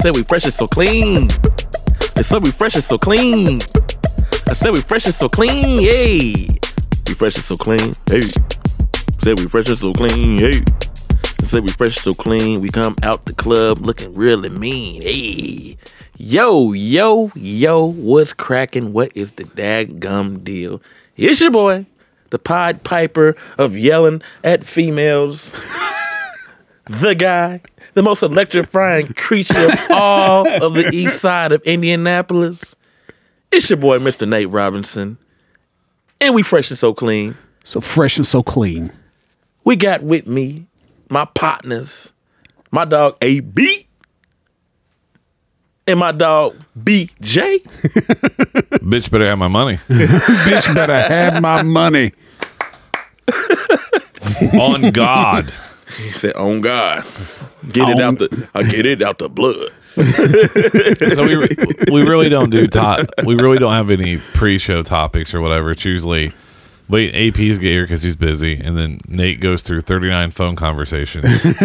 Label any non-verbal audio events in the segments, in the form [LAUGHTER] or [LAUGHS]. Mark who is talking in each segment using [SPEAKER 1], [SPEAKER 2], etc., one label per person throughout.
[SPEAKER 1] said we fresh and so clean. They said we fresh and so clean. I said we fresh and so clean, yay. We fresh and so clean, hey. Said we fresh and so clean, hey. They said we fresh and so clean. We come out the club looking really mean, hey. Yo, yo, yo, what's cracking? What is the daggum deal? It's your boy, the Pod Piper of yelling at females. the guy, the most electrifying creature [LAUGHS] of all of the east side of Indianapolis. It's your boy, Mr. Nate Robinson. And we fresh and so clean.
[SPEAKER 2] So fresh and so clean.
[SPEAKER 1] We got with me my partners, my dog AB, and my dog BJ.
[SPEAKER 3] Bitch better have my money.
[SPEAKER 2] Bitch better have my money.
[SPEAKER 3] [LAUGHS] On God.
[SPEAKER 1] He said, "On God, get it out the, I get it out the blood."
[SPEAKER 3] So we we really don't do top we really don't have any pre show topics or whatever. It's usually wait, AP's get here because he's busy, and then Nate goes through thirty nine phone conversations. And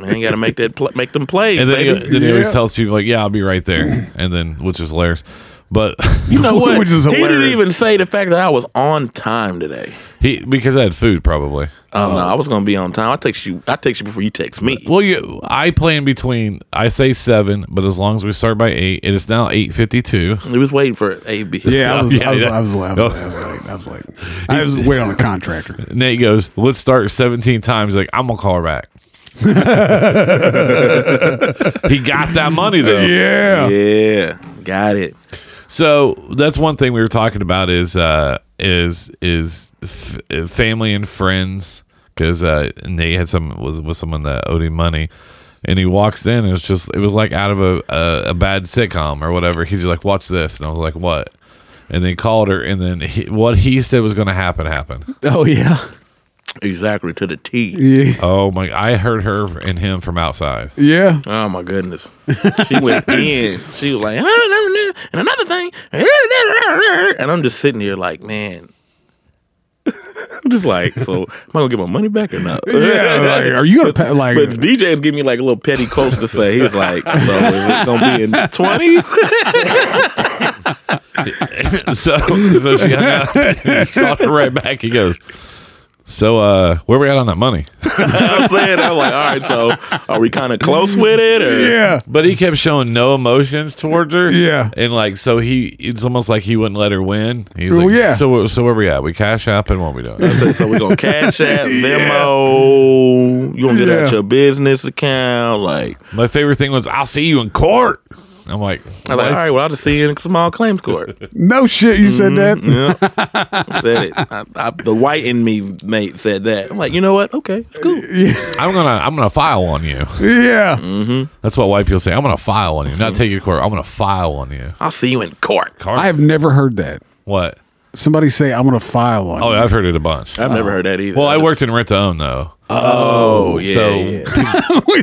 [SPEAKER 1] Man, gotta make that pl- make them plays,
[SPEAKER 3] then, he,
[SPEAKER 1] baby.
[SPEAKER 3] then he always tells people like, Yeah, I'll be right there and then which is hilarious. But [LAUGHS]
[SPEAKER 1] you know what?
[SPEAKER 2] Which is
[SPEAKER 1] he didn't
[SPEAKER 2] hilarious.
[SPEAKER 1] even say the fact that I was on time today.
[SPEAKER 3] he because I had food probably.
[SPEAKER 1] Oh
[SPEAKER 2] Uh,
[SPEAKER 1] no, I was gonna be on time. I text you. I text you before you text me.
[SPEAKER 3] Well, you, I play in between. I say seven, but as long as we start by eight, it is now eight fifty-two.
[SPEAKER 1] He was waiting for AB.
[SPEAKER 2] Yeah, I was,
[SPEAKER 3] Yeah,
[SPEAKER 2] I was,
[SPEAKER 3] yeah.
[SPEAKER 2] I was, I was, I was like, I was like, I was waiting on a contractor.
[SPEAKER 3] Nate goes, "Let's start seventeen times." Like I'm gonna call her back. [LAUGHS] he got that money though.
[SPEAKER 2] Yeah.
[SPEAKER 1] yeah, got it.
[SPEAKER 3] So that's one thing we were talking about is uh, is is f- uh, family and friends because uh, Nate had some was with someone that owed him money, and he walks in and it's just it was like out of a, a, a bad sitcom or whatever. He's like, "Watch this," and I was like, "What?" And then called her, and then he, what he said was going to happen happened.
[SPEAKER 2] Oh yeah.
[SPEAKER 1] Exactly to the T.
[SPEAKER 2] Yeah.
[SPEAKER 3] Oh my! I heard her and him from outside.
[SPEAKER 2] Yeah.
[SPEAKER 1] Oh my goodness, she
[SPEAKER 2] [LAUGHS]
[SPEAKER 1] went in. She was like, "Ah, and another thing, [LAUGHS] and I'm just sitting here like, man. [LAUGHS] I'm just like, so am I gonna get my money back or [LAUGHS] not?
[SPEAKER 2] Yeah. Like, are you gonna pay, like?
[SPEAKER 1] But BJ was giving me like a little petty quotes to say. He was like, "So is it gonna be in the twenties? [LAUGHS]
[SPEAKER 3] [LAUGHS] so, so she hung up. and [LAUGHS] he called her right back. He goes, "So, uh, where we at on that money?"
[SPEAKER 1] I'm saying, I'm like, "All right, so are we kind of close with it?" Or?
[SPEAKER 2] yeah.
[SPEAKER 3] But he kept showing no emotions towards her.
[SPEAKER 2] Yeah.
[SPEAKER 3] and like so he, it's almost like he wouldn't let her win. He's
[SPEAKER 2] Well,
[SPEAKER 3] like,
[SPEAKER 2] yeah.
[SPEAKER 3] So, so where we at? We cash up and what we doing?
[SPEAKER 1] I said, so we're gonna
[SPEAKER 2] [LAUGHS]
[SPEAKER 1] cash app, Venmo. You gonna get out
[SPEAKER 2] Yeah.
[SPEAKER 1] your business account? Like,
[SPEAKER 3] My favorite thing was, "I'll see you in court." I'm like,
[SPEAKER 1] I'm like, all right, well, I'll just see you in small claims
[SPEAKER 2] [LAUGHS]
[SPEAKER 1] court.
[SPEAKER 2] No shit. You said that.
[SPEAKER 1] yeah, said it. I, I, the white in me mate said that. I'm like, you know what? Okay, it's cool.
[SPEAKER 3] I'm gonna, I'm gonna file on you.
[SPEAKER 2] Mm-hmm. Yeah.
[SPEAKER 3] That's what white people say. I'm gonna file on you,
[SPEAKER 1] Mm-hmm.
[SPEAKER 3] not take you to court. I'm gonna file on you.
[SPEAKER 1] I'll see you in court.
[SPEAKER 2] I have never heard that.
[SPEAKER 3] What?
[SPEAKER 2] Somebody say I'm gonna file on.
[SPEAKER 3] Oh,
[SPEAKER 2] you."
[SPEAKER 3] I've heard it a bunch.
[SPEAKER 1] I've
[SPEAKER 2] Uh,
[SPEAKER 1] never heard that either.
[SPEAKER 3] Well, I
[SPEAKER 1] Uh, just-
[SPEAKER 3] worked in rent to own though.
[SPEAKER 1] Oh, yeah.
[SPEAKER 3] so-
[SPEAKER 1] yeah.
[SPEAKER 2] He's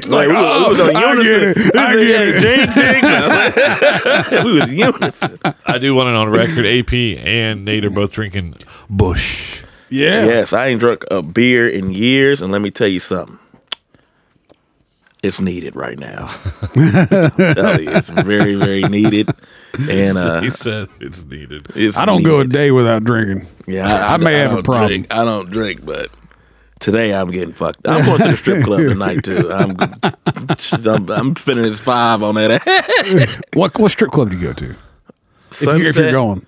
[SPEAKER 1] Like,
[SPEAKER 2] like,
[SPEAKER 1] we, we
[SPEAKER 2] oh,
[SPEAKER 1] was on
[SPEAKER 2] I
[SPEAKER 1] unison.
[SPEAKER 2] get it.
[SPEAKER 1] We
[SPEAKER 2] I
[SPEAKER 1] said,
[SPEAKER 2] get
[SPEAKER 1] "Hey,
[SPEAKER 2] it.
[SPEAKER 1] James [LAUGHS]
[SPEAKER 2] [LAUGHS]
[SPEAKER 1] Dixon. we was unison.
[SPEAKER 3] I do want it on record. AP and Nate are both drinking Bush.
[SPEAKER 2] Yeah.
[SPEAKER 1] Yes, I ain't drunk a beer in years, and let me tell you something. It's needed right now. I'm telling you, it's very, very needed. And uh,
[SPEAKER 3] He said it's needed.
[SPEAKER 1] it's
[SPEAKER 2] I don't go a
[SPEAKER 1] needed.
[SPEAKER 2] day without drinking.
[SPEAKER 1] Yeah, I,
[SPEAKER 2] I may have a
[SPEAKER 1] don't
[SPEAKER 2] problem.
[SPEAKER 1] drink. I don't drink, but today I'm getting fucked. I'm going to the strip club tonight too. I'm, I'm, I'm spending this five on that. [LAUGHS]
[SPEAKER 2] What what strip club do you go to? If, you, if you're going,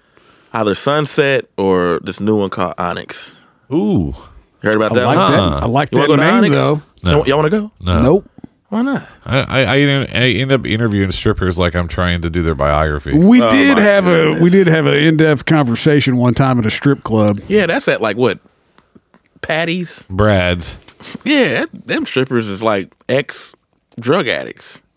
[SPEAKER 1] either Sunset or this new one called Onyx.
[SPEAKER 3] Ooh.
[SPEAKER 1] You heard about
[SPEAKER 2] I
[SPEAKER 1] that?
[SPEAKER 2] like
[SPEAKER 1] one?
[SPEAKER 2] that. I like
[SPEAKER 1] You
[SPEAKER 2] that
[SPEAKER 1] want to go to
[SPEAKER 2] name
[SPEAKER 1] Onyx? Oh.
[SPEAKER 2] though.
[SPEAKER 3] No.
[SPEAKER 1] Y'all- Y'all want to go?
[SPEAKER 3] No.
[SPEAKER 2] Nope.
[SPEAKER 1] Why not?
[SPEAKER 3] I, I, I, end- I end up interviewing strippers like I'm trying to do their biography.
[SPEAKER 2] We
[SPEAKER 1] Oh,
[SPEAKER 2] did
[SPEAKER 1] my
[SPEAKER 2] have a we
[SPEAKER 1] goodness.
[SPEAKER 2] did have an in depth conversation one time at a strip club.
[SPEAKER 1] Yeah, that's at like what? Patties?
[SPEAKER 3] Brad's.
[SPEAKER 1] Yeah, that- them strippers is like ex drug addicts. [LAUGHS]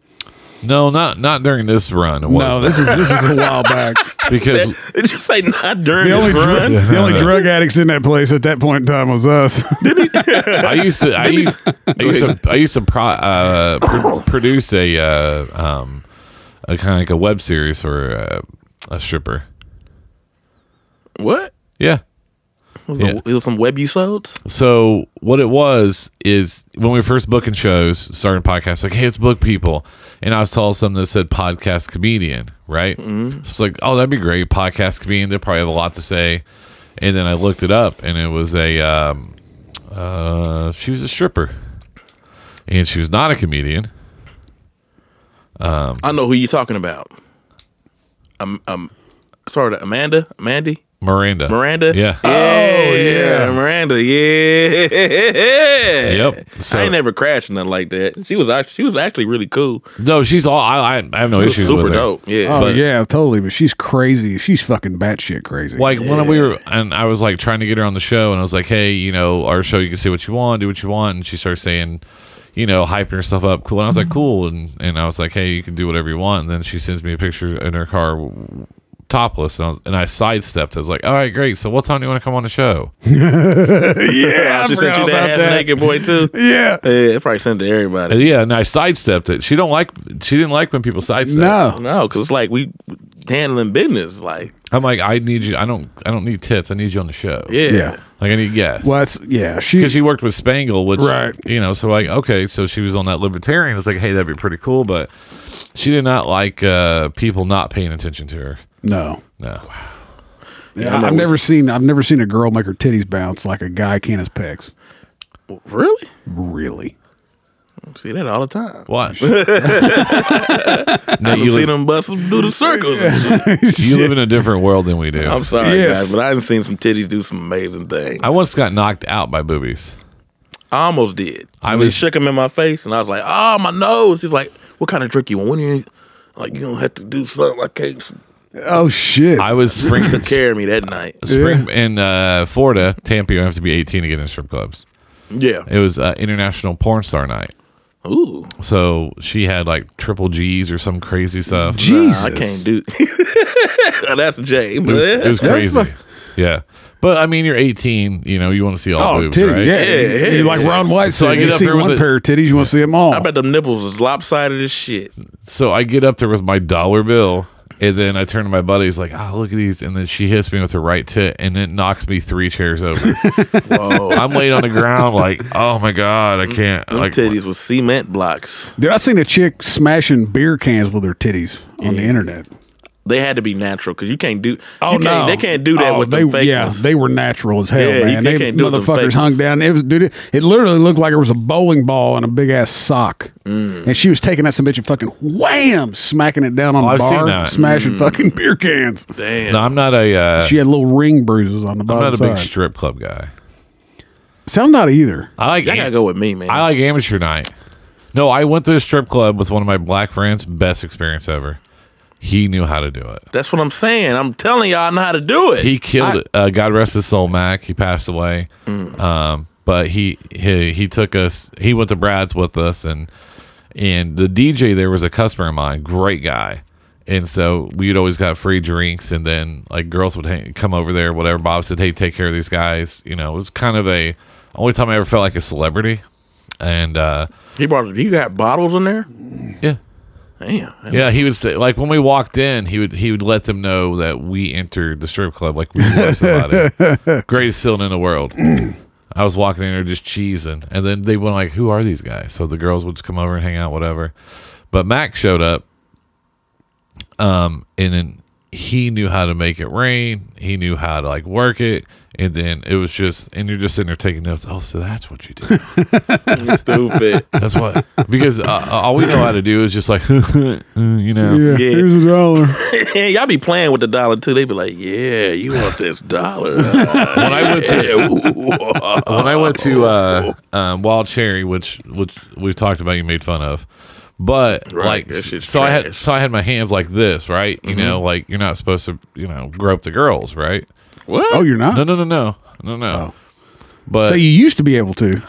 [SPEAKER 3] No, not not during this run. It
[SPEAKER 2] No,
[SPEAKER 3] was
[SPEAKER 2] this was this was a
[SPEAKER 1] [LAUGHS]
[SPEAKER 2] while back.
[SPEAKER 3] because
[SPEAKER 1] Did you say not during
[SPEAKER 2] The only
[SPEAKER 1] the
[SPEAKER 2] dr-
[SPEAKER 1] run?
[SPEAKER 2] the only drug addicts in that place at that point in time was us. [LAUGHS]
[SPEAKER 3] I used to I used, I used to I used to pro, uh, pro- produce a uh, um a kind of like a web series for uh, a stripper.
[SPEAKER 1] what?
[SPEAKER 3] Yeah.
[SPEAKER 1] Was
[SPEAKER 3] Yeah.
[SPEAKER 1] it, was some webusodes?
[SPEAKER 3] So what it was is when we were first booking shows, starting podcasts, like, hey, let's book people, and I was telling something that said podcast comedian, right? So
[SPEAKER 1] Mm-hmm.
[SPEAKER 3] it's like, oh, that'd be great, podcast comedian. They probably have a lot to say. And then I looked it up, and it was a um, uh, she was a stripper, and she was not a comedian.
[SPEAKER 1] I know who you're talking about. Um, um, sorry, Amanda, Mandy,
[SPEAKER 3] Miranda.
[SPEAKER 1] Miranda.
[SPEAKER 3] Yeah.
[SPEAKER 1] Oh yeah, Miranda. Yeah.
[SPEAKER 3] Yep. So-
[SPEAKER 1] I ain't never crashed nothing like that. She was actually, she was actually really cool.
[SPEAKER 3] No, she's all. I, I I have no
[SPEAKER 1] She was
[SPEAKER 3] issues
[SPEAKER 1] super
[SPEAKER 3] with her.
[SPEAKER 1] dope. Yeah.
[SPEAKER 2] Oh
[SPEAKER 3] But-
[SPEAKER 2] yeah, totally. But she's crazy. She's fucking batshit crazy.
[SPEAKER 3] Like when we were, and I was like trying to get her on the show, and I was like, "Hey, you know, our show, you can say what you want, do what you want." And she started saying, you know, hyping herself up, cool. And I was like,
[SPEAKER 2] Mm-hmm.
[SPEAKER 3] "Cool," and and I was like, "Hey, you can do whatever you want." And then she sends me a picture in her car, w- w- topless, and I was, and I sidestepped. I was like, "All right, great. So what time do you want to come on the show?"
[SPEAKER 1] [LAUGHS] yeah.
[SPEAKER 2] [LAUGHS]
[SPEAKER 1] She sent you
[SPEAKER 2] forgot about
[SPEAKER 1] that, half
[SPEAKER 2] that.
[SPEAKER 1] naked boy too.
[SPEAKER 2] yeah.
[SPEAKER 1] Yeah, it probably sent to everybody.
[SPEAKER 3] And yeah, and I sidestepped it. She don't like. She didn't like when people sidestep.
[SPEAKER 2] No.
[SPEAKER 1] No, because it's like we handling business. Like,
[SPEAKER 3] I'm like, I need you. I don't. I don't need tits. I need you on the show.
[SPEAKER 1] yeah.
[SPEAKER 2] Yeah.
[SPEAKER 3] Like I need guests.
[SPEAKER 2] Well, that's, yeah. She.
[SPEAKER 3] because she worked with Spangle, which
[SPEAKER 2] Right.
[SPEAKER 3] you know, so like okay, so she was on that libertarian. It's like, hey, that'd be pretty cool, but she did not like uh, people not paying attention to her.
[SPEAKER 2] no.
[SPEAKER 3] No,
[SPEAKER 2] Yeah, I've never seen. I've never seen a girl make her titties bounce like a guy can his pecs.
[SPEAKER 1] Really?
[SPEAKER 2] Really.
[SPEAKER 1] See that all the time.
[SPEAKER 3] watch.
[SPEAKER 1] [LAUGHS]
[SPEAKER 3] [LAUGHS] no,
[SPEAKER 1] You
[SPEAKER 3] you,
[SPEAKER 1] see
[SPEAKER 3] li-
[SPEAKER 1] them bust do
[SPEAKER 3] [LAUGHS]
[SPEAKER 1] the circles. and shit.
[SPEAKER 3] you live in a different world than we do.
[SPEAKER 1] I'm sorry,
[SPEAKER 2] Yes.
[SPEAKER 1] guys, but I've seen some titties do some amazing things.
[SPEAKER 3] I once got knocked out by boobies.
[SPEAKER 1] I almost did.
[SPEAKER 3] I
[SPEAKER 1] I was
[SPEAKER 3] was-
[SPEAKER 1] shook him in my face, and I was like, "Oh, my nose." He's like, "What kind of drink you want? When you like, you don't have to do something. I
[SPEAKER 3] [CLEARS THROAT]
[SPEAKER 1] can't."
[SPEAKER 2] Oh shit.
[SPEAKER 1] [LAUGHS]
[SPEAKER 3] I was spring
[SPEAKER 1] Took care of me that night.
[SPEAKER 3] spring in uh, Florida, Tampa. You have to be 18 to get in strip clubs.
[SPEAKER 1] Yeah.
[SPEAKER 3] It was uh, International Porn Star Night,
[SPEAKER 1] Ooh.
[SPEAKER 3] so she had like triple G's or some crazy stuff.
[SPEAKER 2] Jesus.
[SPEAKER 1] I can't do. [LAUGHS] That's Jay.
[SPEAKER 3] It was, it was
[SPEAKER 2] That's
[SPEAKER 3] crazy.
[SPEAKER 2] my-
[SPEAKER 3] yeah. But I mean, you're 18. You know, you want to see all
[SPEAKER 2] Oh,
[SPEAKER 3] boobs,
[SPEAKER 2] titty,
[SPEAKER 3] right?
[SPEAKER 2] yeah.
[SPEAKER 1] Yeah,
[SPEAKER 2] You
[SPEAKER 1] yeah.
[SPEAKER 2] like Ron White.
[SPEAKER 3] So
[SPEAKER 2] So
[SPEAKER 3] I
[SPEAKER 2] I
[SPEAKER 3] get
[SPEAKER 2] you
[SPEAKER 3] up
[SPEAKER 2] see
[SPEAKER 3] there with
[SPEAKER 2] one
[SPEAKER 3] it.
[SPEAKER 2] pair of titties, you want to see them all.
[SPEAKER 1] I bet them nipples is lopsided as shit.
[SPEAKER 3] So I get up there with my dollar bill, and then I turn to my buddies like, "Ah, look at these!" And then she hits me with her right tit, and it knocks me three
[SPEAKER 2] [LAUGHS]
[SPEAKER 3] chairs over.
[SPEAKER 1] Whoa.
[SPEAKER 3] I'm laid on the ground like, "Oh my god, I can't!"
[SPEAKER 1] Them
[SPEAKER 3] Like,
[SPEAKER 1] titties with cement blocks.
[SPEAKER 2] Dude, I seen a chick smashing beer cans with her titties on the internet.
[SPEAKER 1] They had to be natural because you can't do. you can't, They can't do that
[SPEAKER 2] Oh,
[SPEAKER 1] with
[SPEAKER 2] they,
[SPEAKER 1] the fake
[SPEAKER 2] Yeah, they were natural as hell,
[SPEAKER 1] Yeah, you-
[SPEAKER 2] man.
[SPEAKER 1] they
[SPEAKER 2] They,
[SPEAKER 1] can't do it with them
[SPEAKER 2] motherfuckers
[SPEAKER 1] fake
[SPEAKER 2] hung
[SPEAKER 1] ones.
[SPEAKER 2] down. It was, dude, it, it literally looked like it was a bowling ball and a big ass sock,
[SPEAKER 1] Mm.
[SPEAKER 2] and she was taking that some bitch and fucking wham, smacking it down on
[SPEAKER 3] Oh,
[SPEAKER 2] the
[SPEAKER 3] I've seen
[SPEAKER 2] bar,
[SPEAKER 3] that.
[SPEAKER 1] Mm.
[SPEAKER 2] smashing fucking beer cans.
[SPEAKER 1] Damn.
[SPEAKER 3] no, I'm not a. Uh,
[SPEAKER 2] She had little ring bruises on the
[SPEAKER 3] I'm
[SPEAKER 2] bottom.
[SPEAKER 3] not a big
[SPEAKER 2] side.
[SPEAKER 3] strip club guy.
[SPEAKER 2] So I'm not either.
[SPEAKER 3] I like.
[SPEAKER 1] Y'all gotta
[SPEAKER 3] am-
[SPEAKER 1] go with me, man.
[SPEAKER 3] I like amateur night. No, I went to a strip club with one of my black friends. Best experience ever. He knew how to do it.
[SPEAKER 1] That's what I'm saying. I'm telling y'all I know how to do it.
[SPEAKER 3] he killed it. Uh, God rest his soul, Mac. He passed away. Um, but he, he he took us. He went to Brad's with us, and and the DJ there was a customer of mine, great guy. And so we'd always got free drinks, and then like girls would hang, come over there, whatever. Bob said, "Hey, take care of these guys." You know, it was kind of a only time I ever felt like a celebrity. And uh,
[SPEAKER 1] he brought. You got bottles in there?
[SPEAKER 3] yeah,
[SPEAKER 1] Damn.
[SPEAKER 3] yeah, he would say like when we walked in, he would he would let them know that we entered the strip club like we were somebody. Greatest feeling in the world. [CLEARS THROAT] I was walking in there just cheesing, and then they went like, "Who are these guys?" So the girls would just come over and hang out, whatever. But Mac showed up, um, and then he knew how to make it rain. He knew how to like work it, and then it was just, and you're just sitting there taking notes. Oh, so that's what you do.
[SPEAKER 2] [LAUGHS]
[SPEAKER 1] Stupid. [LAUGHS]
[SPEAKER 3] That's what because uh, all we know how to do is just like, [LAUGHS] you know.
[SPEAKER 2] Yeah, here's a dollar.
[SPEAKER 1] Yeah, y'all be playing with the dollar too. They be like, "Yeah, you want this
[SPEAKER 2] [LAUGHS]
[SPEAKER 1] dollar?" [LAUGHS] Uh,
[SPEAKER 3] When I went to
[SPEAKER 1] yeah, ooh.
[SPEAKER 3] when I went
[SPEAKER 2] [LAUGHS]
[SPEAKER 3] to uh, um, Wild Cherry, which which we've talked about, you made fun of, but
[SPEAKER 1] Right,
[SPEAKER 3] like
[SPEAKER 1] that shit's
[SPEAKER 3] so I had
[SPEAKER 1] trash.
[SPEAKER 3] so I had my hands like this, right? You know,
[SPEAKER 2] Mm-hmm.
[SPEAKER 3] like you're not supposed to, you know, grope the girls, right?
[SPEAKER 1] what?
[SPEAKER 2] Oh, you're not.
[SPEAKER 3] No, no, no, no, no, no.
[SPEAKER 2] Oh.
[SPEAKER 3] But
[SPEAKER 2] So you used to be able to.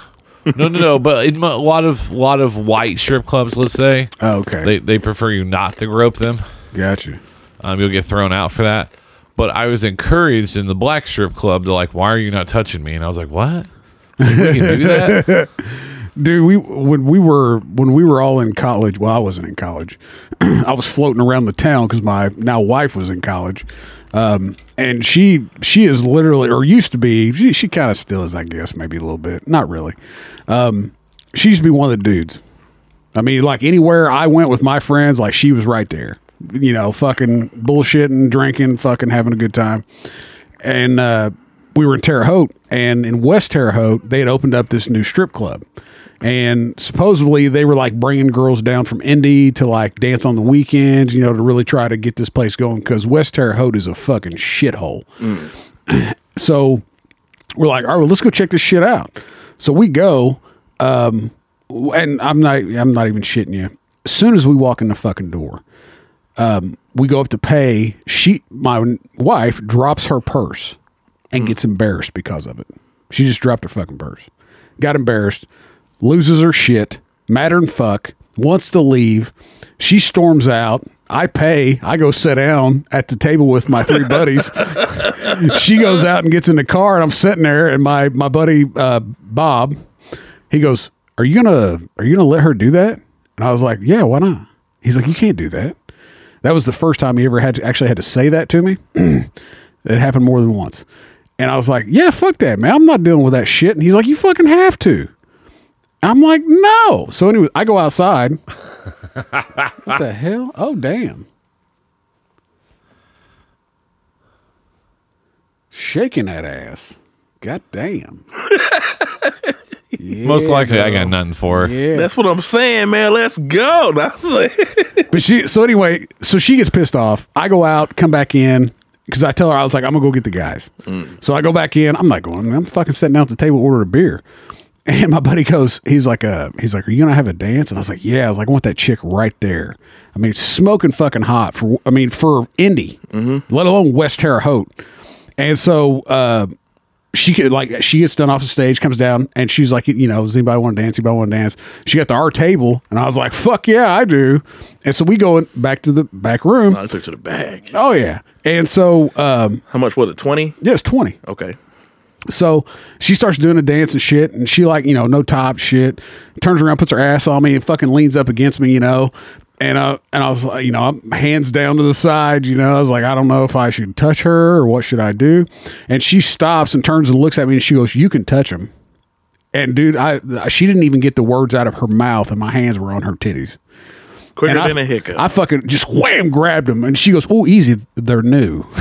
[SPEAKER 3] no, no, no. But in a lot of lot of white strip clubs, let's say
[SPEAKER 2] Oh, okay,
[SPEAKER 3] they they prefer you not to grope them.
[SPEAKER 2] gotcha.
[SPEAKER 3] Um, you'll get thrown out for that. But I was encouraged in the black strip club to like, why are you not touching me? And I was like, what? Like, we can do that.
[SPEAKER 2] [LAUGHS] dude we when we were when we were all in college well i wasn't in college [CLEARS THROAT] i was floating around the town because my now wife was in college um, and she she is literally or used to be she, she kind of still is i guess maybe a little bit not really um, she used to be one of the dudes I mean, like anywhere I went with my friends, like she was right there. You know, fucking bullshitting, drinking, fucking having a good time. And uh, we were in Terre Haute, and in West Terre Haute, they had opened up this new strip club. And supposedly they were like bringing girls down from Indy to like dance on the weekends, you know, to really try to get this place going because West Terre Haute is a fucking shithole. [CLEARS THROAT] So we're like, all right, well, let's go check this shit out. So we go, um, and I'm not, I'm not even shitting you. As soon as we walk in the fucking door, um, we go up to pay. She, my wife, drops her purse and gets embarrassed because of it. She just dropped her fucking purse, got embarrassed, loses her shit, madder than fuck, wants to leave. She storms out. I pay. I go sit down at the table with my three buddies she goes out and gets in the car, and I'm sitting there, and my my buddy uh, Bob, he goes, "Are you gonna Are you gonna let her do that?" And I was like, "Yeah, why not?" He's like, "You can't do that." That was the first time he ever had to, actually had to say that to me. [CLEARS THROAT] it happened more than once, and I was like, "Yeah, fuck that, man. I'm not dealing with that shit." And he's like, "You fucking have to." And I'm like, "No." So anyway, I go outside. [LAUGHS] what the hell? Oh damn. shaking that ass. God damn.
[SPEAKER 3] Most
[SPEAKER 2] Yeah,
[SPEAKER 3] likely, I
[SPEAKER 2] girl.
[SPEAKER 3] got nothing for her.
[SPEAKER 2] Yeah.
[SPEAKER 1] That's what I'm saying, man. Let's go. [LAUGHS] That's like,
[SPEAKER 2] But she, so anyway, so she gets pissed off. I go out, come back in, because I tell her, I was like, I'm going to go get the guys. So I go back in. I'm not going. I'm fucking sitting down at the table, order a beer. [LAUGHS] And my buddy goes, he's like, uh, he's like, are you going to have a dance? And I was like, yeah. I was like, I want that chick right there. I mean, smoking fucking hot for, I mean, for Indy, let alone West Terre Haute. And so, uh, she could like she gets done off the stage, comes down, and she's like, you know, does anybody want to dance? Anybody want to dance? She got to our table, and I was like, fuck yeah, I do. And so we go in, back to the back room.
[SPEAKER 1] I took to the bag.
[SPEAKER 2] Oh yeah. And so um
[SPEAKER 1] How much was it? Twenty.
[SPEAKER 2] yeah, it's twenty.
[SPEAKER 1] Okay.
[SPEAKER 2] So she starts doing a dance and shit, and she like you know no top shit. Turns around, puts her ass on me, and fucking leans up against me, you know. And I and I was like, you know, I'm hands down to the side, you know. I was like, I don't know if I should touch her or what should I do. And she stops and turns and looks at me, and she goes, "You can touch him." And dude, I she didn't even get the words out of her mouth, and my hands were on her titties.
[SPEAKER 1] Quicker
[SPEAKER 2] And I,
[SPEAKER 1] than a hiccup.
[SPEAKER 2] I fucking just wham grabbed him, and she goes, "Oh, easy, they're new." [LAUGHS]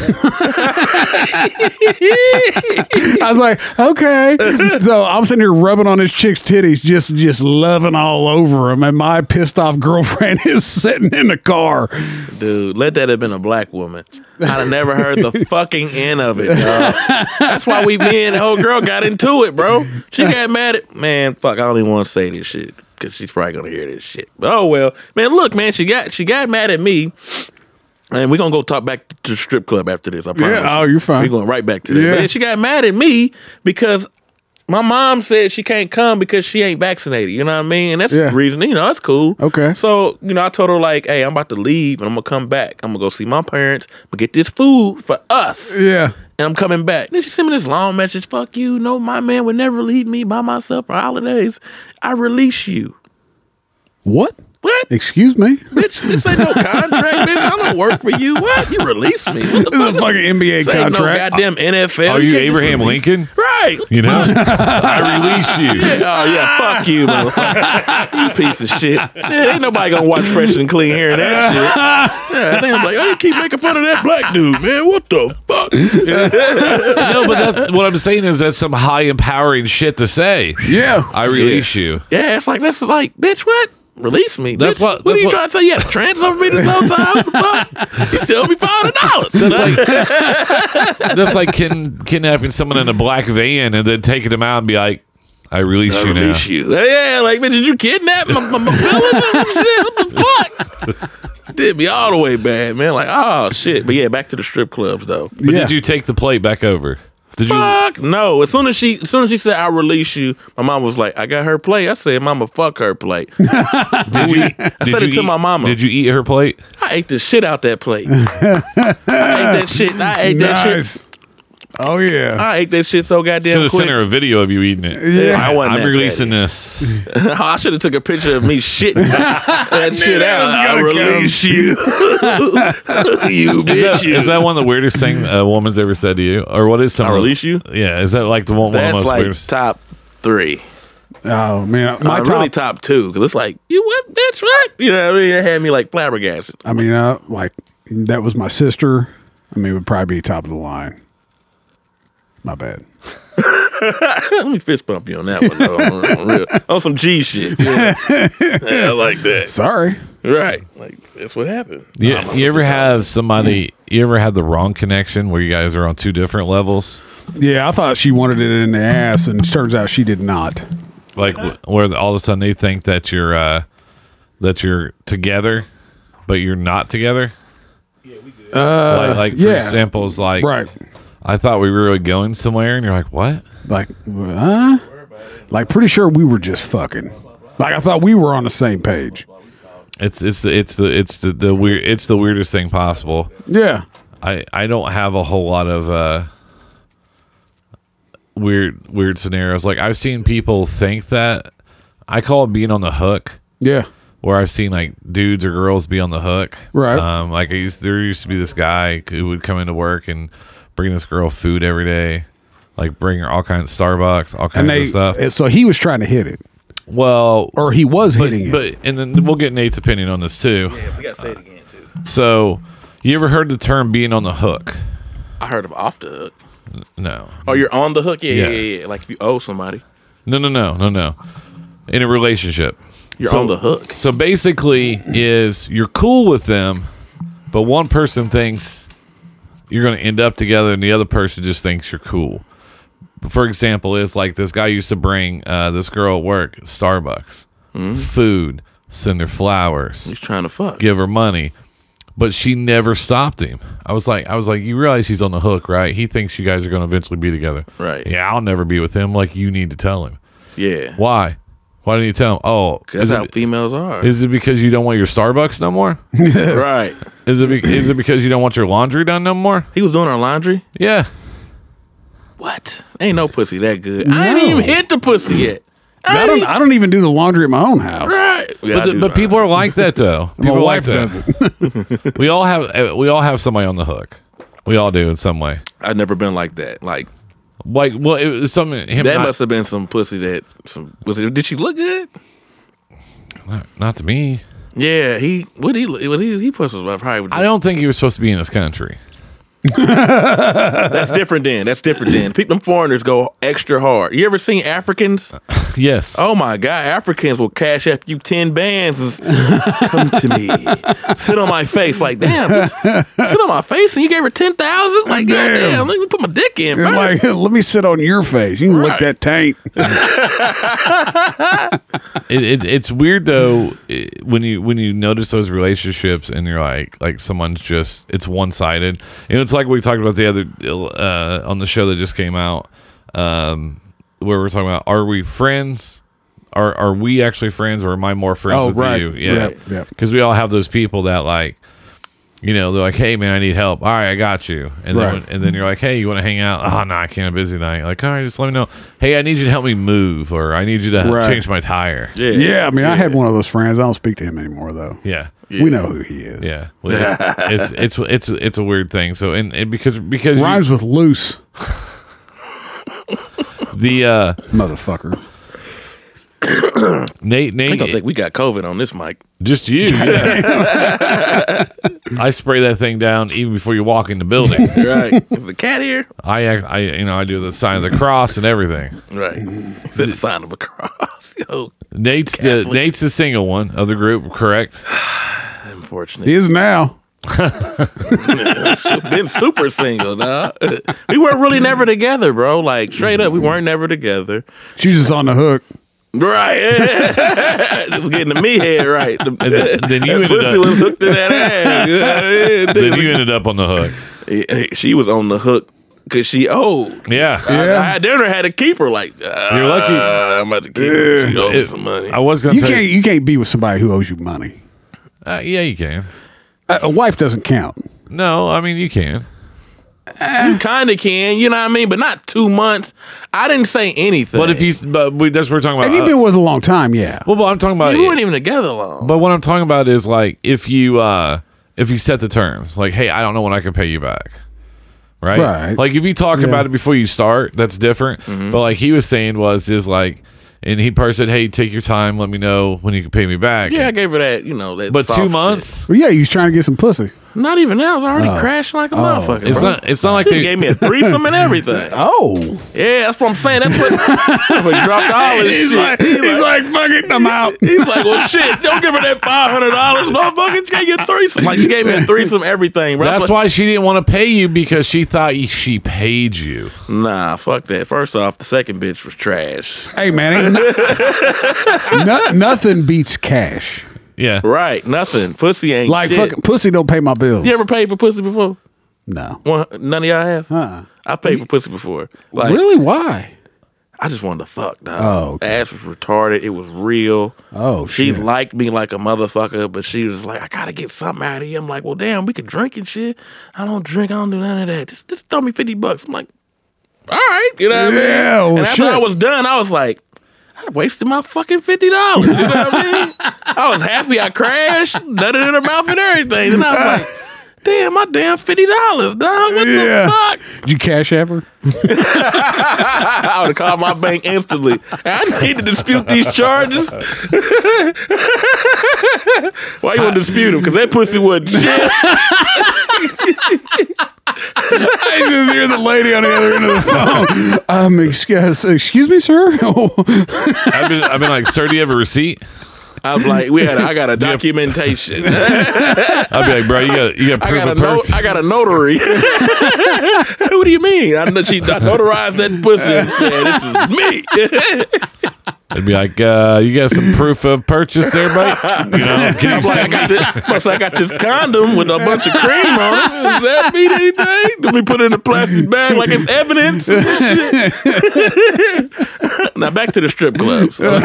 [SPEAKER 2] I was like, "Okay." So I'm sitting here rubbing on his chick's titties, just just loving all over him, and my pissed off girlfriend [LAUGHS] is sitting in the car.
[SPEAKER 1] Dude, let that have been a black woman. I'd have never heard
[SPEAKER 2] [LAUGHS]
[SPEAKER 1] the fucking end of it, dog. That's why we, me and the whole girl got into it, bro. She got mad at, man, fuck, I don't even want to say this shit because she's probably going to hear this shit. But oh well. Man, look, man, she got she got mad at me. And we're going to go talk back to the strip club after this, I promise.
[SPEAKER 2] oh, you're fine.
[SPEAKER 1] We're going right back to that.
[SPEAKER 2] Yeah.
[SPEAKER 1] But then she got mad at me because my mom said she can't come because she ain't vaccinated. You know what I mean? And that's
[SPEAKER 2] Yeah.
[SPEAKER 1] the reason. You know, that's cool.
[SPEAKER 2] Okay.
[SPEAKER 1] So, you know, I told her, like, hey, I'm about to leave and I'm going to come back. I'm going to go see my parents. I'm going to get this food for us.
[SPEAKER 2] Yeah,
[SPEAKER 1] And I'm coming back. Then she sent me this long message. Fuck you. No, my man would never leave me by myself for holidays. I release you.
[SPEAKER 2] what?
[SPEAKER 1] What? [LAUGHS]
[SPEAKER 2] Excuse me.
[SPEAKER 1] bitch, this ain't no contract, bitch. I don't work for you. What? You release me. What the
[SPEAKER 2] This is a
[SPEAKER 1] fuck?
[SPEAKER 2] fucking NBA
[SPEAKER 1] This ain't no
[SPEAKER 2] contract.
[SPEAKER 1] goddamn NFL.
[SPEAKER 3] Are you
[SPEAKER 1] can't just
[SPEAKER 3] Abraham
[SPEAKER 1] release-
[SPEAKER 3] Lincoln?
[SPEAKER 1] Right.
[SPEAKER 3] You [LAUGHS] know, I release you.
[SPEAKER 1] Oh yeah, fuck you, motherfucker. you piece of shit. Yeah, ain't nobody gonna watch Fresh and Clean hearing that shit. Yeah, they like, oh, you keep making fun of that black dude, man. What the fuck?
[SPEAKER 3] No, but that's what I'm saying is that's some high empowering shit to say.
[SPEAKER 2] yeah,
[SPEAKER 3] I release you.
[SPEAKER 1] yeah, it's like that's like, bitch, what? Release me.
[SPEAKER 3] That's
[SPEAKER 1] bitch.
[SPEAKER 3] what-
[SPEAKER 1] What are
[SPEAKER 3] that's
[SPEAKER 1] you
[SPEAKER 3] what-
[SPEAKER 1] trying to say? You had a trans over me this whole time? What the fuck? You still owe me five hundred dollars.
[SPEAKER 3] That's
[SPEAKER 1] [LAUGHS]
[SPEAKER 3] like kin- kidnapping someone in a black van and then taking them out and be like, I release
[SPEAKER 1] I
[SPEAKER 3] you now.
[SPEAKER 1] release you. Yeah, like, man, did you kidnap my, my, my feelings or some shit? What the fuck? Did me all the way bad, man. Like, oh shit. But yeah, back to the strip clubs though.
[SPEAKER 3] But
[SPEAKER 2] yeah.
[SPEAKER 3] did you take the plate back over? Did you?
[SPEAKER 1] Fuck no! As soon as she, as soon as she said, "I release you," my mom was like, "I got her plate." I said, "Mama, fuck her plate."
[SPEAKER 3] [LAUGHS] Did you? I
[SPEAKER 1] said it to my mama.
[SPEAKER 3] Did you eat her plate?
[SPEAKER 1] I ate the shit out that
[SPEAKER 3] [LAUGHS]
[SPEAKER 1] plate. I ate that shit. I ate that shit.
[SPEAKER 2] nice. Oh yeah.
[SPEAKER 1] I ate that shit so
[SPEAKER 3] Should
[SPEAKER 1] goddamn
[SPEAKER 3] have sent her
[SPEAKER 1] quick.
[SPEAKER 3] a video of you eating it.
[SPEAKER 1] Yeah, I wasn't
[SPEAKER 3] I'm
[SPEAKER 1] that
[SPEAKER 3] releasing
[SPEAKER 1] petty. [LAUGHS]
[SPEAKER 3] this.
[SPEAKER 1] I should have took a picture of me shitting
[SPEAKER 3] [LAUGHS]
[SPEAKER 1] that shit out. I release you, [LAUGHS] you
[SPEAKER 3] Is that,
[SPEAKER 1] bitch. You.
[SPEAKER 3] is that one of the weirdest thing a woman's ever said to you, or what is some?
[SPEAKER 1] I release you.
[SPEAKER 3] Yeah, is that like the one, one of the
[SPEAKER 1] That's
[SPEAKER 3] most
[SPEAKER 1] like
[SPEAKER 3] weirdest?
[SPEAKER 1] top three.
[SPEAKER 2] Oh man,
[SPEAKER 1] My
[SPEAKER 2] my top.
[SPEAKER 1] really top two because it's like you what bitch what you know what I mean it had me like flabbergasted.
[SPEAKER 2] I mean, uh, like that was my sister. I mean, it would probably be top of the line. My bad.
[SPEAKER 1] Let me fist bump you on that one though. on, on real- on some G shit. Yeah. [LAUGHS] yeah, like that.
[SPEAKER 2] Sorry.
[SPEAKER 1] Right, like that's what happened.
[SPEAKER 3] Yeah,
[SPEAKER 1] Nah, I'm
[SPEAKER 3] you ever
[SPEAKER 1] supposed to-
[SPEAKER 3] have somebody? You ever had the wrong connection where you guys are on two different levels?
[SPEAKER 2] Yeah, I thought she wanted it in the ass, and turns out she did not.
[SPEAKER 3] Like wh- where all of a sudden they think that you're uh, that you're together, but you're not together. Yeah, we do. like, like for
[SPEAKER 2] Uh, yeah.
[SPEAKER 3] example, is like
[SPEAKER 2] Right.
[SPEAKER 3] I thought we were going somewhere, and you're like, what?
[SPEAKER 2] Like, huh? Like, pretty sure we were just fucking. Like, I thought we were on the same page.
[SPEAKER 3] It's it's the it's the it's the, the weird it's the weirdest thing possible.
[SPEAKER 2] Yeah.
[SPEAKER 3] I I don't have a whole lot of uh weird weird scenarios. Like I've seen people think that I call it being on the hook.
[SPEAKER 2] Yeah.
[SPEAKER 3] Where I've seen like dudes or girls be on the hook,
[SPEAKER 2] Right.
[SPEAKER 3] Um, like I used, there used to be this guy who would come into work and bring this girl food every day, like bring her all kinds of Starbucks, all kinds
[SPEAKER 2] And they,
[SPEAKER 3] of stuff.
[SPEAKER 2] and so he was trying to hit it,
[SPEAKER 3] well,
[SPEAKER 2] or he was
[SPEAKER 3] but,
[SPEAKER 2] hitting it.
[SPEAKER 3] but and then we'll get Nate's opinion on this too.
[SPEAKER 1] Yeah, we gotta say it again too.
[SPEAKER 3] So, you ever heard the term being on the hook?
[SPEAKER 1] I heard of off the hook.
[SPEAKER 3] No,
[SPEAKER 1] Oh, you're on the hook. Yeah, yeah,
[SPEAKER 3] Yeah.
[SPEAKER 1] yeah. yeah. Like if you owe somebody,
[SPEAKER 3] No, no, no, no, no. In a relationship.
[SPEAKER 1] you're
[SPEAKER 3] So-
[SPEAKER 1] on the hook.
[SPEAKER 3] So basically is you're cool with them, but one person thinks you're going to end up together and the other person just thinks you're cool. For example, is like this guy used to bring uh, this girl at work Starbucks, food, send her flowers,
[SPEAKER 1] He's trying to fuck.
[SPEAKER 3] give her money, but she never stopped him. I was like, I was like, you realize he's on the hook, right? He thinks you guys are going to eventually be together,
[SPEAKER 1] Right.
[SPEAKER 3] Yeah, I'll never be with him. Like you need to tell him.
[SPEAKER 1] Yeah,
[SPEAKER 3] Why? Why didn't you tell him? Oh,
[SPEAKER 1] that's
[SPEAKER 3] is
[SPEAKER 1] how
[SPEAKER 3] it,
[SPEAKER 1] females are.
[SPEAKER 3] is it because you don't want your Starbucks no more?
[SPEAKER 1] [LAUGHS] right.
[SPEAKER 3] Is it be, is it because you don't want your laundry done no more?
[SPEAKER 1] He was doing our laundry.
[SPEAKER 3] Yeah.
[SPEAKER 1] What? Ain't no pussy that good. I ain't even hit the pussy yet.
[SPEAKER 2] I don't. I don't even do the laundry at my own house.
[SPEAKER 1] Right. Yeah, I
[SPEAKER 3] But, the-
[SPEAKER 1] do
[SPEAKER 3] but
[SPEAKER 1] know.
[SPEAKER 3] people are like that though.
[SPEAKER 2] My
[SPEAKER 3] People are
[SPEAKER 2] wife
[SPEAKER 3] like that.
[SPEAKER 2] doesn't.
[SPEAKER 3] We all have uh, we all have somebody on the hook. We all do in some way.
[SPEAKER 1] I've never been like that. Like
[SPEAKER 3] Like well, it was something him
[SPEAKER 1] that
[SPEAKER 3] not,
[SPEAKER 1] must have been some pussy that some was it, did she look good?
[SPEAKER 3] not, not to me.
[SPEAKER 1] Yeah, he what he was he he pussies well, probably just,
[SPEAKER 3] I don't think he was supposed to be in this country.
[SPEAKER 1] that's different then. That's different then. People them foreigners go extra hard. You ever seen Africans?
[SPEAKER 3] Yes.
[SPEAKER 1] Oh my god, Africans will cash up you ten bands. Come to me. Sit on my face like damn, just sit on my face and you gave her ten thousand? Like
[SPEAKER 2] Damn.
[SPEAKER 1] damn, let me put my dick in.
[SPEAKER 2] And
[SPEAKER 1] first.
[SPEAKER 2] [LAUGHS] like, let me sit on your face. You can lick
[SPEAKER 1] Right.
[SPEAKER 2] that taint.
[SPEAKER 3] it, it, it's weird though it, when you when you notice those relationships and you're like like someone's just it's one sided and it's like we talked about the other uh, on the show that just came out um, where we're talking about are we friends are are we actually friends or am I more friends
[SPEAKER 2] Oh,
[SPEAKER 3] with
[SPEAKER 2] right.
[SPEAKER 3] you yeah
[SPEAKER 2] Yep, yep.
[SPEAKER 3] because we all have those people that like you know they're like hey man I need help all right I got you and then
[SPEAKER 2] Right.
[SPEAKER 3] when- and then you're like hey you want to hang out oh no I can't busy night like all right just let me know hey I need you to help me move or I need you to
[SPEAKER 2] Right.
[SPEAKER 3] change my tire
[SPEAKER 1] Yeah.
[SPEAKER 2] Yeah, I mean, I had one of those friends. I don't speak to him anymore, though.
[SPEAKER 3] yeah.
[SPEAKER 2] We know who he is.
[SPEAKER 3] Yeah, Well, it's, it's it's it's it's a weird thing. So and, and because because you-
[SPEAKER 2] Rhymes with loose,
[SPEAKER 3] the uh,
[SPEAKER 2] motherfucker.
[SPEAKER 3] Nate
[SPEAKER 1] I
[SPEAKER 3] Nate
[SPEAKER 1] don't think we got COVID on this mic.
[SPEAKER 3] just you. yeah. I spray that thing down even before you walk in the building.
[SPEAKER 1] Right. Is the cat here?
[SPEAKER 3] I act- I you know I do the sign of the cross and everything.
[SPEAKER 1] Right. It's in the sign of a cross. [LAUGHS] Yo,
[SPEAKER 3] Nate's the
[SPEAKER 1] Catholic.
[SPEAKER 3] Nate's the single one of the group, correct?
[SPEAKER 2] He
[SPEAKER 1] unfortunately.
[SPEAKER 2] is now.
[SPEAKER 1] Been super single, dog. we weren't really never together, bro. Like, straight up, we weren't never together.
[SPEAKER 2] She's just on the hook.
[SPEAKER 1] Right. [LAUGHS] it was getting to me head right. The,
[SPEAKER 3] then- then you
[SPEAKER 1] that
[SPEAKER 3] ended
[SPEAKER 1] pussy
[SPEAKER 3] up-
[SPEAKER 1] was hooked in that ass. Yeah,
[SPEAKER 3] Then you ended up on the hook.
[SPEAKER 1] yeah, yeah. [LAUGHS] She was on the hook because she old.
[SPEAKER 3] Yeah.
[SPEAKER 1] I,
[SPEAKER 2] Yeah.
[SPEAKER 1] I never had to keep her like, uh,
[SPEAKER 3] You're lucky.
[SPEAKER 1] I'm about to keep her. She owed me
[SPEAKER 3] It-
[SPEAKER 1] some money.
[SPEAKER 3] I was gonna
[SPEAKER 2] You
[SPEAKER 3] tell
[SPEAKER 2] can't. You can't be with somebody who owes you money.
[SPEAKER 3] Uh, yeah, you can.
[SPEAKER 2] A, a wife doesn't count.
[SPEAKER 3] No, I mean you can.
[SPEAKER 1] You kind of can, you know what I mean? But not two months. I didn't say anything.
[SPEAKER 3] But if you, but we, that's what we're talking about.
[SPEAKER 2] Have you
[SPEAKER 3] Uh,
[SPEAKER 2] been with a long time? Yeah.
[SPEAKER 3] well, but I'm talking about
[SPEAKER 1] We weren't even together long.
[SPEAKER 3] But what I'm talking about is like if you uh if you set the terms, like, hey, I don't know when I can pay you back. Right?
[SPEAKER 2] Right.
[SPEAKER 1] Mm-hmm.
[SPEAKER 3] Like if you talk about it before you start, that's different. But like he was saying was is like And he probably said, "Hey, take your time. Let me know when you can pay me back."
[SPEAKER 1] Yeah, I gave her that, you know, that
[SPEAKER 3] but
[SPEAKER 1] soft
[SPEAKER 3] two
[SPEAKER 1] shit.
[SPEAKER 3] months.
[SPEAKER 2] Well, yeah, you was trying to get some pussy.
[SPEAKER 1] Not even that. I was
[SPEAKER 2] Oh.
[SPEAKER 1] already crashing like a motherfucker.
[SPEAKER 3] It's
[SPEAKER 1] bro.
[SPEAKER 3] not. It's not like
[SPEAKER 1] She
[SPEAKER 3] they
[SPEAKER 1] gave me a threesome and everything.
[SPEAKER 2] [LAUGHS] Oh,
[SPEAKER 1] Yeah, that's what I'm saying. That's what, that's what dropped all this
[SPEAKER 2] he's
[SPEAKER 1] shit.
[SPEAKER 2] like, he's like, fuck it, I'm out.
[SPEAKER 1] He's like, well, shit, don't give her that five hundred dollars, motherfucker. She can't get a threesome. Like she gave me a threesome, everything. Bro. I
[SPEAKER 3] That's
[SPEAKER 1] was
[SPEAKER 3] why she didn't want to pay you because she thought you- she paid you.
[SPEAKER 1] like, Nah, fuck that. First off, the second bitch was trash.
[SPEAKER 2] Hey man, ain't no- no- nothing beats cash.
[SPEAKER 3] Yeah.
[SPEAKER 1] Right, nothing. Pussy ain't
[SPEAKER 2] Like
[SPEAKER 1] shit.
[SPEAKER 2] fucking pussy don't pay my bills.
[SPEAKER 1] You ever paid for pussy before?
[SPEAKER 2] no.
[SPEAKER 1] One, none of y'all have.
[SPEAKER 2] Uh-uh.
[SPEAKER 1] I paid for pussy before. Like
[SPEAKER 2] really? Why?
[SPEAKER 1] I just wanted to fuck, dog.
[SPEAKER 2] Oh, okay.
[SPEAKER 1] ass was retarded. It was real.
[SPEAKER 2] Oh,
[SPEAKER 1] she
[SPEAKER 2] shit.
[SPEAKER 1] liked me like a motherfucker, but she was like, I gotta get something out of you. I'm like, well, damn, we could drink and shit. I don't drink. I don't do none of that. Just, just throw me fifty bucks. I'm like, all right, you know what I mean?
[SPEAKER 2] Yeah, well,
[SPEAKER 1] and after
[SPEAKER 2] shit.
[SPEAKER 1] I was done, I was like. I wasted my fucking fifty dollars. You know what I
[SPEAKER 2] [LAUGHS]
[SPEAKER 1] mean? I was happy I crashed, nutted in her mouth and everything. And I was
[SPEAKER 2] [LAUGHS]
[SPEAKER 1] like, damn, my damn fifty dollars, dog. What
[SPEAKER 2] Yeah.
[SPEAKER 1] the fuck?
[SPEAKER 2] Did you cash app her?
[SPEAKER 1] I would have called my bank instantly. I need to dispute these charges. [LAUGHS] Why you want to dispute them? Because that pussy wasn't shit.
[SPEAKER 2] [LAUGHS] I just hear the lady on the other end of the phone. Um, excuse, excuse me, sir. [LAUGHS] Oh,
[SPEAKER 3] I've been, I've been like, sir, do you have a receipt?
[SPEAKER 1] I'm like, we had. A, I got a documentation.
[SPEAKER 2] [LAUGHS]
[SPEAKER 3] I'd be like, bro, you got, you
[SPEAKER 1] [LAUGHS]
[SPEAKER 3] got
[SPEAKER 1] I
[SPEAKER 3] proof
[SPEAKER 1] got a
[SPEAKER 3] of
[SPEAKER 1] no,
[SPEAKER 3] perk.
[SPEAKER 1] I got a notary. [LAUGHS] what do you mean? I, know she, I notarized that pussy and said, "This is me." [LAUGHS]
[SPEAKER 3] I'd be like, uh, you got some proof of purchase there, buddy?
[SPEAKER 1] [LAUGHS]
[SPEAKER 3] You know, can
[SPEAKER 1] I'm like,
[SPEAKER 3] you
[SPEAKER 1] I
[SPEAKER 3] send
[SPEAKER 1] got this. plus I got this condom with a bunch of cream on it. Does that mean anything? Let me put it in a plastic bag like it's evidence. and shit. now back to the strip
[SPEAKER 3] [LAUGHS]
[SPEAKER 1] clubs.
[SPEAKER 3] Uh-huh.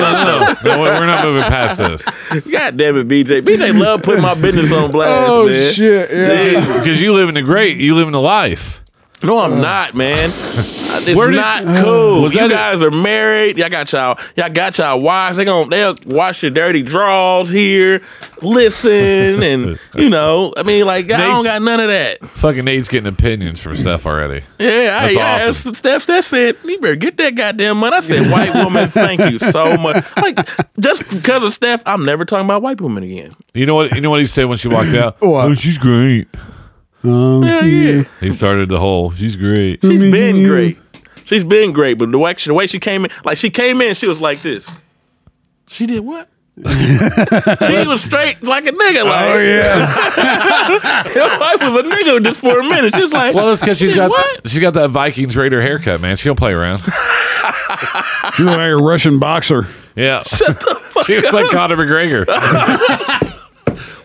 [SPEAKER 3] no, no, we're not moving past this
[SPEAKER 1] God damn it, BJ. BJ love putting my business on blast,
[SPEAKER 2] oh
[SPEAKER 1] man.
[SPEAKER 2] shit! Yeah.
[SPEAKER 1] Dude,
[SPEAKER 3] because you live in the great, you live in the life.
[SPEAKER 1] No, I'm not, man. It's
[SPEAKER 3] Where did- uh,
[SPEAKER 1] not cool.
[SPEAKER 3] Was
[SPEAKER 1] you
[SPEAKER 3] that a-
[SPEAKER 1] guys are married. Y'all got y'all. Y'all got y'all wives. They gonna they'll wash your dirty drawers here. Listen, and you know, I mean, like I
[SPEAKER 3] They-
[SPEAKER 1] don't got none of that.
[SPEAKER 3] Fucking Nate's getting opinions from Steph already.
[SPEAKER 1] Yeah, I,
[SPEAKER 3] That's
[SPEAKER 1] yeah.
[SPEAKER 3] awesome.
[SPEAKER 1] That's Steph, Steph said, "You better get that goddamn money." I said, "White woman, thank you so much." Like, just because of Steph, I'm never talking about white woman again.
[SPEAKER 3] You know what? You know what he said when she walked out.
[SPEAKER 2] What?
[SPEAKER 3] Oh, she's great.
[SPEAKER 1] Hell yeah,
[SPEAKER 3] He started the whole. She's great.
[SPEAKER 1] she's been great. She's been great, but the way she, the way she came in, like she came in, she was like this. She did what? she was straight like a nigga. Like
[SPEAKER 2] Oh yeah.
[SPEAKER 1] [LAUGHS] your wife was a nigga just for a minute. She was like,
[SPEAKER 3] Well, Oh, that's because she's
[SPEAKER 1] "Did
[SPEAKER 3] got
[SPEAKER 1] what?
[SPEAKER 3] she's got that Vikings Raider haircut, man. She don't play around.
[SPEAKER 2] She looked like a Russian boxer.
[SPEAKER 3] Yeah. she was like Conor McGregor.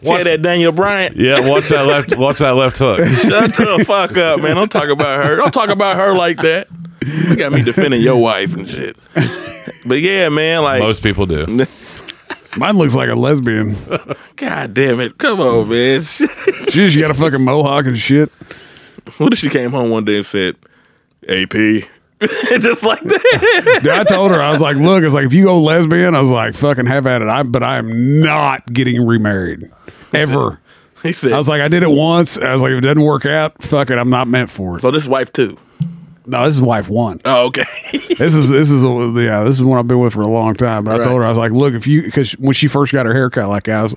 [SPEAKER 1] She had that Daniel Bryant.
[SPEAKER 3] Yeah, watch that left. Watch that left hook.
[SPEAKER 1] Shut the fuck up, man. Don't talk about her. Don't talk about her like that. You got me defending your wife and shit. But yeah, man, like
[SPEAKER 3] Most people do.
[SPEAKER 2] Mine looks like a lesbian.
[SPEAKER 1] God damn it. Come on, man. [LAUGHS]
[SPEAKER 2] Jeez, you got a fucking mohawk and shit.
[SPEAKER 1] what if she came home one day and said, AP? [LAUGHS] Just like that.
[SPEAKER 2] Dude, I told her I was like, look, it's like if you go lesbian, I was like, fucking have at it. I but I am not getting remarried ever.
[SPEAKER 1] He said,
[SPEAKER 2] I was like, I did it once. I was like, if it doesn't work out, fuck it. I'm not meant for it.
[SPEAKER 1] so this wife too.
[SPEAKER 2] No, this is wife one.
[SPEAKER 1] Oh, okay.
[SPEAKER 2] This is this is a, yeah. This is one I've been with for a long time. But I
[SPEAKER 1] Right.
[SPEAKER 2] told her I was like, look, if you because when she first got her haircut, like I was,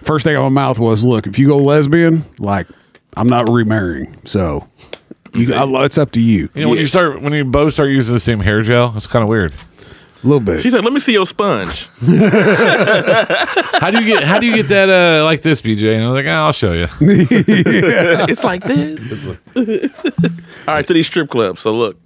[SPEAKER 2] first thing out of my mouth was, look, if you go lesbian, like I'm not remarrying. So you, I, it's up to you.
[SPEAKER 3] You know, when you start when you both start using the same hair gel, it's kind of weird.
[SPEAKER 2] A little bit.
[SPEAKER 1] she said, let me see your sponge.
[SPEAKER 3] How do you get how do you get that uh like this, BJ? And I was like, "Ah, I'll show you.
[SPEAKER 1] it's like this. All right, to these strip clubs. So look,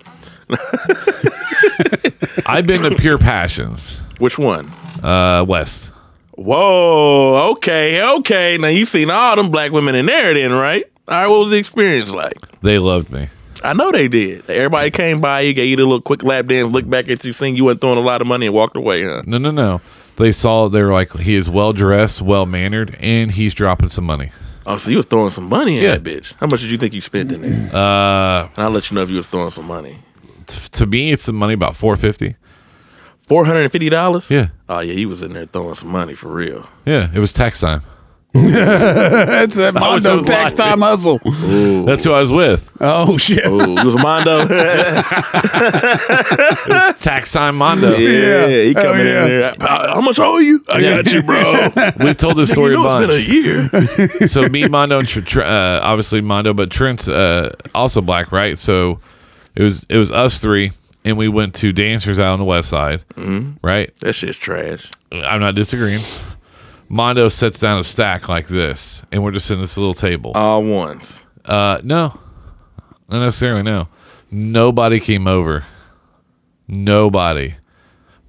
[SPEAKER 3] I've been to Pure Passions,
[SPEAKER 1] which one?
[SPEAKER 3] uh, West.
[SPEAKER 1] Whoa, okay, okay. Now you seen all them black women in there then, right? All right, what was the experience like?
[SPEAKER 3] They loved me.
[SPEAKER 1] I know they did. Everybody came by, you gave you the little quick lap dance, looked back at you, seen you weren't throwing a lot of money and walked away, huh?
[SPEAKER 3] No, no, no. They saw they were like, he is well dressed, well mannered, and he's dropping some money.
[SPEAKER 1] Oh, so you was throwing some money in
[SPEAKER 3] Yeah.
[SPEAKER 1] that bitch. How much did you think you spent in there? And
[SPEAKER 3] Uh,
[SPEAKER 1] I'll let you know if you was throwing some money.
[SPEAKER 3] t- to me, it's the money about four fifty.
[SPEAKER 1] Four hundred and fifty dollars?
[SPEAKER 3] Yeah,
[SPEAKER 1] Oh yeah, he was in there throwing some money for real.
[SPEAKER 3] yeah. It was tax time.
[SPEAKER 2] That's that
[SPEAKER 3] I wish I
[SPEAKER 2] Mondo
[SPEAKER 3] was lying.
[SPEAKER 2] Tactile Muzzle.
[SPEAKER 3] That's who I was with.
[SPEAKER 2] Oh shit!
[SPEAKER 1] Ooh, you was a Mondo.
[SPEAKER 3] [LAUGHS]
[SPEAKER 1] [LAUGHS]
[SPEAKER 3] Tax time Mondo.
[SPEAKER 1] yeah, he
[SPEAKER 2] Hell
[SPEAKER 1] coming
[SPEAKER 2] yeah.
[SPEAKER 1] in there. How how much owe you? I
[SPEAKER 3] Yeah.
[SPEAKER 1] got you, bro.
[SPEAKER 3] We've told this
[SPEAKER 1] [LAUGHS]
[SPEAKER 3] story
[SPEAKER 1] you know
[SPEAKER 3] a
[SPEAKER 1] it's been a
[SPEAKER 3] bunch.
[SPEAKER 1] year.
[SPEAKER 3] so me, Mondo, and Tr- Tr- uh, obviously Mondo, but Trent's uh, also black, right? So it was it was us three, and we went to dancers out on the west side,
[SPEAKER 1] Mm-hmm.
[SPEAKER 3] right?
[SPEAKER 1] That shit's trash.
[SPEAKER 3] I'm not disagreeing. Mondo sets down a stack like this, and we're just in this little table.
[SPEAKER 1] All once.
[SPEAKER 3] Uh, no, not necessarily. No, nobody came over. Nobody.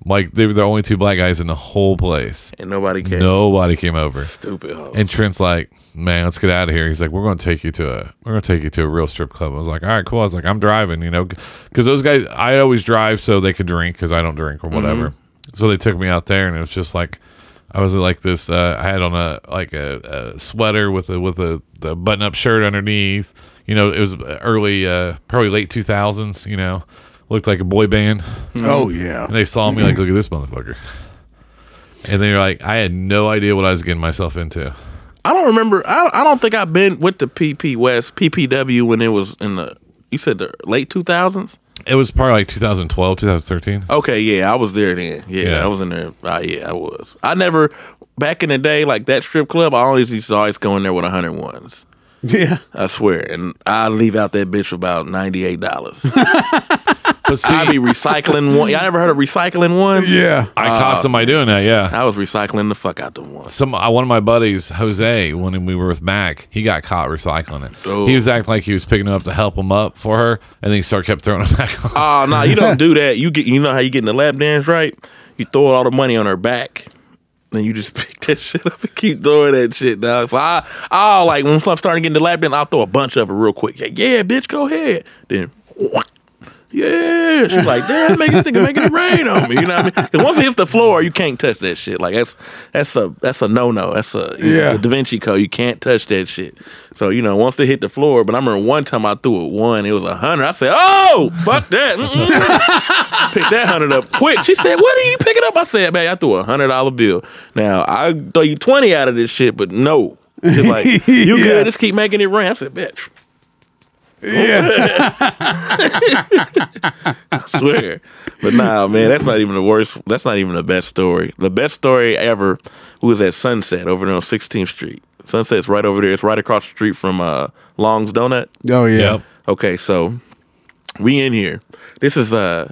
[SPEAKER 3] Like they were the only two black guys in the whole place.
[SPEAKER 1] And nobody cares.
[SPEAKER 3] Nobody came over.
[SPEAKER 1] Stupid hoe.
[SPEAKER 3] And Trent's like, man, let's get out of here. He's like, we're going to take you to a, we're going to take you to a real strip club. I was like, all right, cool. I was like, I'm driving, you know, because those guys, I always drive so they could drink because I don't drink or whatever. So they took me out there, and it was just like, I was like this. Uh, I had on a like a, a sweater with a with a the button up shirt underneath. You know, it was early, uh, probably late 2000s. You know, looked like a boy band.
[SPEAKER 2] Oh yeah.
[SPEAKER 3] And they saw me like, look at this motherfucker. And they were like, I had no idea what I was getting myself into.
[SPEAKER 1] I don't remember. I, I don't think I've been with the PP West PPW when it was in the. You said the late two thousands.
[SPEAKER 3] It was probably like 2012, 2013.
[SPEAKER 1] Okay, yeah, I was there then. Yeah,
[SPEAKER 3] Yeah.
[SPEAKER 1] I was in there. Uh, yeah, I was. I never back in the day like that strip club. I always used to always go in there with hundred ones.
[SPEAKER 2] Yeah.
[SPEAKER 1] I swear, and I leave out that bitch for about ninety eight dollars.
[SPEAKER 3] But see,
[SPEAKER 1] I be recycling one. Y'all ever heard of recycling one?
[SPEAKER 2] Yeah.
[SPEAKER 3] I
[SPEAKER 1] uh,
[SPEAKER 3] cost somebody doing that. Yeah.
[SPEAKER 1] I was recycling the fuck out the one.
[SPEAKER 3] Some I, one of my buddies, Jose, when we were with Mac, he got caught recycling it.
[SPEAKER 1] Oh.
[SPEAKER 3] He was acting like he was picking it up to help him up for her, and then he started kept throwing it [LAUGHS] back on.
[SPEAKER 1] Oh no, you don't do that. You get you know how you get in the lap dance, right? You throw all the money on her back. Then you just [LAUGHS] pick that shit up and keep throwing that shit down. So I I'll like when I'm starting to get in the lap dance, I'll throw a bunch of it real quick. Yeah, yeah, bitch, go ahead. Then [LAUGHS] Yeah, she's like, damn, make it think of making it rain on me. You know what I mean? 'Cause once it hits the floor, you can't touch that shit. Like that's that's a that's a no no. That's a you know,
[SPEAKER 2] Yeah.
[SPEAKER 1] the Da Vinci Code. You can't touch that shit. So you know, once they hit the floor. But I remember one time I threw it one. It was a hundred. I said, oh fuck that. Mm-mm. Pick that hundred up quick. She said, what are you picking up? I said, man, I threw a hundred dollar bill. Now I throw you twenty out of this shit, but no. She's like, you
[SPEAKER 2] Yeah.
[SPEAKER 1] good? Just keep making it rain. I said, bitch.
[SPEAKER 2] Yeah.
[SPEAKER 1] swear. But nah, man, that's not even the worst. That's not even the best story. The best story ever was at Sunset over there on 16th Street. Sunset's right over there. It's right across the street from uh, Long's Donut.
[SPEAKER 2] Oh yeah.
[SPEAKER 3] Yep.
[SPEAKER 1] Okay, so we in here. This is uh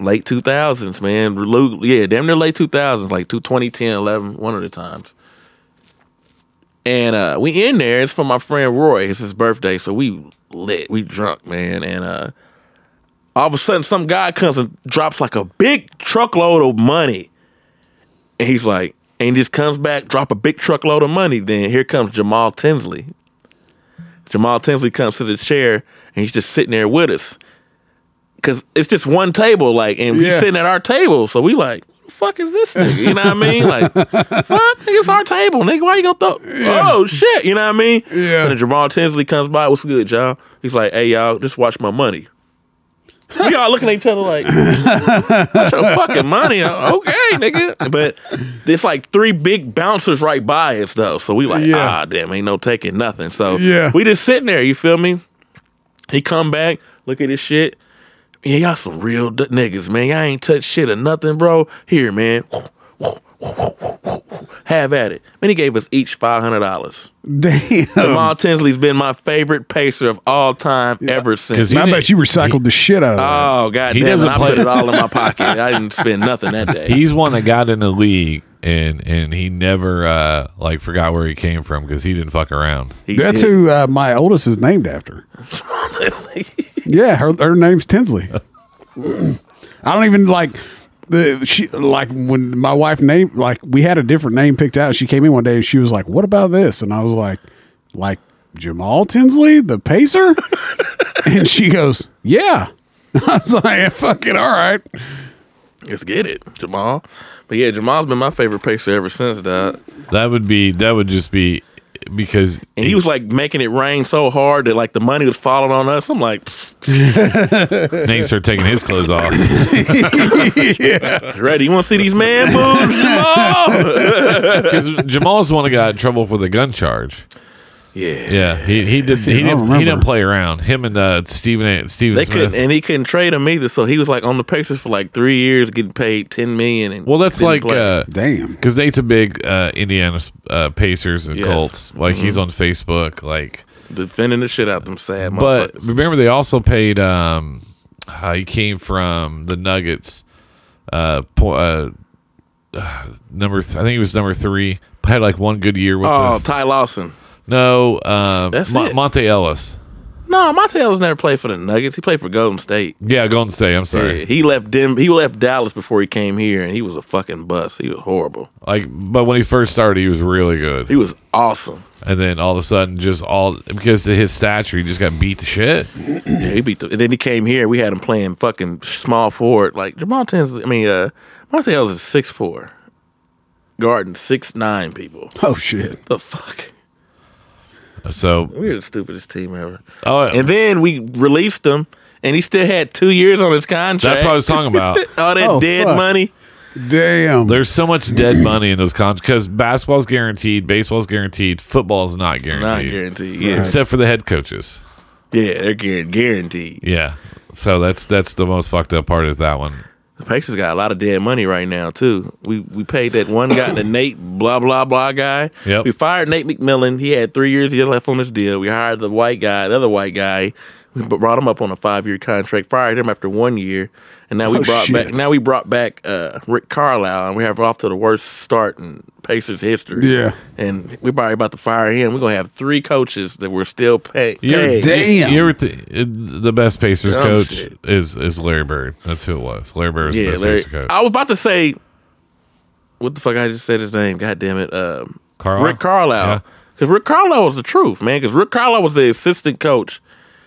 [SPEAKER 1] late 2000s, man. Lu- Yeah, damn near late 2000s, like 2- 2010, 11, one of the times. And uh we in there. It's for my friend Roy. It's his birthday, so we lit. We drunk, man. And uh all of a sudden, some guy comes and drops like a big truckload of money. And he's like, and he just comes back, drop a big truckload of money. Then here comes Jamal Tinsley. Jamal Tinsley comes to the chair and he's just sitting there with us. Cause it's just one table, like, and we
[SPEAKER 2] Yeah.
[SPEAKER 1] sitting at our table. So we like, "Who the fuck is this nigga? You know what I mean? Like, fuck, nigga, it's our table, nigga. Why you gonna throw Oh shit, you know what I mean?
[SPEAKER 2] Yeah.
[SPEAKER 1] And then Jamal Tinsley comes by, what's good, y'all? He's like, hey y'all, just watch my money. We all looking at each other like, "Watch your fucking money, okay, nigga." But it's like three big bouncers right by us though, so we like,
[SPEAKER 2] Yeah.
[SPEAKER 1] ah, damn, ain't no taking nothing. So
[SPEAKER 2] Yeah.
[SPEAKER 1] we just sitting there. You feel me? He come back, look at this shit. Yeah, y'all some real d- niggas, man. Y'all ain't touch shit or nothing, bro. Here, man. Have at it. Man, he gave us each five hundred dollars.
[SPEAKER 3] Um,
[SPEAKER 2] Damn.
[SPEAKER 1] Jamal Tinsley's been my favorite pacer of all time ever since.
[SPEAKER 3] 'Cause he-
[SPEAKER 2] I bet you recycled the shit out of that.
[SPEAKER 1] Oh god
[SPEAKER 3] He
[SPEAKER 1] damn it!
[SPEAKER 3] doesn't
[SPEAKER 1] I
[SPEAKER 3] play-
[SPEAKER 1] put
[SPEAKER 3] [LAUGHS]
[SPEAKER 1] it all in my pocket. I didn't spend nothing that day.
[SPEAKER 3] He's one that got in the league and and he never uh like forgot where he came from because he didn't fuck around.
[SPEAKER 1] He
[SPEAKER 2] That's
[SPEAKER 1] did.
[SPEAKER 2] who uh, my oldest is named after. Yeah, her her name's Tinsley. I don't even like the she like when my wife named like we had a different name picked out. She came in one day and she was like, "What about this?" And I was like, "Like Jamal Tinsley, the pacer." [LAUGHS] and she goes, "Yeah." [LAUGHS] I was like, "Yeah, "Fucking all right."
[SPEAKER 1] [LAUGHS] Let's get it, Jamal. But yeah, Jamal's been my favorite pacer ever since, dog.
[SPEAKER 3] That would be that would just be because
[SPEAKER 1] And he was like making it rain so hard that like the money was falling on us. I'm like, "Pfft,
[SPEAKER 3] Nate started taking his clothes off.
[SPEAKER 1] Ready? You want to see these
[SPEAKER 3] [LAUGHS]
[SPEAKER 1] man boobs, Jamal?
[SPEAKER 3] Because Jamal's the one that got in trouble for the gun charge.
[SPEAKER 1] yeah.
[SPEAKER 3] Yeah, he he did he
[SPEAKER 2] I don't
[SPEAKER 3] didn't he didn't
[SPEAKER 2] remember.
[SPEAKER 3] play around. Him and uh, Stephen A- Stephen
[SPEAKER 1] They
[SPEAKER 3] Smith.
[SPEAKER 1] couldn't, and he couldn't trade him either. So he was like on the Pacers for like three years, getting paid ten million. And
[SPEAKER 3] well, that's
[SPEAKER 1] didn't
[SPEAKER 3] like uh,
[SPEAKER 1] play.
[SPEAKER 3] because
[SPEAKER 2] Damn.
[SPEAKER 3] Nate's a big uh, Indiana uh, Pacers and
[SPEAKER 1] Yes. Mm-hmm.
[SPEAKER 3] Colts. Like he's on Facebook. Like,
[SPEAKER 1] defending the shit out them sad
[SPEAKER 3] but
[SPEAKER 1] motherfuckers.
[SPEAKER 3] remember they also paid. Um, uh, he came from the Nuggets. Uh, po- uh, [SIGHS] uh, number th- I think he was number three. Had like one good year with
[SPEAKER 1] Oh,
[SPEAKER 3] us.
[SPEAKER 1] Ty Lawson.
[SPEAKER 3] no, um,
[SPEAKER 1] That's
[SPEAKER 3] Mon-
[SPEAKER 1] it.
[SPEAKER 3] Monte Ellis.
[SPEAKER 1] No, Montel's never played for the Nuggets. He played for Golden State.
[SPEAKER 3] Yeah, Golden State. I'm sorry.
[SPEAKER 1] Yeah, he left Denver. He left Dallas before he came here, and he was a fucking bust. He was horrible.
[SPEAKER 3] Like, but when he first started, he was really good.
[SPEAKER 1] He was awesome.
[SPEAKER 3] and then all of a sudden just all because of his stature he just got beat to shit
[SPEAKER 1] Yeah, he beat. The, and then he came here. We had him playing fucking small forward. Like Jamal Tans. I mean, uh, Montel's is six four, guarding six nine people.
[SPEAKER 2] Oh shit.
[SPEAKER 1] The fuck.
[SPEAKER 3] so
[SPEAKER 1] We were the stupidest team ever.
[SPEAKER 3] oh
[SPEAKER 1] And then we released him, and he still had two years on his contract.
[SPEAKER 3] that's what i was
[SPEAKER 1] [LAUGHS]
[SPEAKER 3] talking about
[SPEAKER 1] All that
[SPEAKER 2] Oh,
[SPEAKER 1] dead
[SPEAKER 2] fuck.
[SPEAKER 1] money.
[SPEAKER 2] Damn.
[SPEAKER 3] there's so much dead money in those contracts because basketball's guaranteed baseball's guaranteed football's not guaranteed,
[SPEAKER 1] Not guaranteed. Yeah,
[SPEAKER 3] except for the head coaches
[SPEAKER 1] yeah, they're guaran- guaranteed.
[SPEAKER 3] yeah so that's that's the most fucked up part is that one
[SPEAKER 1] The Pacers got a lot of dead money right now too. We we paid that one guy,
[SPEAKER 2] [COUGHS]
[SPEAKER 1] the Nate blah blah blah guy.
[SPEAKER 3] Yep.
[SPEAKER 1] We fired Nate McMillan. He had three years he left on his deal. We hired the white guy, the other white guy. We b- brought him up on a five year contract. Fired him after one year, and now we
[SPEAKER 2] Oh,
[SPEAKER 1] brought
[SPEAKER 2] shit.
[SPEAKER 1] back now we brought back uh, Rick Carlisle, and we have off to the worst start in Pacers history.
[SPEAKER 2] Yeah.
[SPEAKER 1] and we're probably about to fire him. We're gonna have three coaches that we're still pay-
[SPEAKER 3] you ever-
[SPEAKER 1] paying.
[SPEAKER 2] Damn.
[SPEAKER 3] you ever th- the best pacers
[SPEAKER 1] Dumb
[SPEAKER 3] coach
[SPEAKER 1] shit.
[SPEAKER 3] is is larry bird that's who it was larry bird was the
[SPEAKER 1] Yeah,
[SPEAKER 3] best
[SPEAKER 1] Larry.
[SPEAKER 3] Pacers coach
[SPEAKER 1] I was about to say, what the fuck? I just said his name. God damn it, um,
[SPEAKER 3] Carlisle?
[SPEAKER 1] Rick Carlisle. Because Rick Carlisle was the truth, man. Because Rick Carlisle was the assistant coach.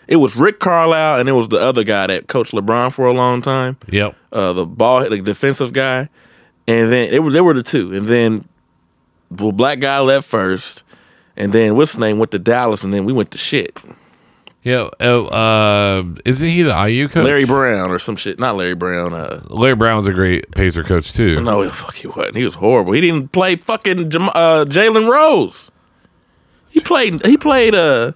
[SPEAKER 1] It was Rick Carlisle, and it was the other guy that coached LeBron for a long time,
[SPEAKER 3] yep
[SPEAKER 1] uh, the ball, the defensive guy, and then they were they were the two, and then the black guy left first, and then what's his name went to Dallas, and then we went to
[SPEAKER 3] [LAUGHS]
[SPEAKER 1] shit.
[SPEAKER 3] yeah oh, uh isn't he the iu coach
[SPEAKER 1] Larry Brown or some shit, not Larry Brown. Uh,
[SPEAKER 3] larry brown's a great pacer coach too
[SPEAKER 1] No, he- fuck he wasn't. He was horrible. He didn't play fucking Jam- uh, Jalen Rose. He played. He played uh,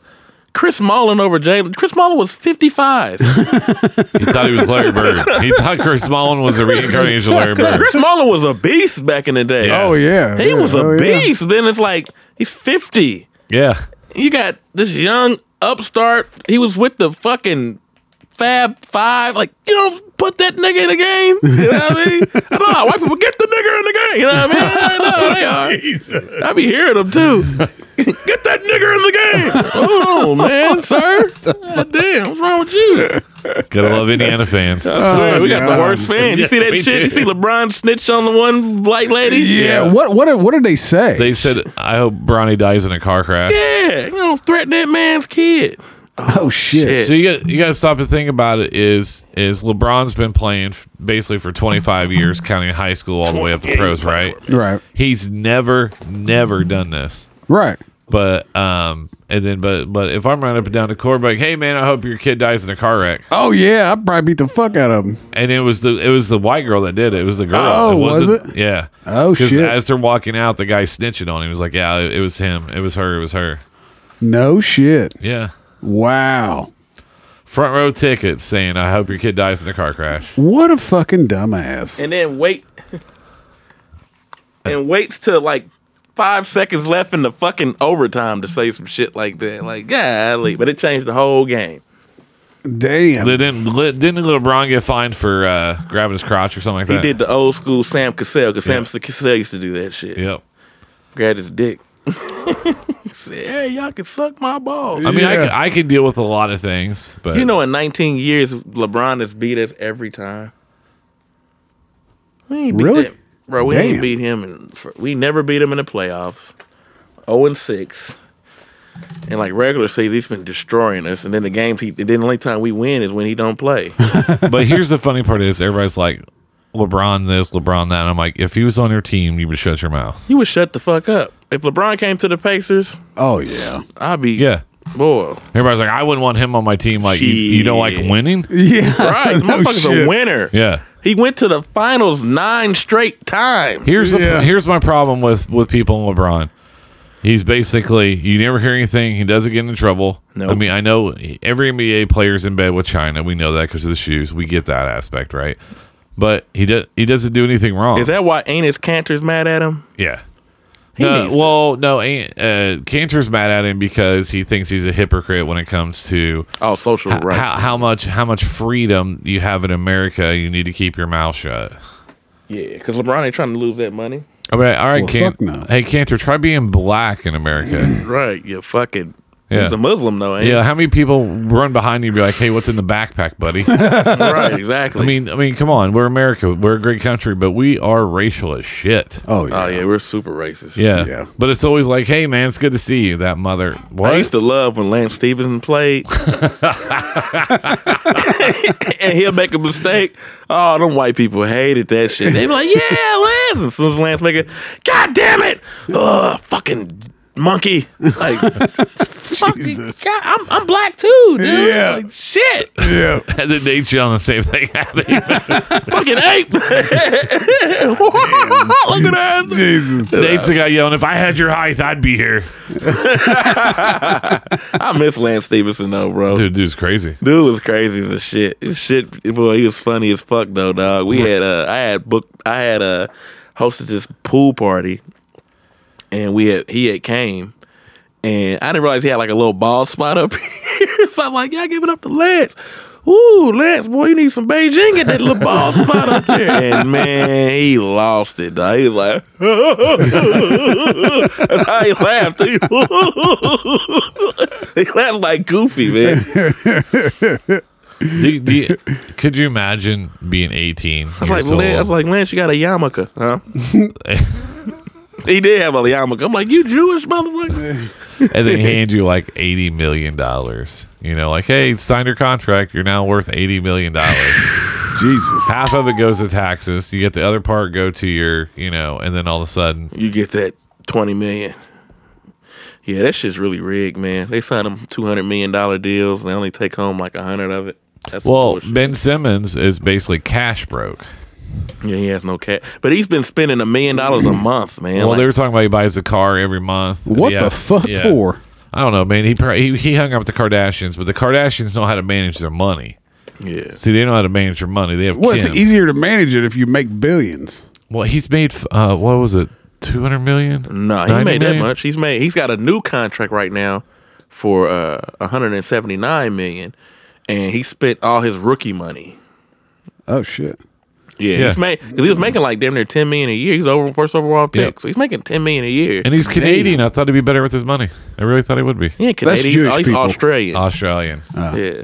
[SPEAKER 1] Chris Mullen over Jalen. Chris Mullen was fifty five.
[SPEAKER 2] [LAUGHS]
[SPEAKER 3] He thought he was Larry Bird. He thought Chris Mullen was a reincarnation of
[SPEAKER 1] [LAUGHS]
[SPEAKER 3] Larry Bird.
[SPEAKER 1] Chris Mullen was a beast back in the day.
[SPEAKER 3] Yeah.
[SPEAKER 2] Oh yeah.
[SPEAKER 1] he
[SPEAKER 2] yeah.
[SPEAKER 1] was a
[SPEAKER 2] Oh, yeah.
[SPEAKER 1] beast. Then it's like he's fifty.
[SPEAKER 3] Yeah.
[SPEAKER 1] You got this young upstart. He was with the fucking Fab Five. Like you don't put that nigga in the game. You know what I mean? I don't know how white people get the nigga in the game. You know what I mean? I know they are. I be hearing them too. Get that nigger in the game. Oh man, sir. God damn, what's wrong with you?
[SPEAKER 3] Gotta love Indiana fans.
[SPEAKER 1] I swear, we got the
[SPEAKER 2] God.
[SPEAKER 1] worst fans. You see
[SPEAKER 3] Oh, Yes,
[SPEAKER 1] that
[SPEAKER 3] we
[SPEAKER 1] shit?
[SPEAKER 3] do.
[SPEAKER 1] You see LeBron snitch on the one white lady?
[SPEAKER 2] Yeah. What what what did they say?
[SPEAKER 3] They said, I hope Bronny dies in a car crash.
[SPEAKER 1] Yeah. You don't threaten that man's kid.
[SPEAKER 2] oh shit.
[SPEAKER 3] So you got you got to stop and think about it. Is is LeBron's been playing f- basically for 25 years, counting high school all the way up to pros, right?
[SPEAKER 2] Right.
[SPEAKER 3] He's never never done this.
[SPEAKER 2] Right.
[SPEAKER 3] But um, and then but but if I'm running up and down the court, like, hey man, I hope your kid dies in a car wreck.
[SPEAKER 2] Oh yeah, I probably beat the fuck out of him.
[SPEAKER 3] and it was the it was the white girl that did it. It was the girl.
[SPEAKER 2] Oh,
[SPEAKER 3] it
[SPEAKER 2] was
[SPEAKER 3] wasn't-
[SPEAKER 2] it?
[SPEAKER 3] Yeah.
[SPEAKER 2] Oh,
[SPEAKER 3] 'Cause
[SPEAKER 2] shit.
[SPEAKER 3] As they're walking out, the guy snitching on him. He was like, "Yeah, it, it was him. It was her. It was her."
[SPEAKER 2] No shit.
[SPEAKER 3] Yeah.
[SPEAKER 2] Wow.
[SPEAKER 3] Front row tickets saying, "I hope your kid dies in a car crash."
[SPEAKER 2] What a fucking dumbass.
[SPEAKER 1] And then wait. And waits till like five seconds left in the fucking overtime to say some shit like that. Like, golly. But it changed the whole game.
[SPEAKER 2] Damn.
[SPEAKER 3] They didn't li- didn't LeBron get fined for uh, grabbing his crotch or something like
[SPEAKER 1] He
[SPEAKER 3] that?
[SPEAKER 1] did the old school Sam Cassell because Sam Cassell used to do that shit.
[SPEAKER 3] Yep.
[SPEAKER 1] grabbed his dick. [LAUGHS] Said, hey, y'all can suck my balls.
[SPEAKER 3] I mean, I
[SPEAKER 2] Yeah.
[SPEAKER 3] can, I can deal with a lot of things, but
[SPEAKER 1] You know, in 19 years, LeBron has beat us every time. We ain't beat
[SPEAKER 2] Really?
[SPEAKER 1] that- Bro, we ain't
[SPEAKER 2] Damn.
[SPEAKER 1] beat him. In, for, we never beat him in the playoffs. 0 and 6. And like regular season, he's been destroying us. And then the games, he then the only time we win is when he don't play.
[SPEAKER 3] [LAUGHS] but here's the funny part: is everybody's like, "LeBron this, LeBron that." I'm like, if he was on your team, you would shut your mouth.
[SPEAKER 1] you would shut the fuck up. If LeBron came to the Pacers,
[SPEAKER 2] Oh yeah.
[SPEAKER 1] I'd be
[SPEAKER 3] Yeah.
[SPEAKER 1] Boy.
[SPEAKER 3] Everybody's like, I wouldn't want him on my team. Like, you, you don't like
[SPEAKER 1] Shit.
[SPEAKER 3] winning?
[SPEAKER 2] Yeah.
[SPEAKER 1] Right. The
[SPEAKER 2] No
[SPEAKER 1] motherfucker's a
[SPEAKER 2] shit.
[SPEAKER 1] winner.
[SPEAKER 3] Yeah.
[SPEAKER 1] He went to the finals nine straight times.
[SPEAKER 3] Here's
[SPEAKER 2] Yeah.
[SPEAKER 3] the, here's my problem with with people in LeBron. He's basically you never hear anything. He doesn't get into trouble.
[SPEAKER 1] No.
[SPEAKER 3] I mean I know every NBA player's in bed with China. We know that because of the shoes. We get that aspect right. But he does he doesn't do anything wrong.
[SPEAKER 1] Is that why Anus Cantor's mad at him?
[SPEAKER 3] yeah.
[SPEAKER 1] He
[SPEAKER 3] No,
[SPEAKER 1] needs to-
[SPEAKER 3] well, no. ain't- Uh, Cantor's mad at him because he thinks he's a hypocrite when it comes to
[SPEAKER 1] Oh, social rights.
[SPEAKER 3] how, how much how much freedom you have in America. You need to keep your mouth shut.
[SPEAKER 1] yeah, because LeBron ain't trying to lose that money.
[SPEAKER 3] All right, all right,
[SPEAKER 2] Well,
[SPEAKER 3] Can-
[SPEAKER 2] fuck no.
[SPEAKER 3] Hey, Cantor, try being black in America.
[SPEAKER 1] Right. You fucking.
[SPEAKER 3] Yeah.
[SPEAKER 1] He's a Muslim though, ain't
[SPEAKER 3] Yeah, how many people run behind you and be like, "Hey, what's in the
[SPEAKER 1] [LAUGHS]
[SPEAKER 3] backpack, buddy?" I
[SPEAKER 1] he? [LAUGHS] Right. Exactly.
[SPEAKER 3] mean, I mean, come on, we're America, we're a great country, but we are racial as shit.
[SPEAKER 2] Oh yeah.
[SPEAKER 1] oh yeah, we're super racist.
[SPEAKER 3] Yeah,
[SPEAKER 2] Yeah.
[SPEAKER 3] but it's always like, "Hey, man, it's good to see you." That mother,
[SPEAKER 1] I
[SPEAKER 3] what?
[SPEAKER 1] used to love when Lance Stevenson
[SPEAKER 3] [LAUGHS]
[SPEAKER 1] played, [LAUGHS] and he'll make a mistake. Oh, them white people hated that shit. They be like, "Yeah, Lance." And as soon as Lance make it, God damn it, ugh, fucking monkey, like,
[SPEAKER 3] [LAUGHS]
[SPEAKER 1] fucking,
[SPEAKER 2] Jesus.
[SPEAKER 1] God, I'm, I'm black too, dude.
[SPEAKER 2] Yeah.
[SPEAKER 1] Like, shit,
[SPEAKER 2] yeah.
[SPEAKER 3] [LAUGHS] And then they yelling the same thing [LAUGHS] at me.
[SPEAKER 1] fucking ape. Look [LAUGHS] at that.
[SPEAKER 2] Jesus.
[SPEAKER 3] Nate's the guy yelling, "If I had your height, I'd be here."
[SPEAKER 1] I miss Lance Stevenson though, bro.
[SPEAKER 3] Dude, dude's crazy.
[SPEAKER 1] Dude was crazy as a shit. His Shit, boy, he was funny as fuck though, dog. We had uh, I had book, I had uh, hosted this pool party, and we had he had came, and I didn't realize he had like a little bald spot up [LAUGHS] here. so I'm like, yeah, give it up to Lance. Ooh, Lance, boy, you need some Beijing at that little bald spot up there. And man, he lost it, dog. He was like, [LAUGHS] that's how he laughed. too. [LAUGHS] he laughed like goofy, man.
[SPEAKER 3] Do- do you- could you imagine being 18 years
[SPEAKER 1] I was like,
[SPEAKER 3] old?
[SPEAKER 1] Lance, I was like, Lance, you got a yarmulke, huh?
[SPEAKER 3] [LAUGHS]
[SPEAKER 1] he did have a yarmulke. I'm like, you Jewish motherfucker.
[SPEAKER 3] and they hand you like 80 million dollars. You know, like, "Hey, sign your contract. You're now worth 80 million dollars."
[SPEAKER 2] Jesus.
[SPEAKER 3] half of it goes to taxes. You get the other part go to your, you know, and then all of a sudden,
[SPEAKER 1] you get that twenty million. Yeah, that shit's really rigged, man. They sign them two hundred million dollar deals, and they only take home like a hundred of it. That's
[SPEAKER 3] well,
[SPEAKER 1] bullshit.
[SPEAKER 3] Ben Simmons is basically cash broke.
[SPEAKER 1] yeah, he has no cat, but he's been spending a million dollars a month, man.
[SPEAKER 3] Well,
[SPEAKER 1] Like,
[SPEAKER 3] they were talking about he buys a car every month.
[SPEAKER 2] What
[SPEAKER 3] Yeah,
[SPEAKER 2] the fuck
[SPEAKER 3] yeah.
[SPEAKER 2] for?
[SPEAKER 3] I don't know, man. He, pr- he he hung up with the Kardashians, but the Kardashians know how to manage their money.
[SPEAKER 1] yeah,
[SPEAKER 3] See, they know how to manage their money. They have
[SPEAKER 2] Well, it's
[SPEAKER 3] Kim.
[SPEAKER 1] e-,
[SPEAKER 2] easier to manage it if you make billions.
[SPEAKER 3] well, he's made f- uh, what was it, two hundred million?
[SPEAKER 1] no, he
[SPEAKER 3] 90
[SPEAKER 1] made that
[SPEAKER 3] million?
[SPEAKER 1] much. He's made. He's got a new contract right now for uh, one hundred and seventy nine million, and he spent all his rookie money.
[SPEAKER 2] Oh shit.
[SPEAKER 1] Yeah,
[SPEAKER 3] Yeah.
[SPEAKER 1] he's made because he was making like damn near ten million a year. He's over first overall pick,
[SPEAKER 3] Yeah.
[SPEAKER 1] so he's making ten million a year.
[SPEAKER 3] And he's Canadian. I thought he'd be better with his money. I really thought he would be.
[SPEAKER 1] he ain't Canadian.
[SPEAKER 2] Jewish
[SPEAKER 1] He's, he's
[SPEAKER 2] people.
[SPEAKER 1] Australian.
[SPEAKER 3] Australian.
[SPEAKER 1] yeah,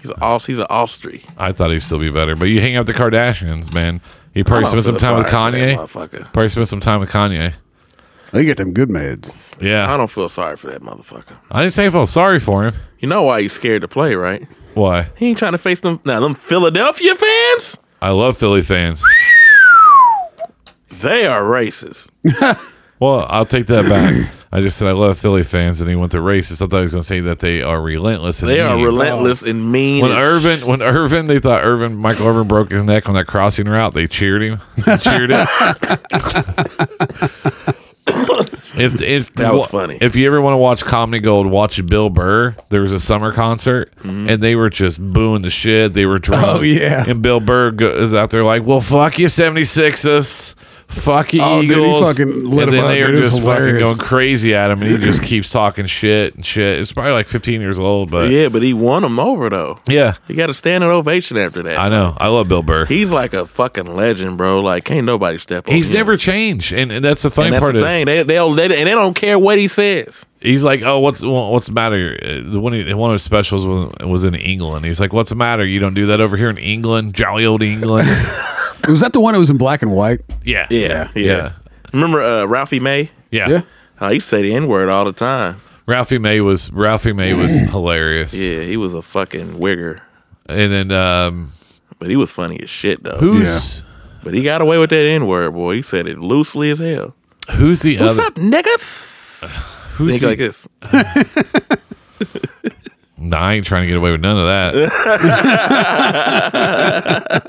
[SPEAKER 1] he's an Aus. He's an Austri.
[SPEAKER 3] I thought he'd still be better, but you hang out with the Kardashians, man. He probably spent some time with Kanye.
[SPEAKER 1] motherfucker.
[SPEAKER 3] Probably spent some time with Kanye.
[SPEAKER 2] They get them good meds.
[SPEAKER 1] I
[SPEAKER 3] Yeah,
[SPEAKER 1] don't feel sorry for that motherfucker.
[SPEAKER 3] I didn't say I felt sorry for him.
[SPEAKER 1] You know why he's scared to play, right?
[SPEAKER 3] Why?
[SPEAKER 1] He ain't trying to face them now. Them Philadelphia fans,
[SPEAKER 3] I love Philly fans.
[SPEAKER 1] they are racist.
[SPEAKER 3] Well, I'll take
[SPEAKER 1] [COUGHS]
[SPEAKER 3] that back. I just said I love Philly fans, and he went to racist. I thought he was going to say that they are relentless. And
[SPEAKER 1] They are
[SPEAKER 3] mean.
[SPEAKER 1] relentless and mean.
[SPEAKER 3] Mm-hmm. When
[SPEAKER 1] as
[SPEAKER 3] Irvin, when Irvin, they thought Irvin, Michael Irvin broke his neck on that crossing route. They cheered him. They cheered it. if if
[SPEAKER 1] That was funny.
[SPEAKER 3] If you ever want to watch Comedy Gold, watch Bill Burr. There was a summer concert, and they were just booing the shit. They were drunk.
[SPEAKER 2] Mm-hmm. Oh, yeah.
[SPEAKER 3] And Bill Burr goes out there like, "Well, fuck you, 76ers. Fuck you,
[SPEAKER 2] Oh, dude, he
[SPEAKER 3] Eagles."
[SPEAKER 2] fucking lit
[SPEAKER 3] and
[SPEAKER 2] 'em
[SPEAKER 3] then
[SPEAKER 2] up,
[SPEAKER 3] they
[SPEAKER 2] dude.
[SPEAKER 3] are
[SPEAKER 2] It was
[SPEAKER 3] just fucking
[SPEAKER 2] hilarious.
[SPEAKER 3] going crazy at him, and
[SPEAKER 2] [CLEARS THROAT]
[SPEAKER 3] he just keeps talking shit and shit. It's probably like 15 years old, but
[SPEAKER 1] yeah, but he won them over though.
[SPEAKER 3] yeah.
[SPEAKER 1] He got a standing ovation after that.
[SPEAKER 3] I know. I love Bill Burr.
[SPEAKER 1] he's like a fucking legend, bro. Like can't nobody step on.
[SPEAKER 3] he's
[SPEAKER 1] him.
[SPEAKER 3] never changed, and, and that's the funny
[SPEAKER 1] Oh, And that's
[SPEAKER 3] part
[SPEAKER 1] the
[SPEAKER 3] is
[SPEAKER 1] thing. They they'll let it, and they don't care what he says.
[SPEAKER 3] he's like, oh, what's wha- what's the matter? Uh, the One of- one of his specials was, was in England. He's like, what's the matter? You don't do that over here in England, jolly
[SPEAKER 1] [LAUGHS]
[SPEAKER 3] old England.
[SPEAKER 2] Was that the one that was in black and white?
[SPEAKER 3] yeah,
[SPEAKER 1] Yeah, yeah.
[SPEAKER 3] yeah,
[SPEAKER 1] Remember uh, Ralphie May?
[SPEAKER 3] yeah.
[SPEAKER 2] Yeah.
[SPEAKER 1] Oh, he say the N word all the time.
[SPEAKER 3] Ralphie May was Ralphie May was hilarious.
[SPEAKER 1] Yeah, he was a fucking wigger,
[SPEAKER 3] And then um,
[SPEAKER 1] but he was funny as shit though.
[SPEAKER 3] who's
[SPEAKER 1] But he got away with that N word, boy. He said it loosely as hell.
[SPEAKER 3] who's the
[SPEAKER 1] What's
[SPEAKER 3] other
[SPEAKER 1] up, niggas?
[SPEAKER 3] who's
[SPEAKER 1] Think
[SPEAKER 3] the,
[SPEAKER 1] like this.
[SPEAKER 3] Nah, I ain't trying to get away with none of that.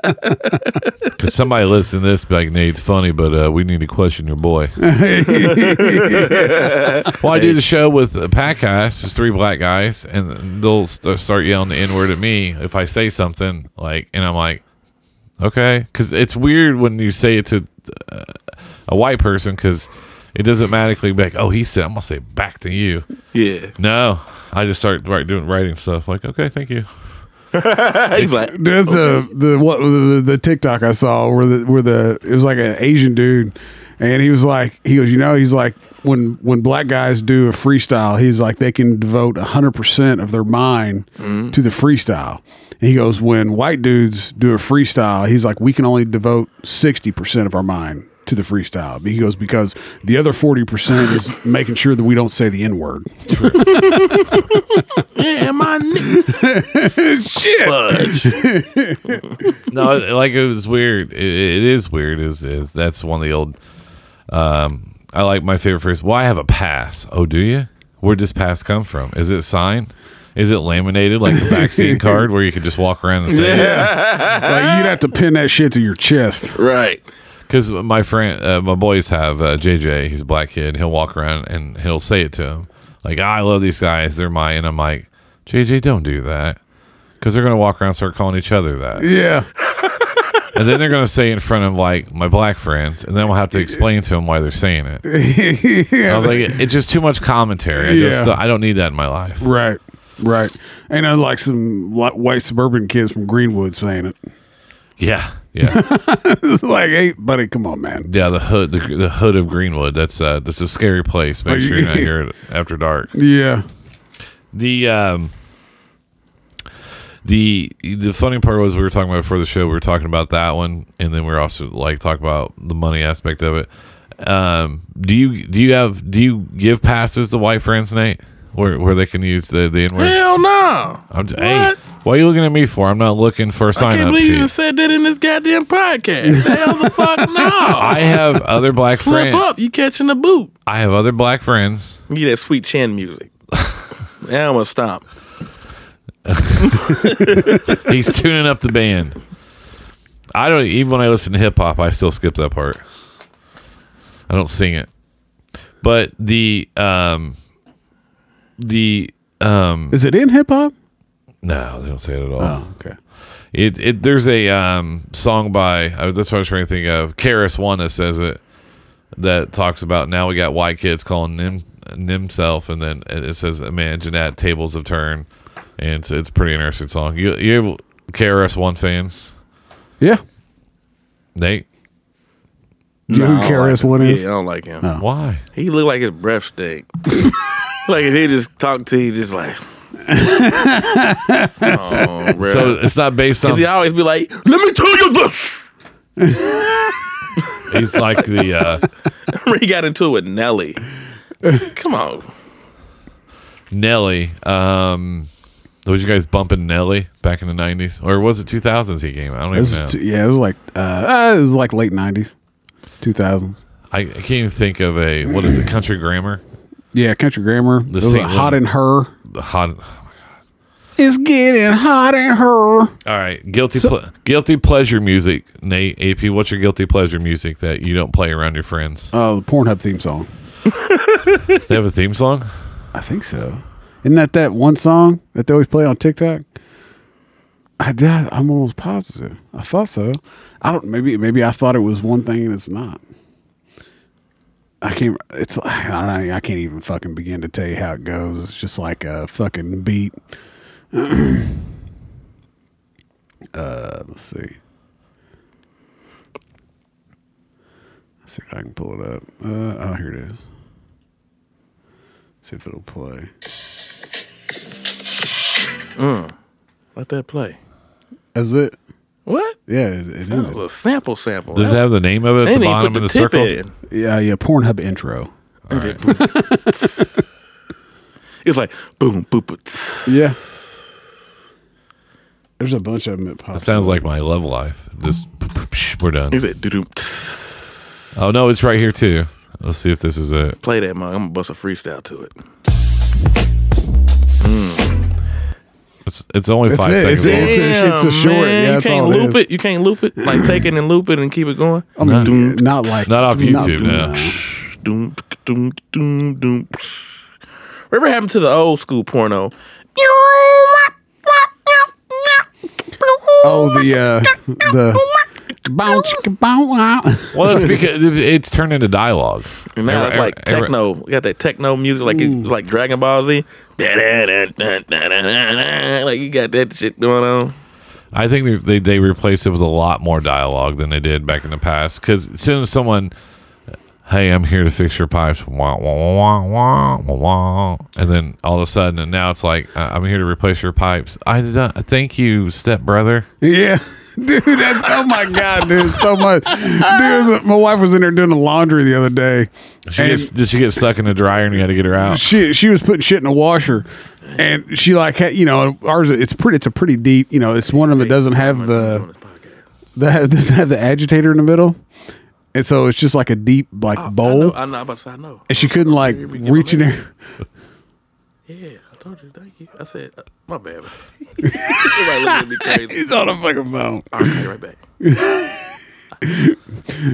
[SPEAKER 3] Because somebody listen to this, be like, Nate, it's funny, but uh, we need to question your boy. well, I did a show with a pack guys, just three black guys, and they'll st- start yelling the N word at me if I say something, like, and I'm like, okay. Because it's weird when you say it to uh, a white person, because it doesn't magically be like, oh, he said, I'm going to say it back to you.
[SPEAKER 1] [LAUGHS] Yeah.
[SPEAKER 3] No, I just start write, doing writing stuff. Like, okay, thank you.
[SPEAKER 1] He's like,
[SPEAKER 2] That's the the what the, the TikTok I saw where the where the it was like an Asian dude, and he was like he goes you know he's like when when black guys do a freestyle he's like they can devote hundred percent of their mind
[SPEAKER 3] Mm-hmm.
[SPEAKER 2] to the freestyle. And he goes when white dudes do a freestyle he's like we can only devote sixty percent of our mind to the freestyle. He goes because the other forty percent
[SPEAKER 3] [LAUGHS]
[SPEAKER 2] is making sure that we don't say the n word.
[SPEAKER 1] yeah, my nigga. [LAUGHS] Shit. Fudge.
[SPEAKER 3] No, it- like it was weird. It, it is weird. Is is that's one of the old. Um, I like my favorite phrase. Well, I have a pass. Oh, do you? Where'd this pass come from? Is it signed? Is it laminated like the [LAUGHS] vaccine card where you could just walk around and say it?
[SPEAKER 2] Like you'd have to pin that shit to your
[SPEAKER 3] [LAUGHS]
[SPEAKER 2] chest.
[SPEAKER 1] Right.
[SPEAKER 3] Because my friend, uh, my boys have uh, JJ. He's a black kid. He'll walk around and he'll say it to him, like, "I love these guys. They're mine." And I'm like, JJ, don't do that, because they're gonna walk around and start calling each other that,
[SPEAKER 2] Yeah. [LAUGHS]
[SPEAKER 3] and then they're gonna say in front of like my black friends, and then we'll have to explain to them why they're saying it. I
[SPEAKER 2] yeah.
[SPEAKER 3] was like, "It- it's just too much commentary. I, just,
[SPEAKER 2] Yeah.
[SPEAKER 3] I don't need that in my life.
[SPEAKER 2] Right, right. And unlike some li- white suburban kids from Greenwood saying it, [LAUGHS]
[SPEAKER 3] Yeah, yeah,
[SPEAKER 2] it's like, hey, buddy, come on, man.
[SPEAKER 3] yeah. The hood, the, the hood of Greenwood. That's uh, that's a scary place. Make sure you're not here at- after dark.
[SPEAKER 2] Yeah,
[SPEAKER 3] The um the the funny part was we were talking about before the show, we were talking about that one and then we were also like talking about the money aspect of it. Um do you do you have do you give passes to white friends, Nate? Where where they can use the the N word?
[SPEAKER 1] Hell no.
[SPEAKER 3] I'm j- hey,
[SPEAKER 1] what?
[SPEAKER 3] what are you looking at me for? I'm not looking for a sign
[SPEAKER 1] Can't
[SPEAKER 3] up
[SPEAKER 1] believe you
[SPEAKER 3] sheet.
[SPEAKER 1] just said that in this goddamn podcast. Hell the [LAUGHS] fuck no. [LAUGHS]
[SPEAKER 3] I have other black
[SPEAKER 1] Flip
[SPEAKER 3] friends.
[SPEAKER 1] up. You catching a boot.
[SPEAKER 3] I have other black friends.
[SPEAKER 1] Give me that sweet chin
[SPEAKER 3] [LAUGHS]
[SPEAKER 1] music. now I'm going to stop.
[SPEAKER 3] He's tuning up the band. I don't even when I listen to hip hop, I still skip that part. I don't sing it. But the um the um
[SPEAKER 2] is it in hip hop?
[SPEAKER 3] no, they don't say it at all.
[SPEAKER 2] Oh, okay.
[SPEAKER 3] It it there's a um song by I, that's what I was trying to think of. Karis Wanna says it that talks about now we got white kids calling them themselves and then it it says imagine that tables have turned and it's, it's a pretty interesting song. You you have KRS One fans?
[SPEAKER 2] Yeah.
[SPEAKER 3] Nate,
[SPEAKER 2] Do you know
[SPEAKER 1] I don't like
[SPEAKER 2] who KRS
[SPEAKER 1] him.
[SPEAKER 2] One is?
[SPEAKER 1] Yeah, I don't like him.
[SPEAKER 3] why?
[SPEAKER 1] He look like his breath
[SPEAKER 3] [LAUGHS]
[SPEAKER 1] stink. like if he just talked to you, just like. oh, bro.
[SPEAKER 3] So um, it's not based on.
[SPEAKER 1] he always be like, "Let me tell you this." [LAUGHS]
[SPEAKER 3] He's like the. Uh,
[SPEAKER 1] he got into it with
[SPEAKER 3] [LAUGHS]
[SPEAKER 1] Nelly. Come on,
[SPEAKER 3] Nelly. Um, was you guys bumping Nelly back in the nineties, or was it two thousands? He came. out? I don't
[SPEAKER 2] It
[SPEAKER 3] even
[SPEAKER 2] was,
[SPEAKER 3] know.
[SPEAKER 2] t- yeah, it was like uh, uh, it was like late nineties, two thousands.
[SPEAKER 3] I I can't even think of a what is it? Country grammar.
[SPEAKER 2] Yeah, country grammar. It was
[SPEAKER 3] Saint
[SPEAKER 2] hot
[SPEAKER 3] Lin-
[SPEAKER 2] in her.
[SPEAKER 3] The hot.
[SPEAKER 2] It's getting hot in her.
[SPEAKER 3] All right, guilty ple- guilty pleasure music. Nate AP, what's your guilty pleasure music that you don't play around your friends?
[SPEAKER 1] Uh,
[SPEAKER 2] Oh, the Pornhub theme song.
[SPEAKER 3] they have a theme song.
[SPEAKER 2] I think so. Isn't that that one song that they always play on TikTok? I did. I'm almost positive. I thought so. I don't. Maybe maybe I thought it was one thing and it's not. I can't. It's. I don't. I can't even fucking begin to tell you how it goes. It's just like a fucking beat. [CLEARS THROAT] uh, let's see. Let's see if I can pull it up. Uh, oh, here it is. See if it'll play.
[SPEAKER 1] let that play.
[SPEAKER 2] Is it?
[SPEAKER 1] What?
[SPEAKER 2] Yeah, it, it
[SPEAKER 1] That was
[SPEAKER 2] is.
[SPEAKER 1] a sample, sample.
[SPEAKER 3] Does it have the name of it
[SPEAKER 1] they
[SPEAKER 3] at
[SPEAKER 1] didn't
[SPEAKER 3] the
[SPEAKER 1] even
[SPEAKER 3] bottom
[SPEAKER 1] put
[SPEAKER 3] in
[SPEAKER 1] the,
[SPEAKER 3] the
[SPEAKER 1] tip
[SPEAKER 3] circle?
[SPEAKER 1] in.
[SPEAKER 2] Yeah, yeah. Pornhub intro.
[SPEAKER 1] It's like boom, boop, boop. tss.
[SPEAKER 2] Yeah. There's a bunch of them that pop.
[SPEAKER 3] It sounds like my love life. Just [LAUGHS] we're done.
[SPEAKER 1] He said, "Doo
[SPEAKER 3] Oh no, it's right here too. Let's see if this is it.
[SPEAKER 1] Play that, man. I'm gonna bust a freestyle to it.
[SPEAKER 3] it's it's only
[SPEAKER 2] That's
[SPEAKER 3] five
[SPEAKER 2] it. It's
[SPEAKER 3] seconds. long.
[SPEAKER 2] it. it's a short, yeah,
[SPEAKER 1] you
[SPEAKER 2] that's
[SPEAKER 1] can't
[SPEAKER 2] all it
[SPEAKER 1] loop
[SPEAKER 2] is.
[SPEAKER 1] it. You can't loop it. Like take it and loop it and keep it going.
[SPEAKER 2] I mean, not like
[SPEAKER 3] Not off YouTube,
[SPEAKER 2] doing
[SPEAKER 3] no.
[SPEAKER 2] that.
[SPEAKER 1] Doom, doom, doom, doom. Whatever happened to the old school porno?
[SPEAKER 2] Oh, the uh, the bounce bounce.
[SPEAKER 3] Well, that's because it- it's turned into dialogue.
[SPEAKER 1] And now it's
[SPEAKER 3] Every-
[SPEAKER 1] like
[SPEAKER 3] every-
[SPEAKER 1] techno. We got that techno music, like it, like Dragon Ball Z. Like you got that shit going on.
[SPEAKER 3] I think they, they they replaced it with a lot more dialogue than they did back in the past. Because as soon as someone, hey, I'm here to fix your pipes, wah, wah, wah, wah, wah, wah, wah, and then all of a sudden, and now it's like, I- I'm here to replace your pipes. I did not, thank you, step brother.
[SPEAKER 2] Yeah. [LAUGHS] Dude, that's oh my god, dude, so much. Dude, [LAUGHS] my wife was in there doing the laundry the other day,
[SPEAKER 3] She gets, did she get stuck in the dryer and you had to get
[SPEAKER 2] [LAUGHS]
[SPEAKER 3] her out?
[SPEAKER 2] she she was putting shit in a washer, and she like had, you know ours it's pretty it's a pretty deep you know it's one of them that doesn't have the that doesn't have the [LAUGHS] agitator in the middle, and so it's just like a deep like
[SPEAKER 1] I know.
[SPEAKER 2] bowl,
[SPEAKER 1] I'm not about to say I know.
[SPEAKER 2] and she couldn't like
[SPEAKER 1] Here we go,
[SPEAKER 2] reach in
[SPEAKER 1] man. [LAUGHS]
[SPEAKER 2] there.
[SPEAKER 1] Yeah, I told you. Thank you. I said uh, my bad. man. Everybody looking at me crazy.
[SPEAKER 2] on a fucking phone.
[SPEAKER 1] All right, I'll be right
[SPEAKER 2] [LAUGHS]
[SPEAKER 1] back.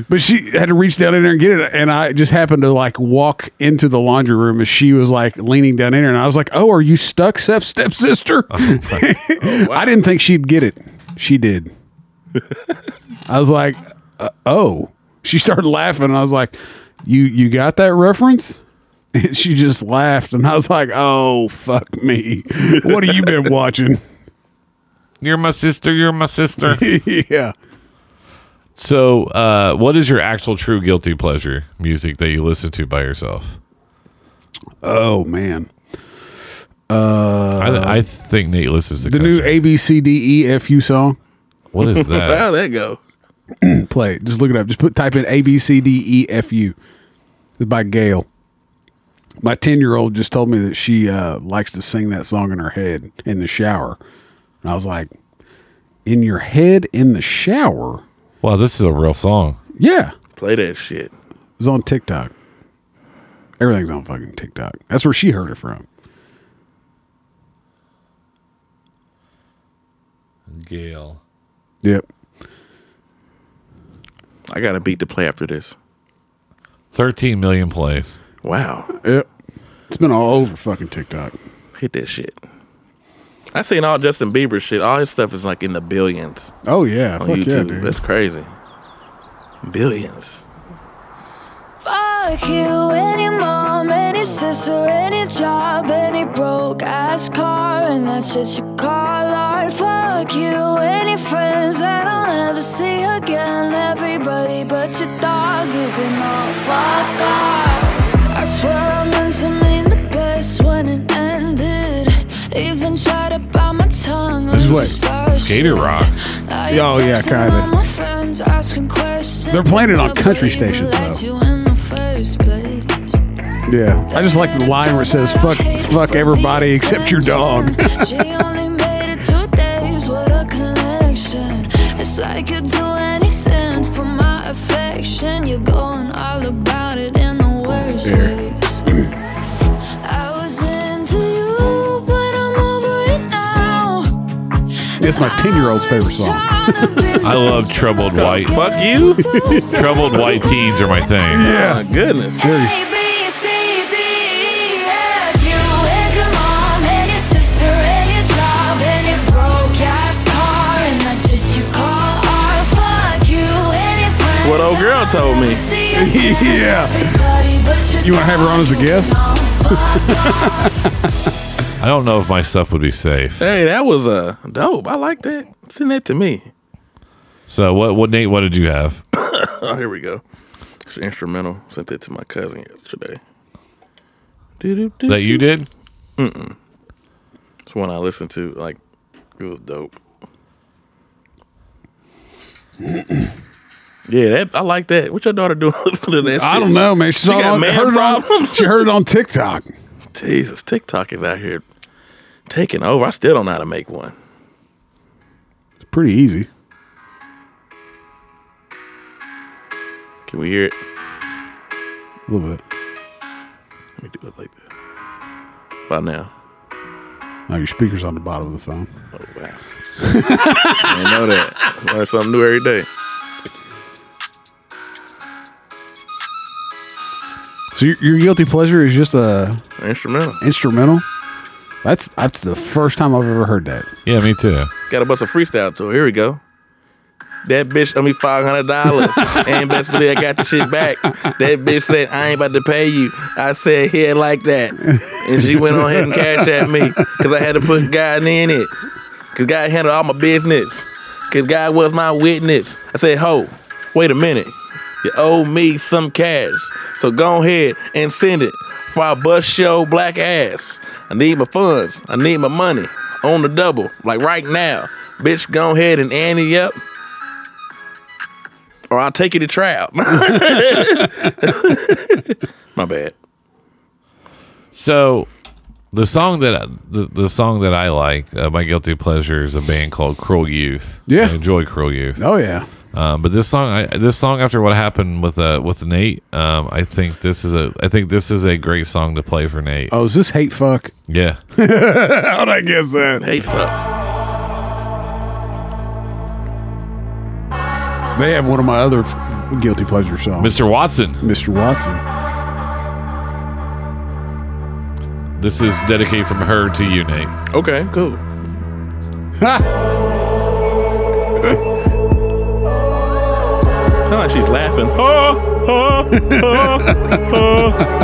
[SPEAKER 2] But she had to reach down in there and get it. And I just happened to like walk into the laundry room as she was like leaning down in there. And I was like, Oh, are you stuck, Seth's stepsister? I didn't think she'd get it. She did. I was like, uh, Oh. She started laughing. And I was like, You you got that reference? And she just laughed. And I was like, Oh, fuck me. What have you been watching? [LAUGHS]
[SPEAKER 3] You're my sister. You're my sister.
[SPEAKER 2] yeah.
[SPEAKER 3] so, uh, what is your actual true guilty pleasure music that you listen to by yourself?
[SPEAKER 2] Oh, man.
[SPEAKER 3] I, th- I think Nate listens to
[SPEAKER 2] Uh, The new
[SPEAKER 3] country.
[SPEAKER 2] ABCDEFU E song.
[SPEAKER 3] What
[SPEAKER 2] [LAUGHS]
[SPEAKER 3] is that?
[SPEAKER 1] How'd that go?
[SPEAKER 2] play it. Just look it up. Just put type in A B C D E F U. It's by Gail. My ten year old just told me that she uh, likes to sing that song in her head in the shower, and I was like, "In your head in the shower?
[SPEAKER 3] wow, this is a real song.
[SPEAKER 2] Yeah."
[SPEAKER 1] Play that shit.
[SPEAKER 2] It was on TikTok. Everything's on fucking TikTok. That's where she heard it from.
[SPEAKER 3] Gail.
[SPEAKER 2] Yep.
[SPEAKER 1] I got a beat to play after this.
[SPEAKER 3] 13 million plays.
[SPEAKER 1] Wow.
[SPEAKER 2] Yep. It's been all over fucking TikTok.
[SPEAKER 1] Hit that shit. I seen all Justin Bieber shit. All his stuff is like in the billions
[SPEAKER 2] Oh yeah,
[SPEAKER 1] on
[SPEAKER 2] fuck yeah,
[SPEAKER 1] YouTube.
[SPEAKER 2] dude.
[SPEAKER 1] That's crazy. Billions.
[SPEAKER 4] Fuck you, any mom, any sister, any job, any broke ass car, and that shit you call art. Fuck you, any friends that I'll never see again, everybody but your dog, you can all fuck off. I swear I meant to mean the best when it ended. Even tried to bite my tongue.
[SPEAKER 2] This is what?
[SPEAKER 3] Skater rock.
[SPEAKER 2] Oh, yeah, kinda.
[SPEAKER 4] kinda.
[SPEAKER 2] They're playing it on country stations, though.
[SPEAKER 4] I
[SPEAKER 2] Yeah, I just like the line where it says "fuck, fuck everybody except your dog."
[SPEAKER 4] [LAUGHS]
[SPEAKER 2] [LAUGHS]
[SPEAKER 4] she only made it two days. What a connection. It's like you do anything for my affection. You're going all about it in the worst
[SPEAKER 2] There.
[SPEAKER 4] ways. I was into you, but I'm over it now.
[SPEAKER 2] It's my ten year old's favorite song.
[SPEAKER 3] I
[SPEAKER 4] I
[SPEAKER 3] love
[SPEAKER 4] [LAUGHS]
[SPEAKER 3] Troubled White.
[SPEAKER 1] Fuck you.
[SPEAKER 3] Troubled white teens are my thing.
[SPEAKER 1] yeah. My goodness.
[SPEAKER 2] Very
[SPEAKER 4] A, B, C, D, E, F, you and your mom and your sister and your job and your broke ass car and that shit you call art. Fuck you and your friends.
[SPEAKER 1] what old girl told me.
[SPEAKER 2] [LAUGHS] Yeah. You wanna have her on as a guest? [LAUGHS]
[SPEAKER 3] I don't know if my stuff would be safe.
[SPEAKER 1] Hey, that was uh, dope. I like that. Send that to me.
[SPEAKER 3] So what what Nate, what did you have?
[SPEAKER 1] Oh, here we go. It's an instrumental. Sent that to my cousin yesterday. Doo-doo-doo.
[SPEAKER 3] That you did?
[SPEAKER 1] It's one I listened to. Like, it was
[SPEAKER 2] [CLEARS THROAT]
[SPEAKER 1] dope. yeah, that, I like that. What your daughter doing [LAUGHS] listening to that?
[SPEAKER 2] I
[SPEAKER 1] shit?
[SPEAKER 2] don't know, man. She, saw it
[SPEAKER 1] got
[SPEAKER 2] on,
[SPEAKER 1] man
[SPEAKER 2] heard it on-
[SPEAKER 1] problems?
[SPEAKER 2] she heard it on TikTok.
[SPEAKER 1] Jesus, TikTok is out here taking over. I still don't know how to make one.
[SPEAKER 2] It's pretty easy.
[SPEAKER 1] Can we hear it?
[SPEAKER 2] A little bit.
[SPEAKER 1] Let me do it like that. By now,
[SPEAKER 2] Oh, your speaker's on the bottom of the phone.
[SPEAKER 1] I know that. Learn something new every day.
[SPEAKER 2] So your, your guilty pleasure is just a
[SPEAKER 1] Instrumental.
[SPEAKER 2] instrumental. That's that's the first time I've ever heard that.
[SPEAKER 3] Yeah, me too.
[SPEAKER 1] Got a bust a freestyle to it. Here we go. That bitch owe me five hundred dollars, [LAUGHS] and best believe I got the shit back. That bitch said I ain't about to pay you. I said here like that, and she went on ahead and cash at me because I had to put God in it. Cause God handled all my business. Cause God was my witness. I said, ho, wait a minute. You owe me some cash. So go ahead and send it for I bust your black ass. I need my funds. I need my money. On the double. Like right now. Bitch, go ahead and ante up. Or I'll take you to trial. [LAUGHS] my bad.
[SPEAKER 3] So the song that the, the song that I like, uh, my guilty pleasure, is a band called Cruel Youth.
[SPEAKER 2] Yeah.
[SPEAKER 3] I enjoy Cruel Youth.
[SPEAKER 2] Oh yeah,
[SPEAKER 3] Um, but this song, I, this song after what happened with uh, with Nate, um, I think this is a I think this is a great song to play for Nate.
[SPEAKER 2] Oh, is this hate fuck?
[SPEAKER 3] Yeah,
[SPEAKER 2] How'd I guess that?
[SPEAKER 1] Hey, fuck.
[SPEAKER 2] They have one of my other f- guilty pleasure songs,
[SPEAKER 3] Mr. Watson.
[SPEAKER 2] Mr. Watson.
[SPEAKER 3] This is dedicated from her to you, Nate.
[SPEAKER 1] Okay, cool.
[SPEAKER 2] Ha!
[SPEAKER 1] Sound like she's laughing. [LAUGHS] Huh, huh, huh,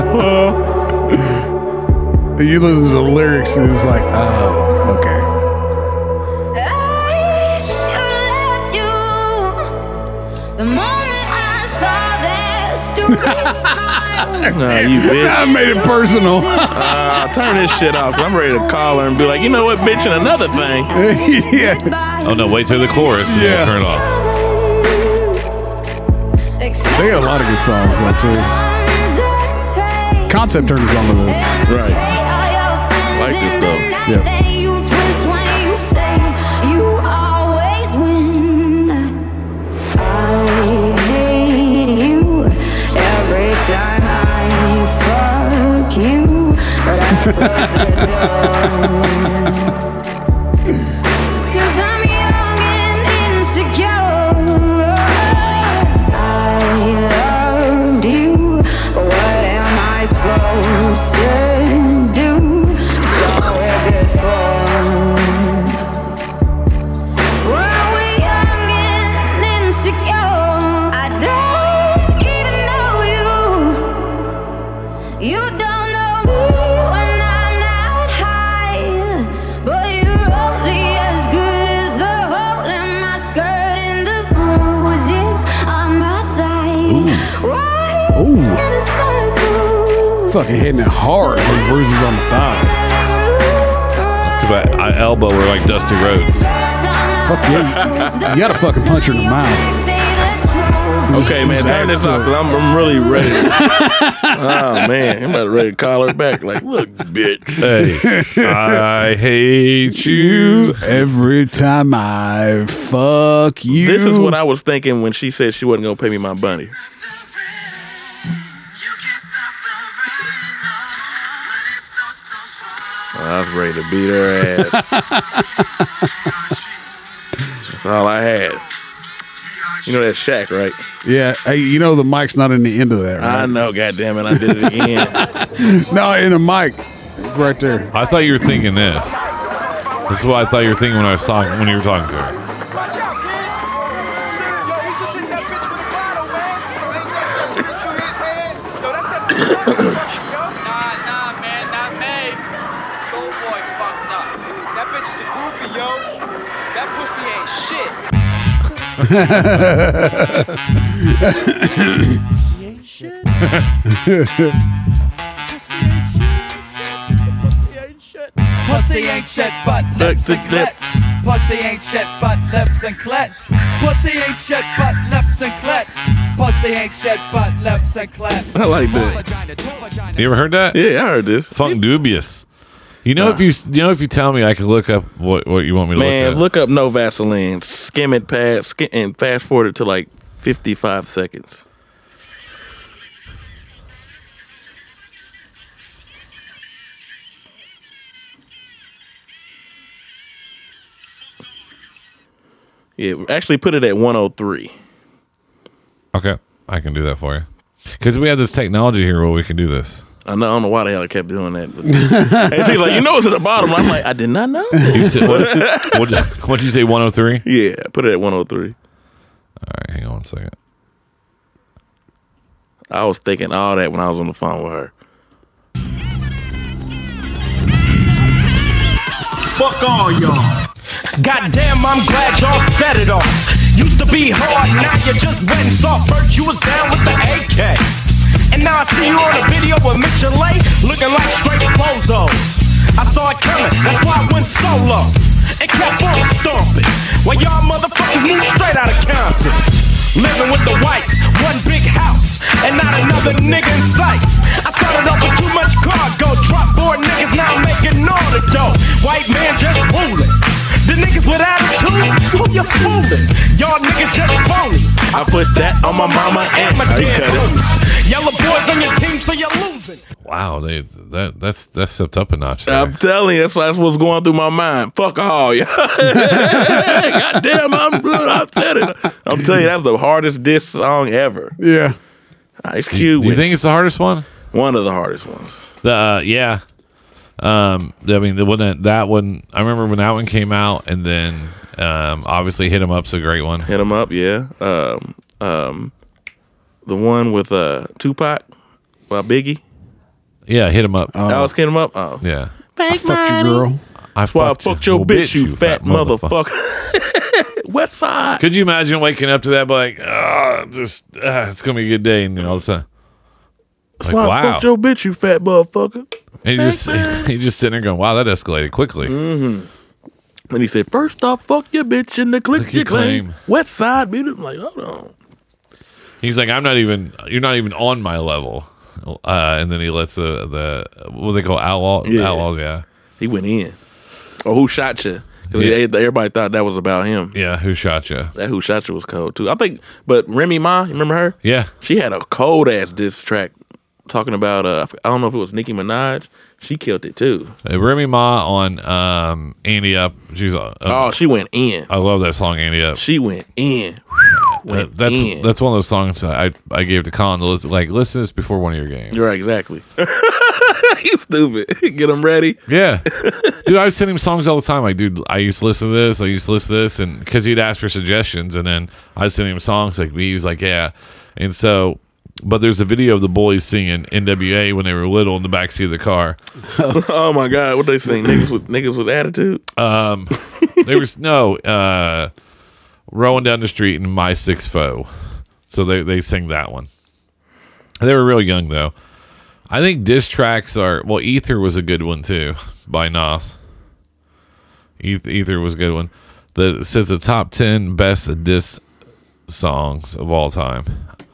[SPEAKER 1] huh, huh.
[SPEAKER 2] You listen to the lyrics and it's like, oh, okay.
[SPEAKER 4] I should've left you the moment I saw that
[SPEAKER 2] [LAUGHS]
[SPEAKER 4] stupid smile.
[SPEAKER 1] Nah, you
[SPEAKER 2] I
[SPEAKER 1] bitch.
[SPEAKER 2] made it personal.
[SPEAKER 1] Uh, turn this shit off. I'm ready to call her and be like, you know what, bitch, and another thing.
[SPEAKER 2] [LAUGHS] yeah.
[SPEAKER 3] Oh no, wait till the chorus and
[SPEAKER 2] Yeah.
[SPEAKER 3] then turn it off.
[SPEAKER 2] They got a lot of good songs though too. Concept turned us on to this.
[SPEAKER 1] Right.
[SPEAKER 4] Like
[SPEAKER 1] Like this, though.
[SPEAKER 2] Yeah.
[SPEAKER 4] Cause I'm young and insecure. I loved you, but what am I supposed to do? It's all we're good for. When we're young and insecure, I don't even know you. You don't know me when I'm not high, but you're only as good as the hole in my skirt and the bruises on my thigh. Why?
[SPEAKER 2] Ooh.
[SPEAKER 4] in circles?
[SPEAKER 2] Fucking hitting it hard with bruises on the thighs.
[SPEAKER 3] It's 'cause I, I elbow her like Dusty Rhodes.
[SPEAKER 2] Fuck yeah. You gotta fucking punch her in the mouth.
[SPEAKER 1] Okay, man, turn this off. 'cause I'm, I'm really ready. oh man, I'm about ready to call her back. Like, look, bitch.
[SPEAKER 3] Hey, I hate you.
[SPEAKER 2] Every time I fuck you.
[SPEAKER 1] This is what I was thinking when she said she wasn't gonna pay me my money. I was ready to beat her ass. That's all I had. You know that Shaq, right?
[SPEAKER 2] Yeah, hey, you know the mic's not in the end of that,
[SPEAKER 1] I
[SPEAKER 2] right?
[SPEAKER 1] know. Goddamn it, I did it [LAUGHS] again.
[SPEAKER 2] no, in the mic, right there.
[SPEAKER 3] I thought you were thinking this. This is what I thought you were thinking when I was talking when you were talking to her.
[SPEAKER 5] Watch out, kid. Yo, he just hit that bitch with a bottle, man. Yo, ain't that that bitch you hit, man? Yo, that's that bitch that bitch fucking go. Nah, nah, man, not me. Schoolboy fucked up. That bitch is a groupie, yo. That pussy ain't shit.
[SPEAKER 6] Pussy ain't shit but lips and clits. Pussy ain't shit but lips and clits. Pussy ain't shit but lips and clits. Pussy ain't shit but lips and clits.
[SPEAKER 1] I like that.
[SPEAKER 3] You ever heard that?
[SPEAKER 1] Yeah, I heard this.
[SPEAKER 3] Funk dubious. You know if you you know if you tell me I can look up what what you want me to
[SPEAKER 1] Man,
[SPEAKER 3] look
[SPEAKER 1] look up no Vaseline. Skim it past, skim, and fast forward it to like fifty-five seconds.
[SPEAKER 3] up.
[SPEAKER 1] Yeah, actually put it at 103.
[SPEAKER 3] Okay, I can do that for you. Because we have this technology here where we can do this.
[SPEAKER 1] I know I don't know why the hell I kept doing that. But and people like, you know, it's at the bottom. I'm like, I did not know.
[SPEAKER 3] You
[SPEAKER 1] [LAUGHS]
[SPEAKER 3] said what? What what'd you say? One hundred three.
[SPEAKER 1] Yeah, put it at 103.
[SPEAKER 3] All right, hang on one second.
[SPEAKER 1] I was thinking all that when I was on the phone with her.
[SPEAKER 7] Fuck all y'all. Goddamn, I'm glad y'all set it off. Used to be hard, now you're just wet and soft. First you was down with the AK. And now I see you on a video with Michelet, looking like straight bozos. I saw it coming, that's why I went solo. And kept on stomping. While y'all motherfuckers moved straight out of Compton. Living with the whites, one big house, and not another nigga in sight. I started off with too much cargo, drop board niggas now making all the dough. White man just fooling. The niggas with attitudes, who you fooling? Y'all niggas just phony.
[SPEAKER 1] I put that on my mama and
[SPEAKER 7] I'm a
[SPEAKER 1] Oh, you
[SPEAKER 7] dead
[SPEAKER 1] cut it.
[SPEAKER 7] homies. Yellow boys on your team, so you're losing.
[SPEAKER 3] Wow, they that that's that's stepped up a notch. There.
[SPEAKER 1] I'm telling you, that's, that's what's going through my mind. Fuck all y'all. [LAUGHS] God damn, I'm blue. I'm telling you, I'm telling you, that's the hardest diss song ever.
[SPEAKER 2] Yeah.
[SPEAKER 1] Ice
[SPEAKER 3] Do
[SPEAKER 1] Cube,
[SPEAKER 3] you
[SPEAKER 1] with
[SPEAKER 3] think it's the hardest one?
[SPEAKER 1] one of the hardest ones.
[SPEAKER 3] The uh, yeah. Um, I mean, the one that, that one. I remember when that one came out, and then um, obviously hit him up's a great one.
[SPEAKER 1] Hit him up, yeah. Um, um, the one with uh Tupac, by Biggie.
[SPEAKER 3] Yeah, hit him up.
[SPEAKER 1] I was hitting him up. Oh,
[SPEAKER 3] yeah,
[SPEAKER 2] Fuck you, girl.
[SPEAKER 3] I
[SPEAKER 1] that's why I fucked your
[SPEAKER 3] Well,
[SPEAKER 1] bitch, you fat motherfucker. [LAUGHS] West Side.
[SPEAKER 3] Could you imagine waking up to that, but like, ah, just ah, it's gonna be a good day, and all of a sudden, like,
[SPEAKER 1] That's why I
[SPEAKER 3] wow,
[SPEAKER 1] fucked your bitch, you fat motherfucker.
[SPEAKER 3] and you just [LAUGHS] you just sitting there going, wow, that escalated quickly.
[SPEAKER 1] Mm. And he said, first off, fuck your bitch in the click
[SPEAKER 3] Click
[SPEAKER 1] you
[SPEAKER 3] your
[SPEAKER 1] claim.
[SPEAKER 3] claim.
[SPEAKER 1] West Side, beat it. I'm like, hold on.
[SPEAKER 3] He's like, I'm not even, you're not even on my level, uh, and then he lets the the what they call outlaw
[SPEAKER 1] Yeah.
[SPEAKER 3] outlaws, yeah,
[SPEAKER 1] He went in. Or who shot you? 'Cause
[SPEAKER 3] Yeah.
[SPEAKER 1] they- Everybody thought that was about him.
[SPEAKER 3] yeah, who shot you?
[SPEAKER 1] That who shot you was cold too. I think, but Remy Ma, you remember her?
[SPEAKER 3] Yeah,
[SPEAKER 1] She had a cold ass diss track talking about. Uh, I don't know if it was Nicki Minaj. She killed it too.
[SPEAKER 3] uh, Remy Ma on um Andy Up. She's uh,
[SPEAKER 1] Oh, she went in.
[SPEAKER 3] I love that song Andy Up.
[SPEAKER 1] She went in.
[SPEAKER 3] That- that's
[SPEAKER 1] in.
[SPEAKER 3] that's one of those songs I I gave to Colin to listen like listen to this before one of your games.
[SPEAKER 1] You're right, exactly. [LAUGHS] He's stupid. Get him ready.
[SPEAKER 3] Yeah, dude, I would send him songs all the time. Like, dude, I used to listen to this. I used to listen to this, and because he'd ask for suggestions, and then I'd send him songs. Like, he was like, yeah, and so. But there's a video of the boys singing NWA when they were little in the backseat of the car.
[SPEAKER 1] oh my god, what they [LAUGHS] sing? Niggas with niggas with attitude.
[SPEAKER 3] There was no uh, rolling down the street in my six foe, so they they sing that one. They were real young though. I think diss tracks are well. Ether was a good one too by Nas. Ether, Ether was a good one. The it says the top ten best diss songs of all time.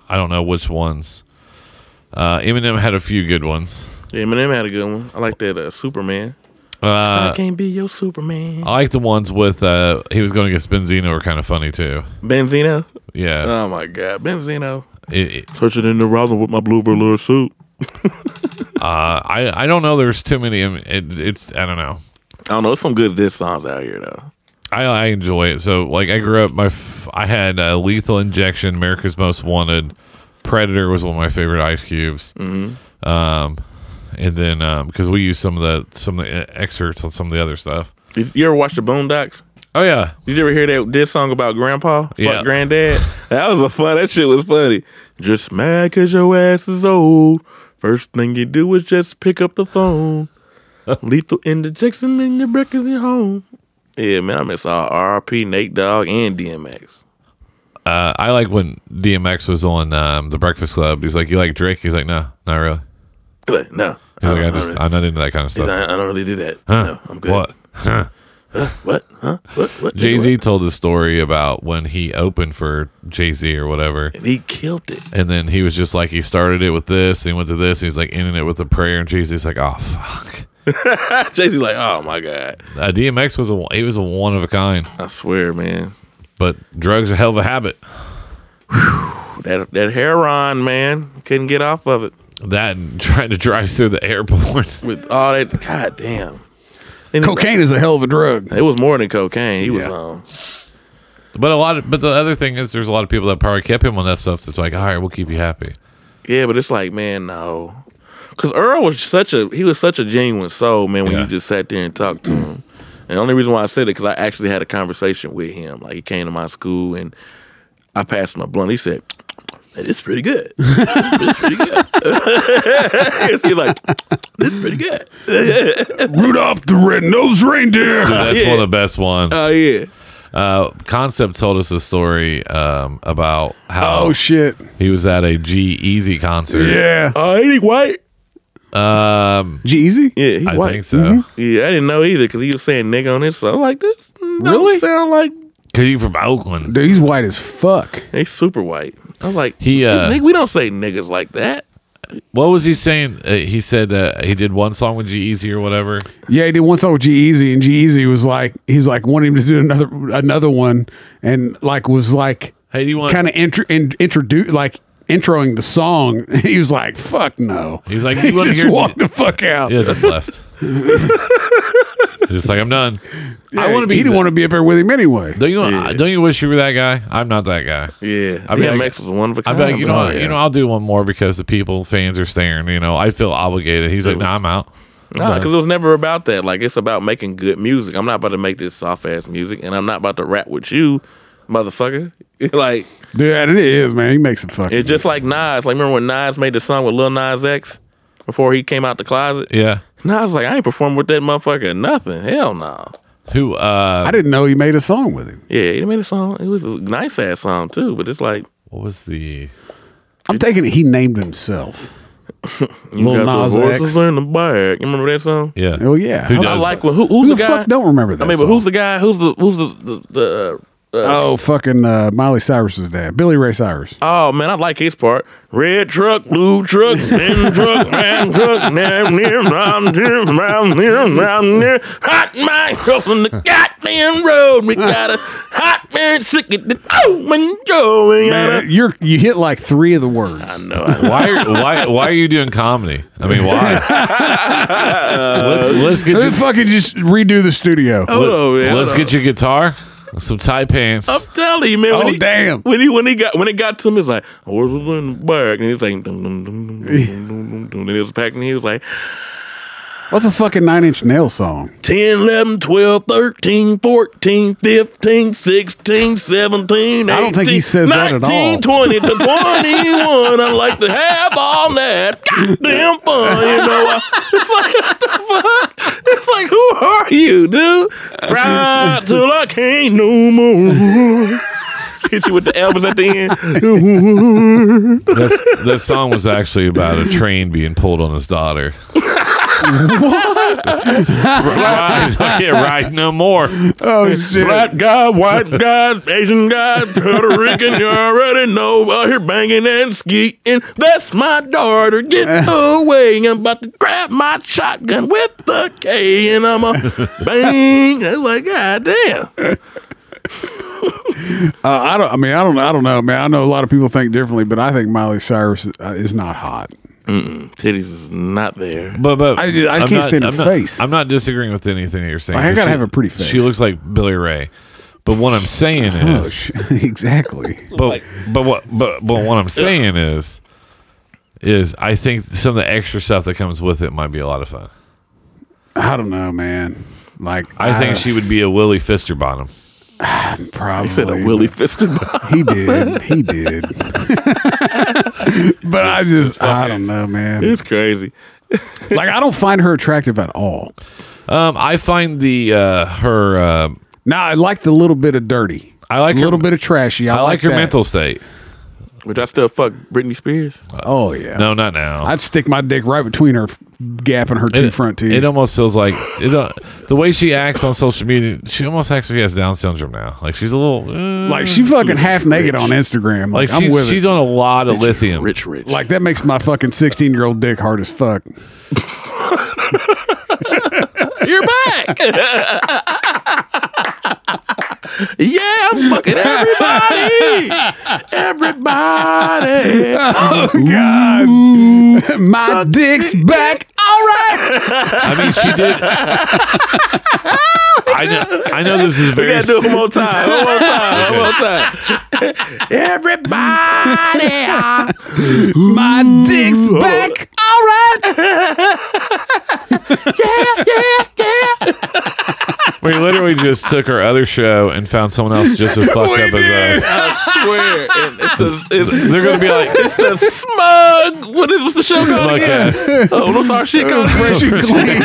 [SPEAKER 3] I don't know which ones. Uh, Eminem had a few good ones.
[SPEAKER 1] Yeah, Eminem had a good one. I like that uh, Superman. I
[SPEAKER 3] Uh,
[SPEAKER 1] can't be your Superman.
[SPEAKER 3] I like the ones with uh, he was going against Benzino were kind of funny too.
[SPEAKER 1] Benzino.
[SPEAKER 3] Yeah,
[SPEAKER 1] Oh my god, Benzino.
[SPEAKER 3] It- it-
[SPEAKER 1] Searching in the rosin with my blue velour suit.
[SPEAKER 3] uh, I I don't know. There's too many. I mean, It, it's I don't know.
[SPEAKER 1] I don't know. There's some good diss songs out here though.
[SPEAKER 3] I I enjoy it. So like I grew up. My f- I had uh, Lethal Injection, America's Most Wanted, Predator was one of my favorite Ice Cubes. Mm-hmm. Um, and then um because we used some of the some of the uh, excerpts on some of the other stuff.
[SPEAKER 1] Did you ever watch the Boondocks?
[SPEAKER 3] Oh yeah,
[SPEAKER 1] Did you ever hear that diss song about Grandpa? Fuck
[SPEAKER 3] Yeah.
[SPEAKER 1] Granddad. That was a fun. That shit was funny. Just mad cause your ass is old. First thing you do is just pick up the
[SPEAKER 3] [LAUGHS]
[SPEAKER 1] phone. Lethal injection and your brick is your home. Yeah, man, I miss all RRP, Nate Dogg, and DMX.
[SPEAKER 3] uh, I like when DMX was on um the Breakfast Club. He was like, "You like Drake?" He's like, "No, not really."
[SPEAKER 1] He's like, no, I don't,
[SPEAKER 3] He's like, I
[SPEAKER 1] I don't
[SPEAKER 3] just
[SPEAKER 1] Oh, really,
[SPEAKER 3] I'm not into that kind of
[SPEAKER 1] he's
[SPEAKER 3] stuff.
[SPEAKER 1] like, I don't really do that. No, I'm good.
[SPEAKER 3] What?
[SPEAKER 1] What? Huh? What? What?
[SPEAKER 3] Jay Z told the story about when he opened for Jay Z or whatever.
[SPEAKER 1] He killed it. [LAUGHS]
[SPEAKER 3] And then he was just like, he started it with this, and he went to this, and he's like ending it with a prayer, and Jesus like, oh fuck.
[SPEAKER 1] Jay Z's like, oh my god,
[SPEAKER 3] Uh, DMX was a he was a one of a kind,
[SPEAKER 1] I swear, man.
[SPEAKER 3] but drugs are a hell of a habit.
[SPEAKER 1] That that heroin, man, couldn't get off of it.
[SPEAKER 3] That and [LAUGHS] trying to drive through the airport. [LAUGHS]
[SPEAKER 1] with all that. God damn.
[SPEAKER 2] Cocaine is a hell of a drug.
[SPEAKER 1] It was um, more than cocaine. He was
[SPEAKER 2] Yeah.
[SPEAKER 1] on.
[SPEAKER 3] But a lot, of, but the other thing is, there's a lot of people that probably kept him on that stuff. That's like, all right, we'll keep you happy.
[SPEAKER 1] Yeah, but it's like, man, no. Cause Earl was such a he was such a genuine soul, man, when
[SPEAKER 3] Yeah.
[SPEAKER 1] you just sat there and talked to him. And the only reason why I said it, cause I actually had a conversation with him. Like he came to my school and I passed him a blunt. He said, "That is pretty good. [LAUGHS] It's pretty good." [LAUGHS] so he's like, "It's pretty good."
[SPEAKER 2] Rudolph the red-nosed reindeer.
[SPEAKER 3] That's
[SPEAKER 1] Uh, Yeah.
[SPEAKER 3] one of the best ones.
[SPEAKER 1] Oh yeah.
[SPEAKER 3] Uh, Concept told us a story um, about how
[SPEAKER 2] Oh shit!
[SPEAKER 3] he was at a G Easy concert.
[SPEAKER 2] Yeah,
[SPEAKER 1] Oh, he white.
[SPEAKER 3] Um,
[SPEAKER 2] Jeezy.
[SPEAKER 1] Yeah, he
[SPEAKER 3] I
[SPEAKER 1] white.
[SPEAKER 3] think so.
[SPEAKER 2] Mm-hmm.
[SPEAKER 1] Yeah, I didn't know either because he was saying nigga on his song like this. mm, Don't
[SPEAKER 2] Really?
[SPEAKER 1] Sound like
[SPEAKER 3] Cause you from Oakland.
[SPEAKER 2] Dude, he's white as fuck.
[SPEAKER 1] he's super white. I was like,
[SPEAKER 3] He, uh,
[SPEAKER 1] "Nigga, we don't say niggas like that.
[SPEAKER 3] What was he saying? Uh, he said uh, he did one song with G Easy or whatever.
[SPEAKER 2] Yeah, he did one song with G Easy, and G Easy was like, he's like wanting him to do another another one, and like was like
[SPEAKER 3] Hey, do you want?
[SPEAKER 2] kind of intro in, introduce like introing the song. [LAUGHS] He was like, "Fuck no."
[SPEAKER 3] He's
[SPEAKER 2] [LAUGHS]
[SPEAKER 3] like,
[SPEAKER 2] he
[SPEAKER 3] "You wanna
[SPEAKER 2] just
[SPEAKER 3] hear-
[SPEAKER 2] walked the fuck out.
[SPEAKER 3] yeah,
[SPEAKER 2] [LAUGHS]
[SPEAKER 3] just left. just like I'm done. I want to be.
[SPEAKER 2] He didn't want to be up there with him anyway.
[SPEAKER 3] Don't you? Don't you wish you were that guy? I'm not that guy.
[SPEAKER 1] Yeah,
[SPEAKER 3] I
[SPEAKER 1] I
[SPEAKER 3] mean,
[SPEAKER 1] mean,
[SPEAKER 3] I-
[SPEAKER 1] DMX was one of a
[SPEAKER 3] I
[SPEAKER 1] kind.
[SPEAKER 3] bet you know.
[SPEAKER 2] Oh,
[SPEAKER 1] bro.
[SPEAKER 3] You know, I'll do one more because the people, fans are staring. You know, I feel obligated. He's like, Nah, I'm out.
[SPEAKER 1] Nah, because it was never about that. Like, it's about making good music. I'm not about to make this soft ass music, and I'm not about to rap with you, motherfucker. [LAUGHS] like,
[SPEAKER 2] Yeah, it is, man. He makes it fucking.
[SPEAKER 1] it's just like Nas. Like, remember when Nas made the song with Lil Nas X before he came out the closet?
[SPEAKER 3] Yeah.
[SPEAKER 1] Nas was like, I ain't performing with that motherfucker. or Nothing. Hell no.
[SPEAKER 3] Who? Uh,
[SPEAKER 2] I didn't know he made a song with him.
[SPEAKER 1] Yeah, he made a song. It was a nice ass song too, but it's like
[SPEAKER 3] what was the?
[SPEAKER 2] I'm taking it. He named himself.
[SPEAKER 1] [LAUGHS] you
[SPEAKER 2] Lil
[SPEAKER 1] got
[SPEAKER 2] Nas
[SPEAKER 1] the horses
[SPEAKER 2] X.
[SPEAKER 1] in the back. You remember that song?
[SPEAKER 3] Yeah.
[SPEAKER 2] Oh yeah.
[SPEAKER 3] Who
[SPEAKER 2] I-
[SPEAKER 3] does?
[SPEAKER 1] I like when who, who's
[SPEAKER 2] Who
[SPEAKER 1] the,
[SPEAKER 2] the,
[SPEAKER 1] guy?
[SPEAKER 2] fuck don't remember that?
[SPEAKER 1] I mean, but
[SPEAKER 2] song?
[SPEAKER 1] who's the guy? Who's the who's the the, the uh, uh,
[SPEAKER 2] Oh, fucking uh, Miley Cyrus's dad, Billy Ray Cyrus.
[SPEAKER 1] Oh man, I like his part. Red truck, blue truck, thin truck, man truck, nam near, round near, round near, round near. Hot man, up on the goddamn road. We got a hot man sick at the oh man, Joe, we got
[SPEAKER 2] Man,
[SPEAKER 1] a-
[SPEAKER 2] you're you hit like three of the words.
[SPEAKER 1] I know. I-
[SPEAKER 3] Why are why why are you doing comedy? I mean, why?
[SPEAKER 2] [LAUGHS]
[SPEAKER 3] let's, let's get
[SPEAKER 2] Let me
[SPEAKER 3] your,
[SPEAKER 2] fucking just Oh, redo the studio.
[SPEAKER 1] Hold on, man.
[SPEAKER 3] let's
[SPEAKER 1] hold
[SPEAKER 3] get your guitar, some tight pants.
[SPEAKER 1] on. I'm telling you, man. When
[SPEAKER 2] Oh,
[SPEAKER 1] he,
[SPEAKER 2] damn.
[SPEAKER 1] When he when he got when it got to him, it's like horse was in the back, and he's like dum dum dum dum dum dum dum dum, and it was packed, and he was like.
[SPEAKER 2] What's a fucking Nine Inch Nail song?
[SPEAKER 1] 10, 11, 12, 13, 14, 15, 16, 17, 18,
[SPEAKER 2] I don't think he says
[SPEAKER 1] 19,
[SPEAKER 2] that at all.
[SPEAKER 1] 20 to 21. I like to have all that goddamn fun, you know. I- It's like, what the fuck? It's like, who are you, dude? Right till I can't no more. Hit you with the Elvis at the end.
[SPEAKER 3] That's, that song was actually about a train being pulled on his daughter. Ride, I can't ride no more.
[SPEAKER 2] Oh shit!
[SPEAKER 1] Black guy, white guy, Asian guy, Puerto Rican, you already know. Out here banging and skeeting. That's my daughter. Get away. I'm about to grab my shotgun with the K and I'm a bang. I was like, God damn.
[SPEAKER 2] Uh, I don't. I mean, I don't. I don't know, man. I know a lot of people think differently, but I think Miley Cyrus is, uh, is not hot.
[SPEAKER 1] Titties is not there.
[SPEAKER 3] But but
[SPEAKER 2] I- I can't stand her
[SPEAKER 3] I'm not-
[SPEAKER 2] face.
[SPEAKER 3] I'm not disagreeing with anything that you're saying.
[SPEAKER 2] I gotta
[SPEAKER 3] She-
[SPEAKER 2] have a pretty face.
[SPEAKER 3] She looks like Billy Ray. But what I'm saying
[SPEAKER 2] [LAUGHS] Oh,
[SPEAKER 3] is,
[SPEAKER 2] sh- exactly.
[SPEAKER 3] but but what but but what I'm saying is, is I think some of the extra stuff that comes with it might be a lot of fun.
[SPEAKER 2] I don't know, man. Like
[SPEAKER 3] I think she would be a Willie Fister bottom.
[SPEAKER 2] probably
[SPEAKER 1] Said a Willie fisted bottom.
[SPEAKER 2] He did. He did. but I just, I don't know, man.
[SPEAKER 1] [LAUGHS] It's crazy.
[SPEAKER 2] Like I don't find her attractive at all.
[SPEAKER 3] Um, I find the uh, her uh,
[SPEAKER 2] Now I like the little bit of dirty,
[SPEAKER 3] I like
[SPEAKER 2] a little
[SPEAKER 3] her,
[SPEAKER 2] bit of trashy. I,
[SPEAKER 3] I like her
[SPEAKER 2] that.
[SPEAKER 3] mental state.
[SPEAKER 1] Would I still fuck Britney Spears?
[SPEAKER 2] Oh yeah.
[SPEAKER 3] No, not now.
[SPEAKER 2] I'd stick my dick right between her f- gap and her two front teeth.
[SPEAKER 3] It almost feels like it. Uh, the way she acts on social media, she almost acts like she has Down syndrome now. Like she's a little uh,
[SPEAKER 2] like she fucking half naked on Instagram. Like,
[SPEAKER 3] like
[SPEAKER 2] I'm
[SPEAKER 3] she's,
[SPEAKER 2] with
[SPEAKER 3] she's
[SPEAKER 2] it.
[SPEAKER 3] on a lot of lithium.
[SPEAKER 1] Rich, rich.
[SPEAKER 2] like that makes my fucking sixteen year old dick hard as fuck.
[SPEAKER 1] You're back. [LAUGHS] yeah, I'm fucking everybody. Everybody.
[SPEAKER 2] [LAUGHS] My dick's back. All right.
[SPEAKER 3] I mean, she
[SPEAKER 2] [LAUGHS]
[SPEAKER 3] did. I know. I know this is
[SPEAKER 1] We
[SPEAKER 3] very.
[SPEAKER 1] gotta do it one more time. One more time. One more time. Everybody, my dick's back.
[SPEAKER 3] we literally just took our other show and found someone else
[SPEAKER 2] [LAUGHS]
[SPEAKER 3] just as fucked up as us.
[SPEAKER 1] I swear, it- it's the it's,
[SPEAKER 3] They're gonna be like,
[SPEAKER 1] it's the smug. What is what's the show called
[SPEAKER 3] Smug
[SPEAKER 1] again?
[SPEAKER 3] ass.
[SPEAKER 1] Oh, no, sorry, shit
[SPEAKER 3] [LAUGHS]
[SPEAKER 1] called [LAUGHS]
[SPEAKER 2] Fresh and clean.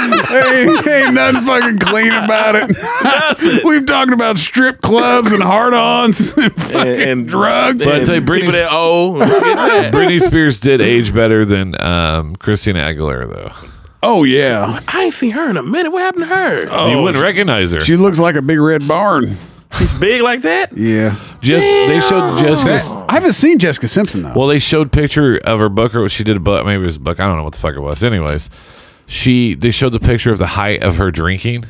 [SPEAKER 2] [LAUGHS] ain't, ain't nothing fucking clean about it. [LAUGHS] We've talked about strip clubs and hard-ons and fucking drugs.
[SPEAKER 3] But I tell you,
[SPEAKER 1] people
[SPEAKER 3] Britney's-
[SPEAKER 1] that oh,
[SPEAKER 3] Britney Spears did age better than um, Christina Aguilera, though.
[SPEAKER 2] [LAUGHS] oh yeah,
[SPEAKER 1] I ain't seen her in a minute. What happened to her?
[SPEAKER 3] you wouldn't recognize her.
[SPEAKER 2] Oh, she looks like a big red barn.
[SPEAKER 1] she's big like that.
[SPEAKER 2] Yeah,
[SPEAKER 3] Jes- they showed
[SPEAKER 2] That-
[SPEAKER 3] Jessica.
[SPEAKER 2] I haven't seen Jessica Simpson though.
[SPEAKER 3] Well, they showed picture of her book, or she did a book. Maybe it was a book. I don't know what the fuck it was. Anyways, she they showed the picture of the height of her drinking.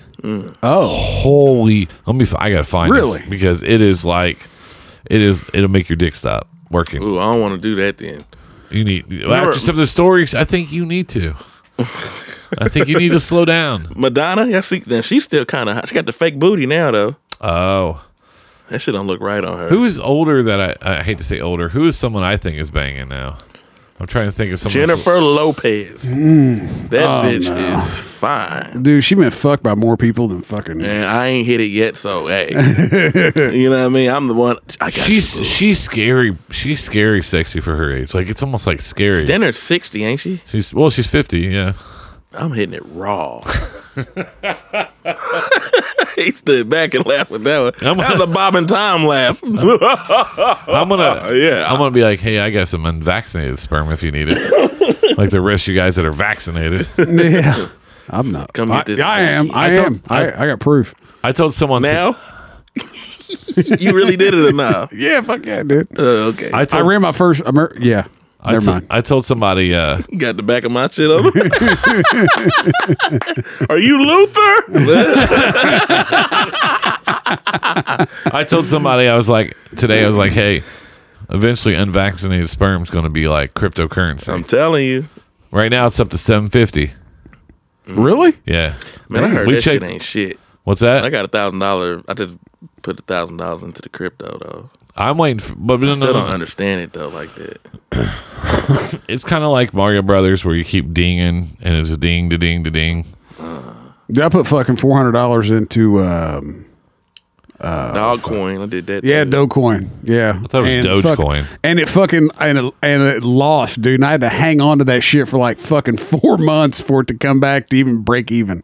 [SPEAKER 2] oh,
[SPEAKER 3] Holy, let me. fi- I gotta find this,
[SPEAKER 2] Really?
[SPEAKER 3] because it is like it is. It'll make your dick stop working.
[SPEAKER 1] Ooh, I don't want to do that then.
[SPEAKER 3] You need
[SPEAKER 1] Remember-
[SPEAKER 3] after some of the stories. I think you need to. I think you need to slow
[SPEAKER 2] [LAUGHS]
[SPEAKER 3] down.
[SPEAKER 1] Madonna, I see. Now she's still kind of hot. She got the fake booty now though.
[SPEAKER 3] Oh,
[SPEAKER 1] That shit don't look right on her.
[SPEAKER 3] who is older that I, I hate to say older? Who is someone I think is banging now? I'm trying to think of someone. that's-
[SPEAKER 1] Jennifer Lopez. that bitch is fine.
[SPEAKER 2] dude, she been fucked by more people than fucking.
[SPEAKER 1] And I ain't hit it yet, so hey. you know what I mean? I'm the one. I got
[SPEAKER 3] She's
[SPEAKER 1] you, boo.
[SPEAKER 3] she's scary. She's scary, sexy for her age. Like it's almost like scary.
[SPEAKER 1] Then her 60, ain't she?
[SPEAKER 3] She's well, she's fifty. Yeah,
[SPEAKER 1] I'm hitting it raw. [LAUGHS] he stood back and laughed with that one.
[SPEAKER 3] I'm-
[SPEAKER 1] that was a Bob and Tom laugh. [LAUGHS]
[SPEAKER 3] I'm gonna.
[SPEAKER 1] Oh, yeah.
[SPEAKER 3] I'm gonna be like, hey, I got some unvaccinated sperm if you need
[SPEAKER 1] [LAUGHS]
[SPEAKER 3] it. like the rest of you guys that are vaccinated.
[SPEAKER 2] [LAUGHS] Yeah, I'm not.
[SPEAKER 1] Come
[SPEAKER 2] I,
[SPEAKER 1] get this
[SPEAKER 2] I am.
[SPEAKER 1] cookie.
[SPEAKER 2] I,
[SPEAKER 3] I told-
[SPEAKER 2] am. I, I got proof.
[SPEAKER 3] I told someone to-
[SPEAKER 1] now, [LAUGHS] you really did it enough.
[SPEAKER 2] Yeah, fuck yeah, dude.
[SPEAKER 1] Uh, okay.
[SPEAKER 3] I
[SPEAKER 1] I
[SPEAKER 3] told
[SPEAKER 2] I ran my first. Amer- yeah,
[SPEAKER 3] I
[SPEAKER 2] never
[SPEAKER 3] to-
[SPEAKER 2] mind.
[SPEAKER 3] I told somebody. Uh,
[SPEAKER 1] got the back of my shit on. Are you Luther?
[SPEAKER 3] I told somebody. I was like, today. I was like, hey, eventually, unvaccinated sperm's going to be like cryptocurrency.
[SPEAKER 1] I'm telling you.
[SPEAKER 3] right now, it's up to seven fifty. Mm-hmm.
[SPEAKER 2] Really?
[SPEAKER 3] Yeah.
[SPEAKER 1] Man, I heard
[SPEAKER 3] We
[SPEAKER 1] that
[SPEAKER 3] checked-
[SPEAKER 1] shit ain't shit.
[SPEAKER 3] What's that?
[SPEAKER 1] I got a thousand dollar. I just put a thousand dollars into the crypto though.
[SPEAKER 3] I'm waiting. For, but no,
[SPEAKER 1] Still
[SPEAKER 3] no,
[SPEAKER 1] don't
[SPEAKER 3] no,
[SPEAKER 1] understand it though like that.
[SPEAKER 3] It's kind of like Mario Brothers, where you keep dinging, and it's ding to ding to ding.
[SPEAKER 2] Dude, I put fucking four hundred dollars into um, Oh,
[SPEAKER 1] Dogcoin, I did that.
[SPEAKER 2] yeah
[SPEAKER 1] too.
[SPEAKER 2] Dogecoin. Yeah, I
[SPEAKER 3] thought it was Dogecoin.
[SPEAKER 2] and it fucking and it, and it lost, dude. And I had to hang on to that shit for like fucking four months for it to come back to even break even.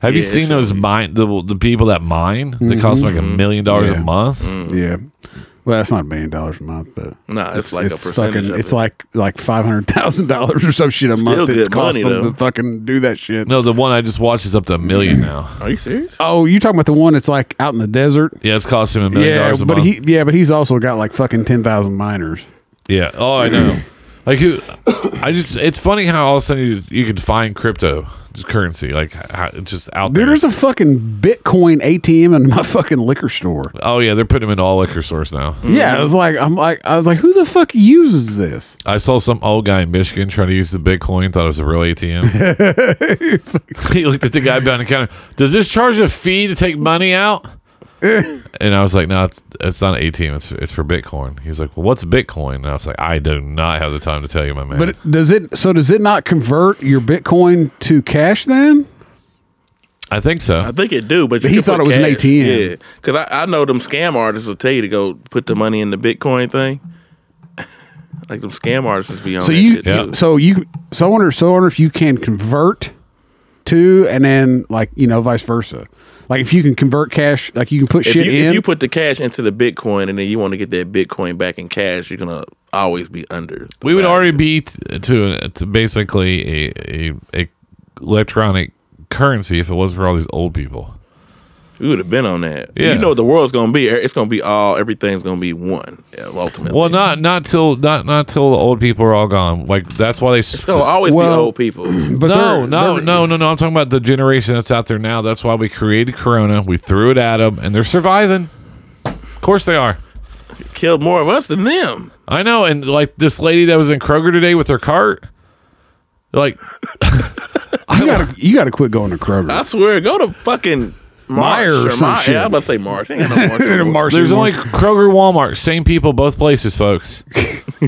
[SPEAKER 3] Have you
[SPEAKER 1] Yeah,
[SPEAKER 3] seen
[SPEAKER 1] it's
[SPEAKER 3] those mine the the people that mine that cost like a million dollars a
[SPEAKER 2] Mm-hmm. Yeah. Mm-hmm.
[SPEAKER 3] month?
[SPEAKER 2] Mm. Yeah. Well, that's not a million dollars a month, but
[SPEAKER 1] Nah, it's like a percentage
[SPEAKER 2] fucking,
[SPEAKER 1] of
[SPEAKER 2] it's
[SPEAKER 1] it.
[SPEAKER 2] like like five hundred thousand dollars [LAUGHS] or some shit a month.
[SPEAKER 1] good
[SPEAKER 2] it costs
[SPEAKER 1] money,
[SPEAKER 2] them
[SPEAKER 1] though.
[SPEAKER 2] to fucking do that shit.
[SPEAKER 3] No, the one I just watched is up to a million now.
[SPEAKER 1] Are you serious?
[SPEAKER 2] Oh, you talking about the one that's like out in the desert?
[SPEAKER 3] Yeah, it's cost him a million
[SPEAKER 2] Yeah,
[SPEAKER 3] dollars a
[SPEAKER 2] but
[SPEAKER 3] month.
[SPEAKER 2] he yeah, but he's also got like fucking ten thousand miners.
[SPEAKER 3] yeah. Oh, I know. [COUGHS] like who? I just. It's funny how all of a sudden you you could find crypto just currency like how, it's just out
[SPEAKER 2] Dude,
[SPEAKER 3] there.
[SPEAKER 2] there's a fucking Bitcoin ATM in my [LAUGHS] fucking liquor store.
[SPEAKER 3] oh yeah, they're putting them in all liquor stores now.
[SPEAKER 2] Yeah, I was like, I'm like, I was like, who the fuck uses this?
[SPEAKER 3] I saw some old guy in Michigan trying to use the Bitcoin. Thought it was a
[SPEAKER 2] [LAUGHS]
[SPEAKER 3] real ATM. [LAUGHS] he looked at the guy behind the counter. Does this charge a fee to take
[SPEAKER 2] [LAUGHS]
[SPEAKER 3] money out? and I was like, No, it's, it's not an ATM. It's it's for Bitcoin. He's like, Well, what's Bitcoin? And I was like, I do not have the time to tell you, my man.
[SPEAKER 2] But it- does it? So does it not convert your Bitcoin to cash then?
[SPEAKER 3] I think
[SPEAKER 1] I
[SPEAKER 3] so.
[SPEAKER 1] think it do, but you
[SPEAKER 2] He
[SPEAKER 1] can
[SPEAKER 2] thought
[SPEAKER 1] put
[SPEAKER 2] it was an
[SPEAKER 1] cash.
[SPEAKER 2] ATM.
[SPEAKER 1] Yeah, because I, I know them scam artists will tell you to go put the money in the Bitcoin thing. [LAUGHS] like them scam artists be on.
[SPEAKER 2] So
[SPEAKER 1] that
[SPEAKER 2] you,
[SPEAKER 1] shit,
[SPEAKER 3] Yeah.
[SPEAKER 1] too.
[SPEAKER 2] so you, so I wonder, so I wonder if you can convert to, and then like you know, vice versa. Like if you can convert cash, like you can put
[SPEAKER 1] If
[SPEAKER 2] shit
[SPEAKER 1] you,
[SPEAKER 2] in.
[SPEAKER 1] if you put the cash into the Bitcoin and then you want to get that Bitcoin back in cash, you're gonna always be under. the
[SPEAKER 3] We would
[SPEAKER 1] value.
[SPEAKER 3] already be t- to, to basically a, a, a electronic currency if it wasn't for all these old people.
[SPEAKER 1] We would have been on that.
[SPEAKER 3] Yeah.
[SPEAKER 1] You know what the world's gonna be. It's gonna be all. Everything's gonna be one. yeah, Ultimately.
[SPEAKER 3] Well, not not till not not till the old people are all gone. Like that's why they
[SPEAKER 1] It's gonna always
[SPEAKER 2] Well-
[SPEAKER 1] be old
[SPEAKER 2] [CLEARS THROAT]
[SPEAKER 1] people.
[SPEAKER 2] but
[SPEAKER 3] no,
[SPEAKER 2] they're-
[SPEAKER 3] no,
[SPEAKER 2] they're-
[SPEAKER 3] no, no, no. I'm talking about the generation that's out there now. That's why we created Corona. We threw it at them, and they're surviving. Of course they are.
[SPEAKER 1] Killed more of us than them.
[SPEAKER 3] I know. And like this lady that was in Kroger today with her cart, like
[SPEAKER 2] You gotta you gotta quit going to
[SPEAKER 1] I
[SPEAKER 2] Kroger.
[SPEAKER 1] swear, go to fucking Marsh
[SPEAKER 2] Meijer or some
[SPEAKER 1] Meijer.
[SPEAKER 2] shit.
[SPEAKER 1] Yeah, I'm about to say Marsh. Ain't
[SPEAKER 3] [LAUGHS]
[SPEAKER 1] got no Marsh. no more.
[SPEAKER 2] Marcy
[SPEAKER 3] There's
[SPEAKER 2] Mar-
[SPEAKER 3] only Kroger, Walmart, same people, both
[SPEAKER 1] [LAUGHS]
[SPEAKER 3] places, folks.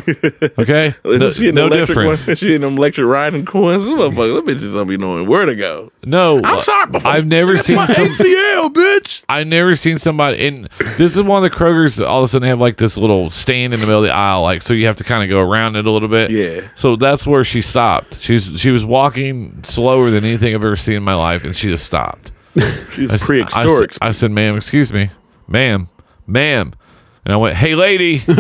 [SPEAKER 3] Okay, no,
[SPEAKER 1] she in
[SPEAKER 3] no
[SPEAKER 1] them electric
[SPEAKER 3] difference.
[SPEAKER 1] Ones, she in them electric riding coins. This motherfucker, that bitch is gonna be knowing where to go.
[SPEAKER 3] No,
[SPEAKER 1] I'm sorry, but
[SPEAKER 3] I've never
[SPEAKER 1] that's
[SPEAKER 3] seen
[SPEAKER 1] my
[SPEAKER 3] some-
[SPEAKER 1] ACL, bitch.
[SPEAKER 3] I've never seen somebody. And this is one of the Krogers. that All of a sudden, they have like this little stand in the middle of the aisle, like so you have to kind of go around it a little bit.
[SPEAKER 1] Yeah.
[SPEAKER 3] So that's where she stopped. She's she was walking slower than anything I've ever seen in my life, and she just stopped.
[SPEAKER 1] She's
[SPEAKER 3] s-
[SPEAKER 1] prehistoric.
[SPEAKER 3] I, said, ma'am, excuse me, ma'am, ma'am. And I went, hey, lady. [LAUGHS]
[SPEAKER 2] Hey,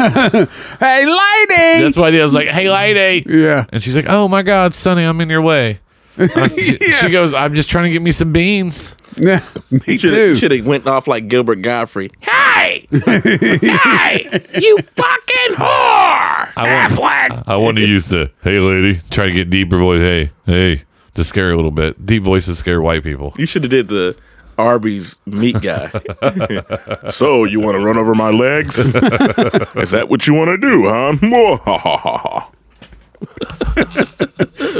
[SPEAKER 2] lady.
[SPEAKER 3] That's what I did. I was like, hey, lady.
[SPEAKER 2] yeah. [LAUGHS]
[SPEAKER 3] And she's like, oh my God, Sonny, I'm in your way. I- she, she goes, I'm just trying to get me some beans.
[SPEAKER 2] Yeah. Me too.
[SPEAKER 1] Should have went off like Gilbert Godfrey. Hey, hey, you fucking whore!
[SPEAKER 3] I want,
[SPEAKER 1] Affleck. [LAUGHS]
[SPEAKER 3] I want to use the hey lady, try to get deeper voice. Hey, hey, to scare a little bit. Deep voices scare white people.
[SPEAKER 1] You should have did the Arby's meat guy. [LAUGHS] so you want to run over my legs? [LAUGHS] Is that what you want to do, huh?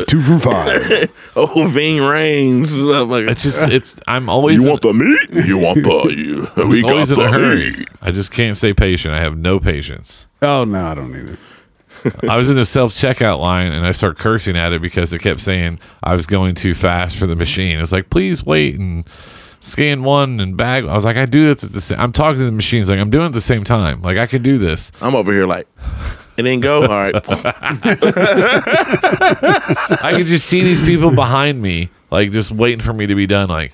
[SPEAKER 2] Two
[SPEAKER 1] [LAUGHS]
[SPEAKER 2] for five.
[SPEAKER 1] [LAUGHS] oh, Ving Rhames. Motherfucker.
[SPEAKER 3] It's just, it's. I'm always,
[SPEAKER 1] You want the meat? You want the? [LAUGHS] You, we
[SPEAKER 3] I'm
[SPEAKER 1] got
[SPEAKER 3] always in
[SPEAKER 1] the
[SPEAKER 3] a hurry.
[SPEAKER 1] meat.
[SPEAKER 3] I just can't stay patient. I have no patience.
[SPEAKER 2] Oh no, I don't either.
[SPEAKER 3] I was in the self checkout line and I started cursing at it because it kept saying I was going too fast for the machine. It's like, please wait and scan one and bag. I was like, I do this at the same. I'm talking to the machines like I'm doing it at the same time. Like I can do this.
[SPEAKER 1] I'm over here like, it didn't go. All right. [LAUGHS]
[SPEAKER 3] I could just see these people behind me, like just waiting for me to be done. Like,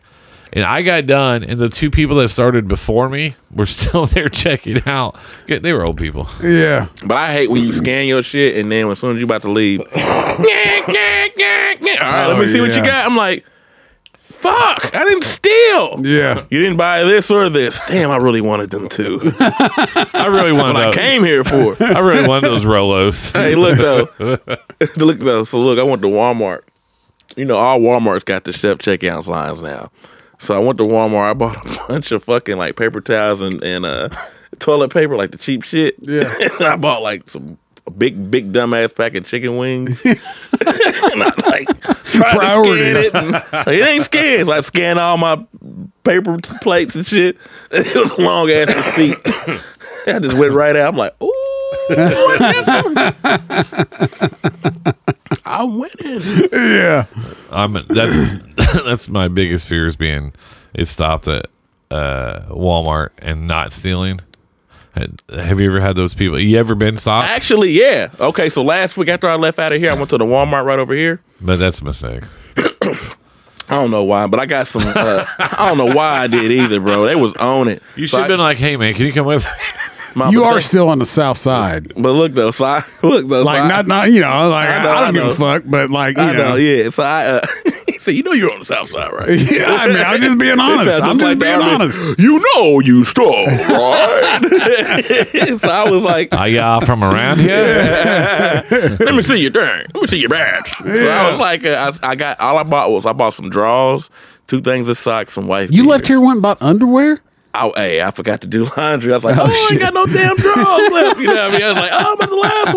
[SPEAKER 3] and I got done, and the two people that started before me were [LAUGHS] still there checking out. Yeah, They were old people.
[SPEAKER 2] Yeah.
[SPEAKER 1] But I hate when you scan your shit and then as soon as you about to leave, [LAUGHS] all right,
[SPEAKER 3] Oh,
[SPEAKER 1] let me see what you
[SPEAKER 2] yeah.
[SPEAKER 1] got. I'm like, fuck, I didn't steal.
[SPEAKER 2] Yeah.
[SPEAKER 1] You didn't buy this or this. Damn, I really wanted them too.
[SPEAKER 3] I really wanted.
[SPEAKER 1] I
[SPEAKER 3] those-
[SPEAKER 1] came here for.
[SPEAKER 3] I really wanted [LAUGHS] those Rolos.
[SPEAKER 1] [LAUGHS] hey, look though,
[SPEAKER 2] [LAUGHS]
[SPEAKER 1] look though. So look, I went to Walmart. You know, all Walmart's got the chef checkouts lines now. So I went to Walmart. I bought a [LAUGHS] bunch of fucking like paper towels and and uh, toilet paper, like the cheap shit.
[SPEAKER 2] Yeah.
[SPEAKER 1] [LAUGHS] and I bought like some. A big, big dumbass pack of chicken
[SPEAKER 2] [LAUGHS]
[SPEAKER 1] wings. and I like tried
[SPEAKER 2] Priorities.
[SPEAKER 1] to scan it. and- like, it ain't scanned. So I scanned all my paper t- plates and shit. [LAUGHS] It was a long ass receipt. [LAUGHS] I just went right out. I'm like, ooh,
[SPEAKER 2] [LAUGHS]
[SPEAKER 1] what is I went in.
[SPEAKER 2] Yeah.
[SPEAKER 3] I'm that's that's [COUGHS] my biggest fear is being it stopped at uh, Walmart and not stealing. Had- Have you ever had those people? You ever been stopped?
[SPEAKER 1] Actually, yeah. Okay, so last week after I left out of here, I went to the Walmart right over here.
[SPEAKER 3] But that's a mistake.
[SPEAKER 1] I don't know why, but I got some. Uh, I don't know why I did either, bro. They was on it.
[SPEAKER 3] You
[SPEAKER 1] So
[SPEAKER 3] should
[SPEAKER 1] I-
[SPEAKER 3] have been like, "Hey man, can you come with?" [LAUGHS] me?"
[SPEAKER 1] my-
[SPEAKER 2] You
[SPEAKER 1] but
[SPEAKER 2] are
[SPEAKER 1] they-
[SPEAKER 2] still on the south side.
[SPEAKER 1] But look though, so I [LAUGHS] look though, so
[SPEAKER 2] Like
[SPEAKER 1] I-
[SPEAKER 2] not not you know, like I,
[SPEAKER 1] I know,
[SPEAKER 2] don't
[SPEAKER 1] I
[SPEAKER 2] give a
[SPEAKER 1] know.
[SPEAKER 2] fuck, but like you
[SPEAKER 1] I
[SPEAKER 2] know.
[SPEAKER 1] know, yeah. So I, uh, [LAUGHS] he said, you know, you're on the south side, right?
[SPEAKER 2] [LAUGHS] Yeah, I mean, I'm just being honest.
[SPEAKER 1] [LAUGHS] It sounds
[SPEAKER 2] I'm just
[SPEAKER 1] like
[SPEAKER 2] being
[SPEAKER 1] the army.
[SPEAKER 2] honest.
[SPEAKER 1] You know, you stole, right? [LAUGHS] so I was like,
[SPEAKER 3] Are y'all Uh, from around here?
[SPEAKER 1] Let me see your thing. Let me see your badge. So I was like, uh, I, I got all I bought was I bought some drawers, two things of socks, some wife.
[SPEAKER 2] You
[SPEAKER 1] beaters.
[SPEAKER 2] left here one bought underwear?
[SPEAKER 1] I, Oh, hey, I forgot to do laundry. I was like, oh, I
[SPEAKER 2] shit.
[SPEAKER 1] ain't got no damn drawers left. You know what I mean? I was like, oh, I'm at the last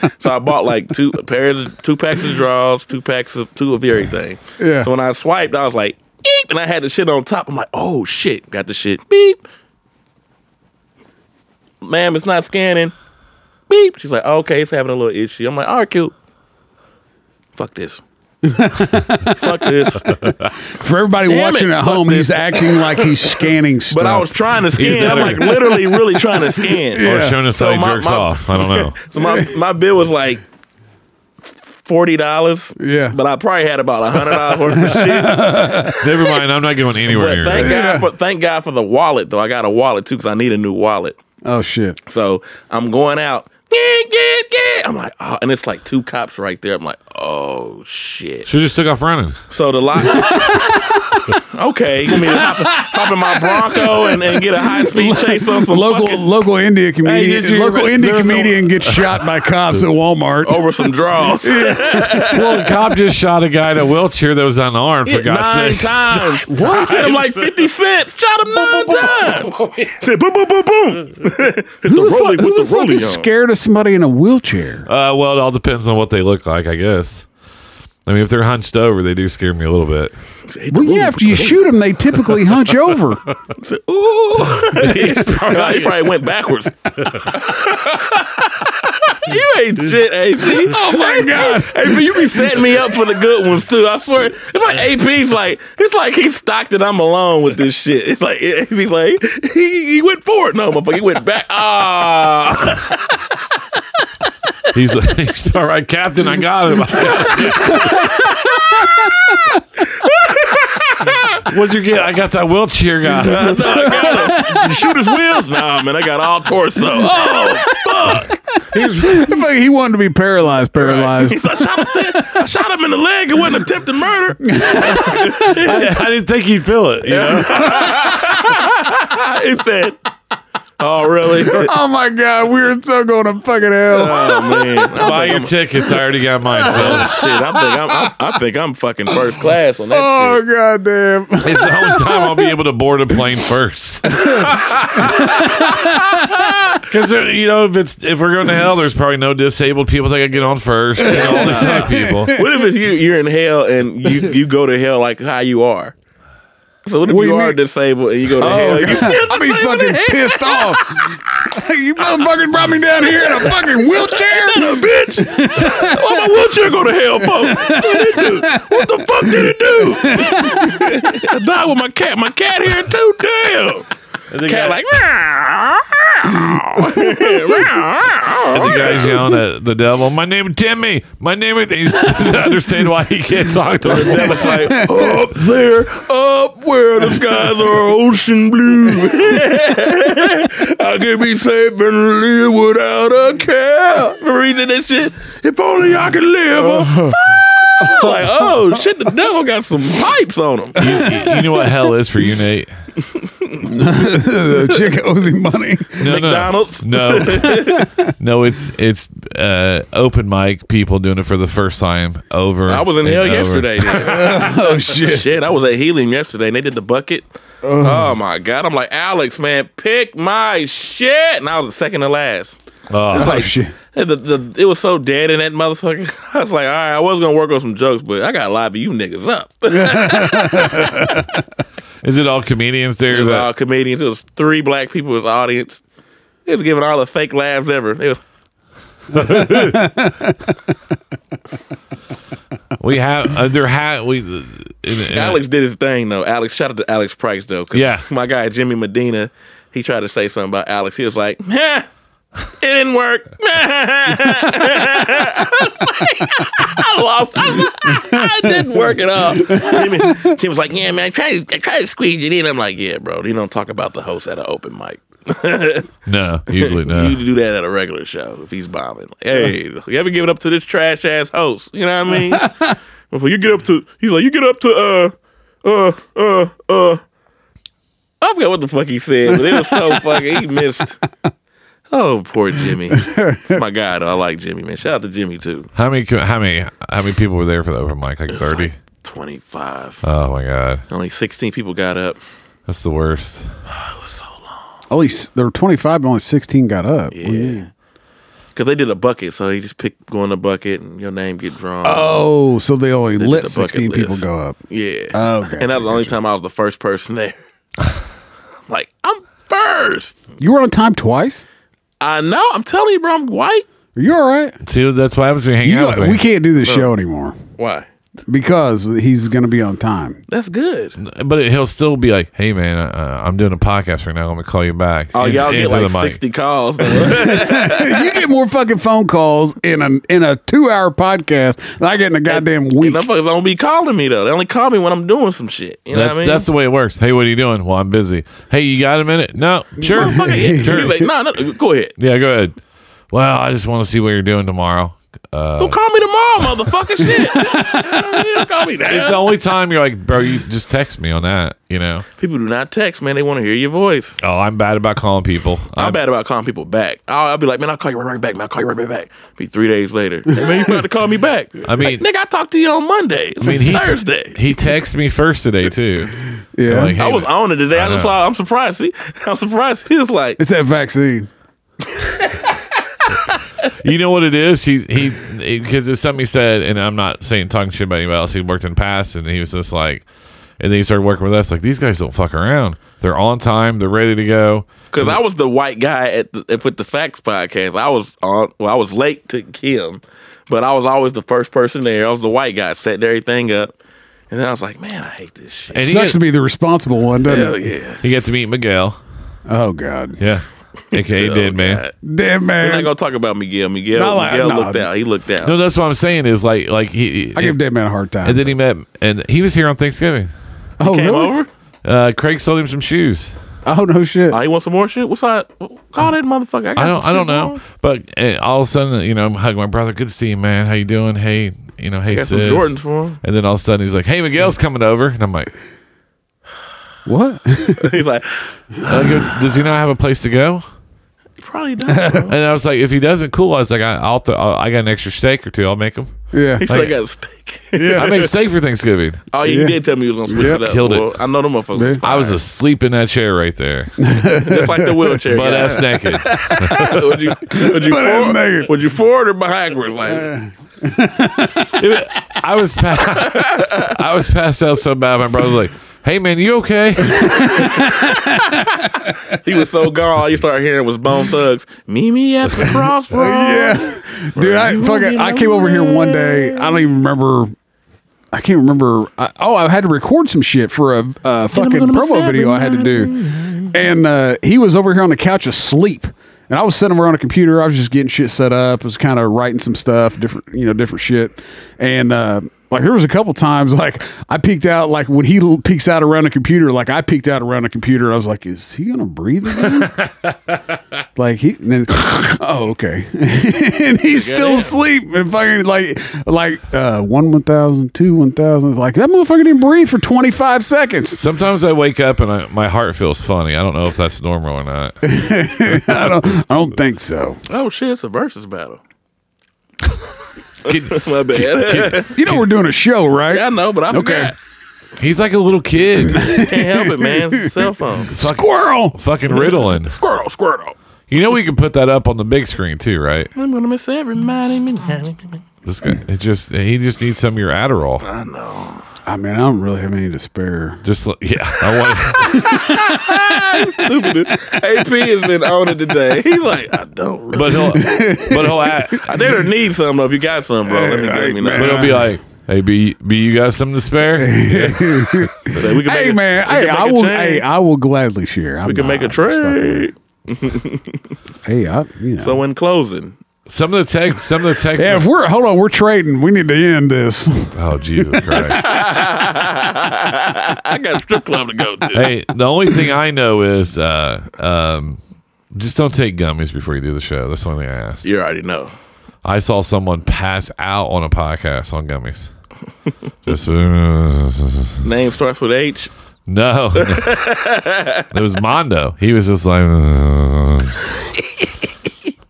[SPEAKER 1] one. So I bought like two pairs, of, two packs of drawers, two packs of two of everything.
[SPEAKER 2] Yeah.
[SPEAKER 1] So when I swiped, I was like, eep, and I had the shit on top. I'm like, oh shit, got the shit. Beep. Ma'am, it's not scanning. Beep. She's like, okay, it's having a little issue. I'm like, all right, cute. Fuck this. Fuck this.
[SPEAKER 2] For everybody
[SPEAKER 1] Damn
[SPEAKER 2] watching
[SPEAKER 1] it,
[SPEAKER 2] at
[SPEAKER 1] fuck
[SPEAKER 2] home, he's acting
[SPEAKER 1] [LAUGHS]
[SPEAKER 2] like he's scanning stuff.
[SPEAKER 1] But I was trying to scan. I'm like
[SPEAKER 3] better.
[SPEAKER 1] literally, really trying to scan.
[SPEAKER 3] [LAUGHS] Or showing us
[SPEAKER 1] So
[SPEAKER 3] how he
[SPEAKER 1] my-
[SPEAKER 3] jerks
[SPEAKER 1] my-
[SPEAKER 3] off. I don't know.
[SPEAKER 1] [LAUGHS] So my my bill was like forty dollars.
[SPEAKER 2] Yeah.
[SPEAKER 1] But I probably had about a hundred dollars worth
[SPEAKER 3] [LAUGHS]
[SPEAKER 1] of shit.
[SPEAKER 3] Never mind. I'm not going anywhere
[SPEAKER 1] But
[SPEAKER 3] near
[SPEAKER 1] thank
[SPEAKER 3] that.
[SPEAKER 1] God for thank God for the wallet though. I got a wallet too because I need a new wallet.
[SPEAKER 2] Oh shit.
[SPEAKER 1] So I'm going out. "Yeah, yeah, yeah." I'm like, oh, and it's like two cops right there. I'm like, oh shit.
[SPEAKER 3] Should just took off running.
[SPEAKER 1] So the
[SPEAKER 3] [LAUGHS]
[SPEAKER 1] lock. okay, you want me to hop, hop in my Bronco and, and get a high
[SPEAKER 2] [LAUGHS]
[SPEAKER 1] speed chase on [LAUGHS] some
[SPEAKER 2] local
[SPEAKER 1] fucking-
[SPEAKER 2] local India comedian
[SPEAKER 3] did you-
[SPEAKER 2] local
[SPEAKER 3] there
[SPEAKER 2] India
[SPEAKER 3] was a-
[SPEAKER 2] comedian gets shot by cops at Walmart. [LAUGHS]
[SPEAKER 1] over some draws.
[SPEAKER 3] Well, the cop just shot a guy in a wheelchair that was unarmed. For
[SPEAKER 1] nine
[SPEAKER 3] God's sake.
[SPEAKER 1] times. [LAUGHS] what? Hit him like fifty cents. Shot him nine [LAUGHS] times. Said boom, boom, boom, [LAUGHS] boom. Hit
[SPEAKER 2] Who
[SPEAKER 1] the
[SPEAKER 2] the,
[SPEAKER 1] rolly
[SPEAKER 2] fuck, who
[SPEAKER 1] with the
[SPEAKER 2] the fuck
[SPEAKER 1] rolly
[SPEAKER 2] is
[SPEAKER 1] on.
[SPEAKER 2] scared of somebody in a wheelchair?
[SPEAKER 3] Uh, well, it all depends on what they look like, I guess. I mean, if they're hunched over, they do scare me a little bit.
[SPEAKER 2] Well, yeah, after you shoot them,
[SPEAKER 1] [LAUGHS]
[SPEAKER 2] they typically hunch over.
[SPEAKER 1] Ooh. he probably went backwards. [LAUGHS] you ain't shit, AP. Oh my god, AP, you be setting me up for the good ones too. I swear, it's like AP's like it's like he stocked that I'm alone with this shit. It's like he's like he, he went forward, no motherfucker, he went back. Ah,
[SPEAKER 3] He's, [LAUGHS] he's all right, Captain. I got him. [LAUGHS] What'd you get? I got that wheelchair guy.
[SPEAKER 1] [LAUGHS] no, I got him. You shoot his wheels, nah, man. I got all torso. Oh,
[SPEAKER 2] [LAUGHS] If he wanted to be paralyzed, paralyzed.
[SPEAKER 1] [LAUGHS] he's like, shot him, I shot him in the leg. It wasn't attempted murder.
[SPEAKER 3] I, I didn't think he'd feel it. You know?
[SPEAKER 1] [LAUGHS] he said, "Oh, really?
[SPEAKER 2] [LAUGHS] Oh my god, we are so going to fucking hell.
[SPEAKER 1] Oh man, I think
[SPEAKER 3] Buy your
[SPEAKER 1] I'm-
[SPEAKER 3] tickets. I already got mine filled.
[SPEAKER 1] Oh, shit, I think I'm, I'm, I think I'm fucking first class on that
[SPEAKER 2] Oh
[SPEAKER 1] shit.
[SPEAKER 2] god
[SPEAKER 1] [LAUGHS]
[SPEAKER 2] damn.
[SPEAKER 3] It's the only time I'll be able to board a plane first. [LAUGHS] Because uh, you know, if it's if we're going to hell, there's probably no disabled people that can get on first. You know, all this [LAUGHS] type of people.
[SPEAKER 1] What if it's you? You're in hell and you you go to hell like how you are. So what if
[SPEAKER 2] What do
[SPEAKER 1] you
[SPEAKER 2] you
[SPEAKER 1] are
[SPEAKER 2] mean? Oh,
[SPEAKER 1] disabled and you go to hell? You still
[SPEAKER 2] I'll be fucking pissed off. [LAUGHS] you motherfuckers brought me down here in
[SPEAKER 1] [LAUGHS]
[SPEAKER 2] a fucking wheelchair.
[SPEAKER 1] bitch. Why my wheelchair go to hell for? What did it do? What the fuck did it do? [LAUGHS] I died with my cat. My cat here too. Damn.
[SPEAKER 3] And the,
[SPEAKER 1] Cat
[SPEAKER 3] guy, [LAUGHS]
[SPEAKER 1] like. "Meow, meow, meow."
[SPEAKER 3] and the guy's yelling at the devil. My name is Timmy. My name is. He doesn't [LAUGHS] understand why he can't talk to him.
[SPEAKER 1] That was like up there, up where the skies are ocean blue. [LAUGHS] I can be safe and live without a care. For Reading that shit, if only I could live. a- [LAUGHS] like, oh shit, the devil got some pipes on
[SPEAKER 3] [LAUGHS]
[SPEAKER 1] him.
[SPEAKER 3] You, you know what hell is for you, Nate?
[SPEAKER 2] the chick owes him
[SPEAKER 1] [LAUGHS]
[SPEAKER 2] money.
[SPEAKER 3] No, no.
[SPEAKER 1] McDonald's.
[SPEAKER 3] No, no, it's it's uh, open mic people doing it for the first time over.
[SPEAKER 1] I was in
[SPEAKER 3] and
[SPEAKER 1] hell
[SPEAKER 3] over.
[SPEAKER 1] yesterday. Then.
[SPEAKER 2] Oh shit.
[SPEAKER 1] Shit, I was at Helium yesterday and they did the bucket. Oh my god! I'm like Alex, man, pick my shit, and I was the second to last.
[SPEAKER 3] Oh.
[SPEAKER 2] Oh shit.
[SPEAKER 1] And The, the, it was so dead in that motherfucker. [LAUGHS] I was like, all right, I was gonna work on some jokes, but I gotta live you niggas up. it
[SPEAKER 3] Is it all comedians there?
[SPEAKER 1] was
[SPEAKER 3] that-
[SPEAKER 1] all comedians. It was three black people in the audience. It was giving all the fake laughs ever. It was
[SPEAKER 3] We have uh, there had we in, in,
[SPEAKER 1] Alex did his thing though. Alex, shout out to Alex Price though. 'cause
[SPEAKER 3] Yeah.
[SPEAKER 1] my guy Jimmy Medina, he tried to say something about Alex. He was like, [LAUGHS] "Huh, it didn't work. [LAUGHS] I, was like, [LAUGHS] I lost. I, was like, [LAUGHS] it didn't work at all. Jimmy, Jimmy was like, yeah, man, try to try to squeeze it in. I'm like, yeah, bro. You don't talk about the host at an open mic. [LAUGHS]
[SPEAKER 3] No, usually
[SPEAKER 1] You [LAUGHS]
[SPEAKER 3] no.
[SPEAKER 1] do that at a regular show if he's bombing. Like, hey, you ever give it up to this trash ass host? You know what I mean?
[SPEAKER 2] [LAUGHS]
[SPEAKER 1] Before you get up to, he's like, you get up to, uh, uh, uh, uh. I forgot what the fuck he said, but it was
[SPEAKER 2] [LAUGHS]
[SPEAKER 1] so fucking, he missed. Oh, poor Jimmy. My God, I like Jimmy, man. Shout out to Jimmy, too.
[SPEAKER 3] How many co- how many how many people were there for the open mic? Like thirty.
[SPEAKER 1] 25.
[SPEAKER 3] Oh my god,
[SPEAKER 1] Only 16 people got up.
[SPEAKER 3] that's the worst.
[SPEAKER 2] Only s- Oh, there were twenty five, but only sixteen got up. Well, Oh, yeah.
[SPEAKER 1] Because they did a bucket, so he just picked go in the bucket and your name get drawn.
[SPEAKER 2] Oh, so they only
[SPEAKER 1] did
[SPEAKER 2] let
[SPEAKER 1] the bucket
[SPEAKER 2] sixteen people
[SPEAKER 1] list.
[SPEAKER 2] go up.
[SPEAKER 1] Yeah.
[SPEAKER 2] Oh, okay.
[SPEAKER 1] And that was the only time I was the first person there. [LAUGHS] I'm like, I'm first.
[SPEAKER 2] You were on time twice.
[SPEAKER 1] I know. I'm telling you, bro, I'm white.
[SPEAKER 2] Are you all right?
[SPEAKER 3] See, that's what happens when you hang
[SPEAKER 2] You
[SPEAKER 3] out
[SPEAKER 2] got-
[SPEAKER 3] with
[SPEAKER 2] we
[SPEAKER 3] me.
[SPEAKER 2] can't do this show anymore
[SPEAKER 1] Why?
[SPEAKER 2] because he's going to be on time. [LAUGHS]
[SPEAKER 1] That's good.
[SPEAKER 3] but it, he'll still be like, "Hey man, uh, I'm doing a podcast right now. I'm gonna call you back."
[SPEAKER 1] Oh,
[SPEAKER 3] In-
[SPEAKER 1] y'all
[SPEAKER 3] into
[SPEAKER 1] get
[SPEAKER 3] the
[SPEAKER 1] like
[SPEAKER 3] mic.
[SPEAKER 1] 60
[SPEAKER 3] [LAUGHS]
[SPEAKER 1] calls. though. [LAUGHS]
[SPEAKER 2] you get more fucking phone calls in a in a two hour podcast than I get in a goddamn week.
[SPEAKER 1] Motherfuckers don't be calling me, though. They only call me when I'm doing some shit. You know
[SPEAKER 3] That's
[SPEAKER 1] what I mean?
[SPEAKER 3] that's the way it works. Hey, what are you doing? Well, I'm busy. Hey, you got a minute? No, sure, [LAUGHS]
[SPEAKER 1] He's
[SPEAKER 3] sure.
[SPEAKER 1] like, nah, no, go ahead.
[SPEAKER 3] Yeah, go ahead. Well, I just want to see what you're doing tomorrow. Oh.
[SPEAKER 1] Don't call me
[SPEAKER 3] [LAUGHS]
[SPEAKER 1] tomorrow, motherfucker. Shit. [LAUGHS] Don't call me
[SPEAKER 3] It's the
[SPEAKER 1] that.
[SPEAKER 3] only time you're like, bro, you just text me on that. You know.
[SPEAKER 1] People do not text, man. They want to hear your voice.
[SPEAKER 3] Oh, I'm bad about calling people.
[SPEAKER 1] I'm,
[SPEAKER 3] I'm-
[SPEAKER 1] bad about calling people back. I'll, I'll be like, man, I'll call you right back, man. I'll call you right back. Be three days later. Hey, [LAUGHS] man, you forgot to call me back.
[SPEAKER 3] I mean-
[SPEAKER 1] Like, nigga, I talked to you on Monday. It's
[SPEAKER 3] I mean, he,
[SPEAKER 1] Thursday.
[SPEAKER 3] He texted me first today too.
[SPEAKER 2] [LAUGHS] Yeah,
[SPEAKER 3] Like, hey,
[SPEAKER 1] I was on it today. I, just
[SPEAKER 3] know.
[SPEAKER 1] like, [LAUGHS] I'm surprised. See, I'm surprised. He was like,
[SPEAKER 2] it's that vaccine.
[SPEAKER 3] You know what it is? He he because it's something he said, and I'm not saying talking shit about anybody else. He worked in the past, and he was just like, and then he started working with us. Like these guys don't fuck around. They're on time. They're ready to go.
[SPEAKER 1] Because I was the white guy at the, at with the Facts podcast. I was on. Well, I was late to Kim, but I was always the first person there. I was the white guy, setting everything up, and then I was like, man, I hate this shit.
[SPEAKER 3] And he
[SPEAKER 2] Sucks
[SPEAKER 3] got,
[SPEAKER 2] to be the responsible one, doesn't
[SPEAKER 1] Hell
[SPEAKER 2] it?
[SPEAKER 1] yeah,
[SPEAKER 3] he got to meet Miguel.
[SPEAKER 2] Oh God,
[SPEAKER 3] Yeah, aka
[SPEAKER 1] So,
[SPEAKER 3] Dead Man.
[SPEAKER 1] God.
[SPEAKER 2] damn
[SPEAKER 1] We're
[SPEAKER 2] man!
[SPEAKER 1] not gonna talk about Miguel. Miguel,
[SPEAKER 2] No, I-
[SPEAKER 1] Miguel
[SPEAKER 2] no.
[SPEAKER 1] looked out. He looked out.
[SPEAKER 3] No, that's what I'm saying is like like he.
[SPEAKER 2] I give Dead Man a hard time.
[SPEAKER 3] and then he met, and he was here on Thanksgiving.
[SPEAKER 2] oh
[SPEAKER 1] Came
[SPEAKER 2] really?
[SPEAKER 1] over.
[SPEAKER 3] Uh, Craig sold him some shoes.
[SPEAKER 2] Oh no shit!
[SPEAKER 1] Oh, he wants some more shit. What's that? Call that motherfucker. I, got
[SPEAKER 3] I
[SPEAKER 1] some
[SPEAKER 3] don't. I
[SPEAKER 1] shit
[SPEAKER 3] don't
[SPEAKER 1] for
[SPEAKER 3] know.
[SPEAKER 1] him.
[SPEAKER 3] But uh, all of a sudden, you know, I'm hugging my brother. Good to see you, man. How you doing? Hey, you know, hey,
[SPEAKER 1] Got some
[SPEAKER 3] sis.
[SPEAKER 1] Jordans for him.
[SPEAKER 3] And then all of a sudden, he's like, "Hey, Miguel's coming over," and I'm like,
[SPEAKER 2] What? [LAUGHS]
[SPEAKER 1] [LAUGHS] He's like,
[SPEAKER 3] I go, "Does he not have a place to go?"
[SPEAKER 1] "You probably
[SPEAKER 3] [LAUGHS]
[SPEAKER 1] not. Bro.
[SPEAKER 3] And I was like, "If he doesn't, cool." I was like, I, "I'll. Th- I'll I got an extra steak or two. I'll make him.
[SPEAKER 2] yeah.
[SPEAKER 1] He said I got a steak.
[SPEAKER 3] [LAUGHS] I make steak for Thanksgiving."
[SPEAKER 1] oh, you
[SPEAKER 2] Yeah.
[SPEAKER 1] did tell me you was gonna switch
[SPEAKER 2] Yep.
[SPEAKER 1] it up.
[SPEAKER 3] Killed it.
[SPEAKER 1] boy. I know the motherfucker.
[SPEAKER 3] I was asleep in there right there,
[SPEAKER 1] just like the
[SPEAKER 3] [LAUGHS]
[SPEAKER 1] wheelchair.
[SPEAKER 3] butt
[SPEAKER 1] guy.
[SPEAKER 3] ass naked.
[SPEAKER 1] [LAUGHS] would you would you
[SPEAKER 2] ass
[SPEAKER 1] forward,
[SPEAKER 2] naked.
[SPEAKER 1] would you forward or backward? Like
[SPEAKER 3] I was pa- [LAUGHS] I was passed out so bad. My brother was like, "Hey, man, you okay?"
[SPEAKER 1] he was so gone. All you started hearing was Bone Thugs. Meet me at the crossroads.
[SPEAKER 2] [LAUGHS] Yeah, dude, I fucking I came over here one day. I don't even remember. I can't remember. I, oh, I had to record some shit for a, uh fucking
[SPEAKER 1] gonna
[SPEAKER 2] promo video I had to do, and uh, he was over here on the couch asleep. And I was sitting over on a computer. I was just getting shit set up. I was kind of writing some stuff, different, you know, different shit. And uh, like there was a couple times, like I peeked out, like when he l- peeks out around a computer, like I peeked out around a computer. I was like, is he gonna breathe again? Like he, and then, [LAUGHS] oh okay, [LAUGHS] and he's still
[SPEAKER 1] it.
[SPEAKER 2] asleep and fucking like like uh one one thousand two one thousand like that motherfucker didn't breathe for twenty five seconds. [LAUGHS]
[SPEAKER 3] Sometimes I wake up and I, my heart feels funny. I don't know if that's normal or not.
[SPEAKER 2] I don't I don't think so.
[SPEAKER 1] Oh shit, it's a versus battle. [LAUGHS]
[SPEAKER 3] Kid-
[SPEAKER 1] My bad.
[SPEAKER 2] You know we're doing a show, right?
[SPEAKER 1] I know, but I forgot.
[SPEAKER 3] he's like a little kid,
[SPEAKER 1] Can't help it, man. It's a cell phone.
[SPEAKER 2] Squirrel.
[SPEAKER 3] fucking riddling.
[SPEAKER 1] Squirrel, squirrel.
[SPEAKER 3] You know we can put that up on the big screen too, right?
[SPEAKER 1] I'm gonna miss everybody.
[SPEAKER 3] This guy, it just he just needs some of your Adderall.
[SPEAKER 1] I know.
[SPEAKER 2] I mean I don't really have any to spare.
[SPEAKER 3] Just li- yeah, I want.
[SPEAKER 1] Stupid. AP has been on it today. He's like, I don't. Really.
[SPEAKER 3] But he'll, but he'll, act,
[SPEAKER 1] I didn't need some though. If you got some, bro, let me let me know.
[SPEAKER 3] but he'll be like, "Hey, B, B, you got something to spare?" Yeah.
[SPEAKER 1] Say, we can
[SPEAKER 2] Hey
[SPEAKER 1] make a-
[SPEAKER 2] man,
[SPEAKER 1] we can
[SPEAKER 2] hey,
[SPEAKER 1] make
[SPEAKER 2] I
[SPEAKER 1] a
[SPEAKER 2] will
[SPEAKER 1] change.
[SPEAKER 2] hey, I will gladly share. I'm
[SPEAKER 1] we can
[SPEAKER 2] not-
[SPEAKER 1] make a trade.
[SPEAKER 2] Hey, I you know
[SPEAKER 1] So in closing,
[SPEAKER 3] Some of the text, some of the text.
[SPEAKER 2] yeah, if we're hold on, we're trading. We need to end this. [LAUGHS]
[SPEAKER 3] oh Jesus Christ!
[SPEAKER 1] I got a strip club to go to.
[SPEAKER 3] hey, the only thing I know is, uh, um, just don't take gummies before you do the show. That's the only thing I ask.
[SPEAKER 1] You already know.
[SPEAKER 3] I saw someone pass out on a podcast on gummies. Just
[SPEAKER 1] Name starts with H.
[SPEAKER 3] no, [LAUGHS] it was Mondo. He was just like,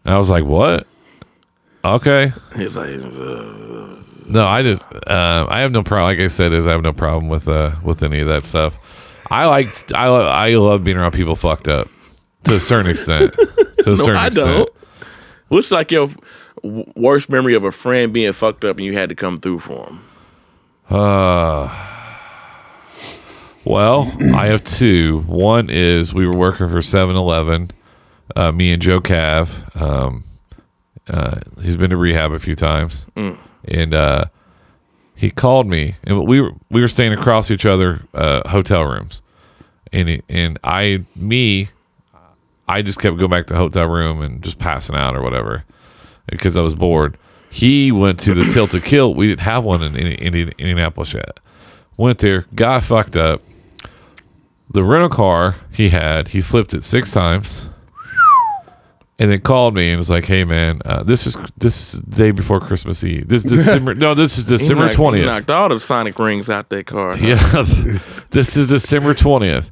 [SPEAKER 3] I was like, what? Okay,
[SPEAKER 1] He's like, uh,
[SPEAKER 3] no, I just, uh, I have no problem. Like I said, is I have no problem with uh with any of that stuff. I like, I lo- I love being around people fucked up to a certain extent. To a
[SPEAKER 1] [LAUGHS] no,
[SPEAKER 3] certain
[SPEAKER 1] I
[SPEAKER 3] extent.
[SPEAKER 1] don't. What's like your w- worst memory of a friend being fucked up and you had to come through for him?
[SPEAKER 3] Uh, Well, I have two. One is we were working for 7 Eleven, uh, me and Joe Cav. Um, uh, he's been to rehab a few times. And uh, he called me, and we were, we were staying across each other, uh, hotel rooms. And, he, and I, me, I just kept going back to the hotel room and just passing out or whatever because I was bored. He went to the Tilt to Kill. We didn't have one in, Indi- Indi- Indianapolis yet. Went there, got fucked up. The rental car he had, he flipped it six times, and then called me and was like, "Hey man, uh, this is this is the day before Christmas Eve.
[SPEAKER 1] [LAUGHS]
[SPEAKER 3] This December no, this is
[SPEAKER 1] He
[SPEAKER 3] December
[SPEAKER 1] knocked- he
[SPEAKER 3] twentieth.
[SPEAKER 1] Knocked all the sonic rings out that car. huh?
[SPEAKER 3] [LAUGHS] Yeah, this is December twentieth,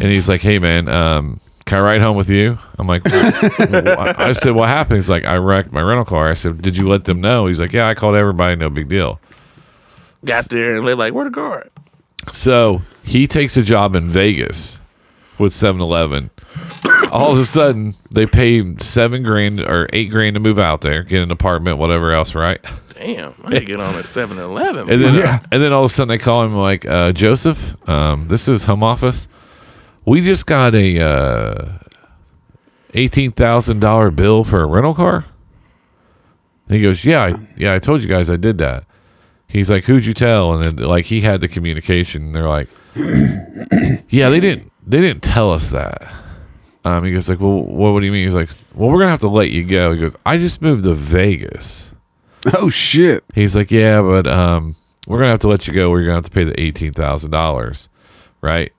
[SPEAKER 3] and he's like, "Hey man, um, can I ride home with you?" I'm like, "Wha- "I said, what happened?" He's like, "I wrecked my rental car." I said, "Did you let them know?" He's like, "Yeah, I called everybody, no big deal."
[SPEAKER 1] Got there and they're like, where the guard?
[SPEAKER 3] So he takes a job in Vegas with 7 Eleven all of a sudden they pay seven grand or eight grand to move out there, get an apartment, whatever else, right?
[SPEAKER 1] Damn, I need to get on a 7 Eleven.
[SPEAKER 3] And then,
[SPEAKER 2] Yeah.
[SPEAKER 3] and then all of a sudden they call him like uh, Joseph. Um, this is home office. We just got a uh, eighteen thousand dollar bill for a rental car. And he goes, "Yeah, I, yeah, I told you guys I did that." He's like, "Who'd you tell?" And then like he had the communication. And they're like, [COUGHS] "Yeah, they didn't. They didn't tell us that." Um, he goes like, "Well, what, what do you mean?" He's like, "Well, we're gonna have to let you go." He goes, "I just moved to Vegas."
[SPEAKER 2] Oh shit!
[SPEAKER 3] He's like, yeah, but um, we're gonna have to let you go. We're gonna have to pay the eighteen thousand dollars, right?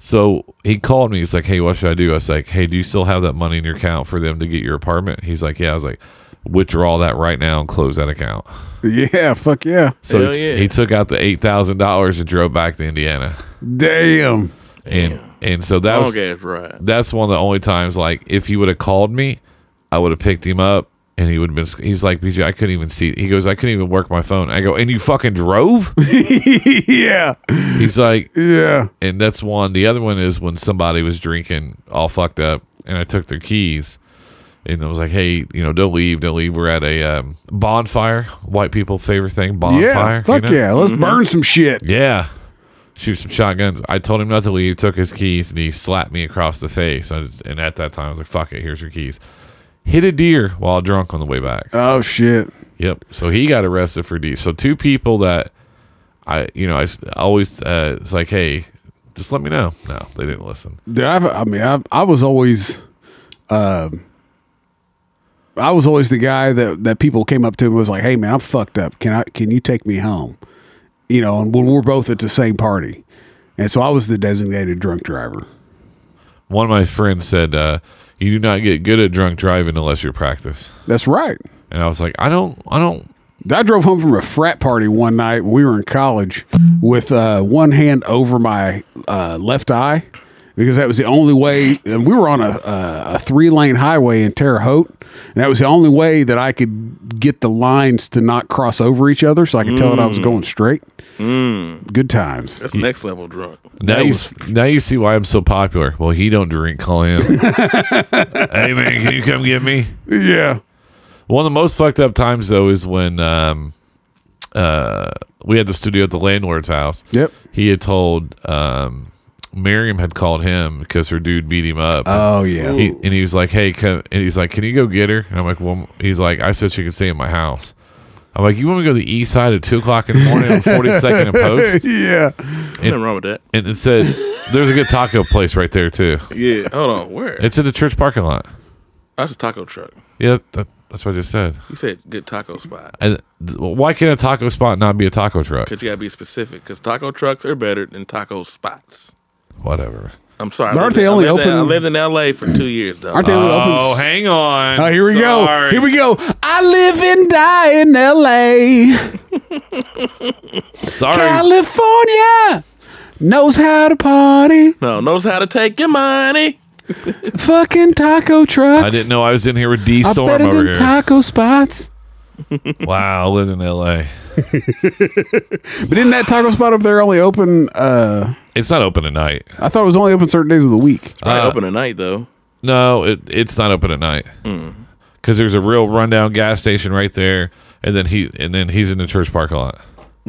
[SPEAKER 3] So he called me. He's like, hey, what should I do? I was like, hey, do you still have that money in your account for them to get your apartment? He's like, yeah. I was like, withdraw that right now and close that account.
[SPEAKER 2] Yeah, fuck yeah!
[SPEAKER 3] So
[SPEAKER 1] Hell
[SPEAKER 3] he-
[SPEAKER 1] yeah.
[SPEAKER 3] he took out the eight thousand dollars and drove back to Indiana.
[SPEAKER 2] Damn. [LAUGHS]
[SPEAKER 3] And and so that was
[SPEAKER 1] Long ass ride.
[SPEAKER 3] that's one of the only times like if he would have called me i would have picked him up and he would have been sc- he's like bj i couldn't even see he goes i couldn't even work my phone i go and you
[SPEAKER 1] [LAUGHS]
[SPEAKER 3] fucking drove
[SPEAKER 2] yeah,
[SPEAKER 3] he's like
[SPEAKER 2] yeah.
[SPEAKER 3] and that's one the other one is when somebody was drinking all fucked up and i took their keys and i was like hey you know don't leave don't leave we're at a um, bonfire white people favorite thing bonfire
[SPEAKER 2] Yeah,
[SPEAKER 3] you
[SPEAKER 2] fuck
[SPEAKER 3] know?
[SPEAKER 2] yeah. Let's burn some shit.
[SPEAKER 3] Yeah. Shoot some shotguns. I told him not to leave, took his keys, and he slapped me across the face. I just, and at that time, I was like, fuck it, here's your keys. Hit a deer while drunk on the way back.
[SPEAKER 2] Oh shit!
[SPEAKER 3] Yep. So he got arrested for deer. So two people that I, you know, I s- I always, uh, it's like, hey, just let me know. No, they didn't listen.
[SPEAKER 2] Dude, I've, I mean, I've, I was always, um, I was always the guy that that people came up to and was like, "Hey, man, I'm fucked up. Can I? Can you take me home?" You know, and when we're both at the same party, and so I was the designated drunk driver.
[SPEAKER 3] One of my friends said, uh, you do not get good at drunk driving unless you practice.
[SPEAKER 2] That's right.
[SPEAKER 3] And I was like, I don't, I don't,
[SPEAKER 2] I drove home from a frat party one night. when We were in college with uh, one hand over my uh, left eye because that was the only way. And we were on a, a, a three lane highway in Terre Haute, and that was the only way that I could get the lines to not cross over each other, so I could tell that I was going straight. Good times.
[SPEAKER 1] That's next level drunk.
[SPEAKER 3] Now
[SPEAKER 2] That
[SPEAKER 3] you,
[SPEAKER 2] was-
[SPEAKER 3] s- now you see why I'm so popular. Well, he don't drink.
[SPEAKER 2] [LAUGHS]
[SPEAKER 3] Call him. hey man, can you come get me?
[SPEAKER 2] Yeah.
[SPEAKER 3] One of the most fucked up times though is when um, uh, we had the studio at the landlord's house.
[SPEAKER 2] Yep.
[SPEAKER 3] He had told um, Miriam had called him because her dude beat him up.
[SPEAKER 2] Oh yeah.
[SPEAKER 3] He, and he was like, "Hey, come," and he's like, "Can you go get her?" And I'm like, "Well," he's like, "I said she could stay at my house." I'm like, "You want me to go to the east side at two o'clock in the morning on 42nd
[SPEAKER 2] [LAUGHS]
[SPEAKER 3] and
[SPEAKER 2] [LAUGHS]
[SPEAKER 3] Post?"
[SPEAKER 2] yeah.
[SPEAKER 1] Nothing wrong with that.
[SPEAKER 3] And it said, "There's a good taco place right there too."
[SPEAKER 1] Yeah. Hold on. Where?
[SPEAKER 3] It's in the church parking lot.
[SPEAKER 1] That's a taco truck.
[SPEAKER 3] Yeah, that, that's what I just said.
[SPEAKER 1] You said good taco spot.
[SPEAKER 3] And th- why can't a taco spot not be a taco truck?
[SPEAKER 1] Cause you gotta be specific. Cause taco trucks are better than taco spots.
[SPEAKER 3] Whatever.
[SPEAKER 1] I'm sorry.
[SPEAKER 2] But
[SPEAKER 1] I
[SPEAKER 2] aren't
[SPEAKER 1] lived in-
[SPEAKER 2] they only
[SPEAKER 1] I lived in-
[SPEAKER 2] open-
[SPEAKER 1] I lived in LA for two years though.
[SPEAKER 2] Aren't they only open?
[SPEAKER 3] Oh, hang on.
[SPEAKER 2] Oh, here we go. Here we go. I live and die in L.A.
[SPEAKER 3] Sorry. Oh.
[SPEAKER 2] California knows how to party.
[SPEAKER 1] no, knows how to take your money.
[SPEAKER 2] Fucking taco trucks.
[SPEAKER 3] I didn't know I was in here with D
[SPEAKER 2] are
[SPEAKER 3] Storm
[SPEAKER 2] better
[SPEAKER 3] over
[SPEAKER 2] than
[SPEAKER 3] here.
[SPEAKER 2] taco spots.
[SPEAKER 3] wow, I lived in L.A.
[SPEAKER 2] But isn't that taco spot up there only open? Uh,
[SPEAKER 3] It's not open at night.
[SPEAKER 2] I thought it was only open certain days of the week.
[SPEAKER 1] Probably open tonight though. [LAUGHS]
[SPEAKER 3] No, it, it's not open at night.
[SPEAKER 2] Hmm.
[SPEAKER 3] Because there's a real rundown gas station right there, and then he and then he's in the church parking lot.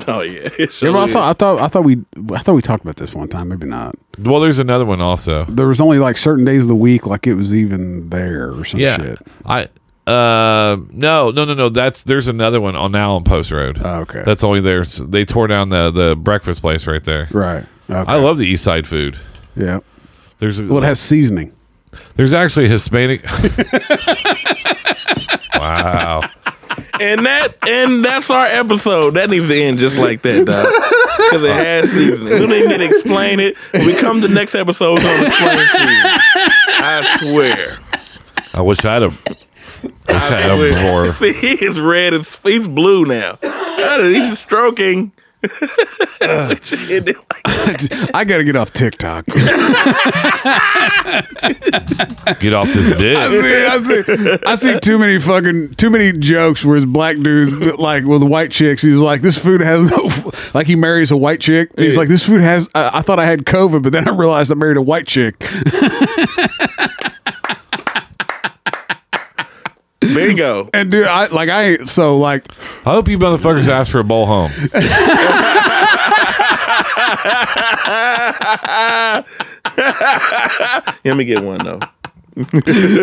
[SPEAKER 1] Oh yeah. It
[SPEAKER 2] Yeah,
[SPEAKER 1] sure
[SPEAKER 2] but I
[SPEAKER 1] is.
[SPEAKER 2] thought I thought I thought we I thought we talked about this one time. Maybe not.
[SPEAKER 3] Well, there's another one also.
[SPEAKER 2] There was only like certain days of the week, like it was even there or some
[SPEAKER 3] Yeah,
[SPEAKER 2] shit.
[SPEAKER 3] I. Uh no no no no that's there's another one on now on Post Road.
[SPEAKER 2] Oh, okay.
[SPEAKER 3] that's only there. So they tore down the the breakfast place right there.
[SPEAKER 2] Right. Okay.
[SPEAKER 3] I love the East Side food.
[SPEAKER 2] yeah.
[SPEAKER 3] There's a,
[SPEAKER 2] Well, it has seasoning. [LAUGHS]
[SPEAKER 3] there's actually a Hispanic. wow.
[SPEAKER 1] And that and that's our episode. That needs to end just like that, dog. Because it has seasoning. We don't even need to explain it. When we come to the next episode, we're gonna explain seasoning. I swear.
[SPEAKER 3] I wish I had a. wish I had a
[SPEAKER 1] Swear. [LAUGHS]
[SPEAKER 3] more.
[SPEAKER 1] See, he is red and s- he's blue now. God, He's stroking. [LAUGHS] We should end it like that.
[SPEAKER 2] I got to get off TikTok.
[SPEAKER 3] Get off this dick.
[SPEAKER 2] see, I see, I see too many fucking too many jokes where it's black dudes like with white chicks. He was like, "This food has no f-. like." He marries a white chick. He's
[SPEAKER 1] Yeah.
[SPEAKER 2] like, "This food has." I, I thought I had COVID, but then I realized I married a white chick.
[SPEAKER 1] Bingo.
[SPEAKER 2] And dude, I like I ain't so like
[SPEAKER 3] I hope you motherfuckers ask for a bowl home.
[SPEAKER 1] Yeah, Let me get one though.
[SPEAKER 3] You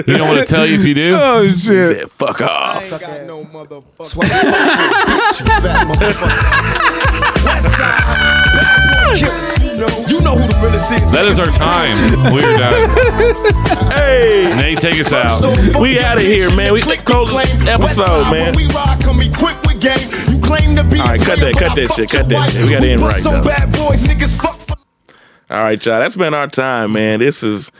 [SPEAKER 3] don't want to tell you if you do.
[SPEAKER 2] oh shit.
[SPEAKER 1] Said, Fuck off.
[SPEAKER 8] Got no motherfucker. Swipe your bitch, you fat motherfucker. West side, backward killers. You know who the realest is.
[SPEAKER 3] That is our time. We're done. hey, Nate, take us out.
[SPEAKER 1] We outta here, man. We close the episode, man.
[SPEAKER 8] We rock, come equipped with game. You claim to be.
[SPEAKER 1] All right, cut that- cut that shit, cut that shit. We gotta end
[SPEAKER 8] Put
[SPEAKER 1] right,
[SPEAKER 8] some
[SPEAKER 1] though.
[SPEAKER 8] bad boys, niggas, fuck.
[SPEAKER 1] All right, y'all. That's been our time, man. This is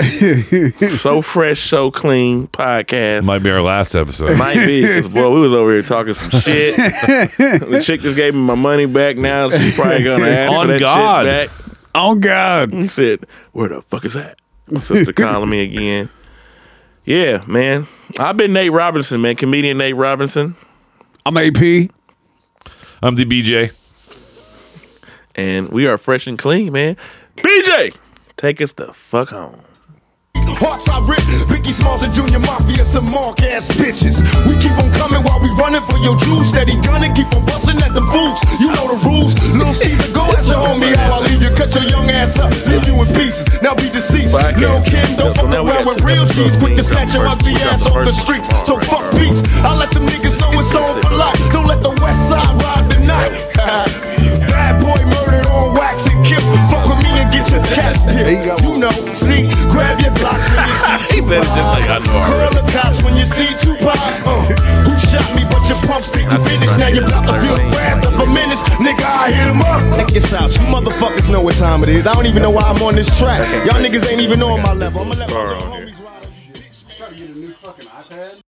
[SPEAKER 1] so fresh, so clean podcast.
[SPEAKER 3] Might be our last
[SPEAKER 1] [LAUGHS]
[SPEAKER 3] episode.
[SPEAKER 1] Might be, 'cause, boy, we was over here talking some
[SPEAKER 3] [LAUGHS]
[SPEAKER 1] shit. the chick just gave me my money back. Now she's probably gonna ask
[SPEAKER 3] On
[SPEAKER 1] for that
[SPEAKER 3] God.
[SPEAKER 1] shit back.
[SPEAKER 2] Oh god.
[SPEAKER 1] He said, "Where the fuck is that?" Sister calling me again. Yeah, man. I've been Nate Robinson, man. Comedian Nate Robinson,
[SPEAKER 2] I'm AP.
[SPEAKER 3] I'm the BJ.
[SPEAKER 1] and we are fresh and clean, man. BJ, take us the fuck home.
[SPEAKER 8] Hearts I rip, Biggie Smalls and Junior Mafia, some mark ass bitches. We keep on coming while we running for your juice. Steady gunning, keep on busting at them fools. You know the rules. Little Caesar, go at your homie. How I leave you, cut your young ass up, leave you in pieces. Now be deceased.
[SPEAKER 1] Podcast.
[SPEAKER 8] Lil Kim, don't
[SPEAKER 1] So
[SPEAKER 8] fuck
[SPEAKER 1] now we got
[SPEAKER 8] around with
[SPEAKER 1] two
[SPEAKER 8] real
[SPEAKER 1] episodes
[SPEAKER 8] cheese. Quick to
[SPEAKER 1] being
[SPEAKER 8] snatch your
[SPEAKER 1] covered.
[SPEAKER 8] ugly
[SPEAKER 1] We got
[SPEAKER 8] ass
[SPEAKER 1] the
[SPEAKER 8] off the
[SPEAKER 1] first
[SPEAKER 8] streets.
[SPEAKER 1] one.
[SPEAKER 8] So
[SPEAKER 1] All right,
[SPEAKER 8] fuck
[SPEAKER 1] all right.
[SPEAKER 8] peace. I let them niggas know it's on for life. Don't let the west side ride the night. [LAUGHS] Bad boy murdered on wax and kill. Fuck with me and get your cats pipped. You know, see, grab your blocks when you see
[SPEAKER 9] [LAUGHS]
[SPEAKER 1] He said it just like I know
[SPEAKER 8] Curl
[SPEAKER 1] already.
[SPEAKER 8] the cops when you see Tupac. Uh, who shot me? But your pumps didn't finish. Now you're about to feel the wrath of a menace. Nigga, I hit him up.
[SPEAKER 9] Check this out. You motherfuckers know what time it is. I don't even know why I'm on this track. Y'all niggas ain't even on my level. I'ma let my
[SPEAKER 1] Bar
[SPEAKER 9] little
[SPEAKER 1] on here.
[SPEAKER 9] homies ride on you, bitch.
[SPEAKER 2] Try to get a new fucking iPad.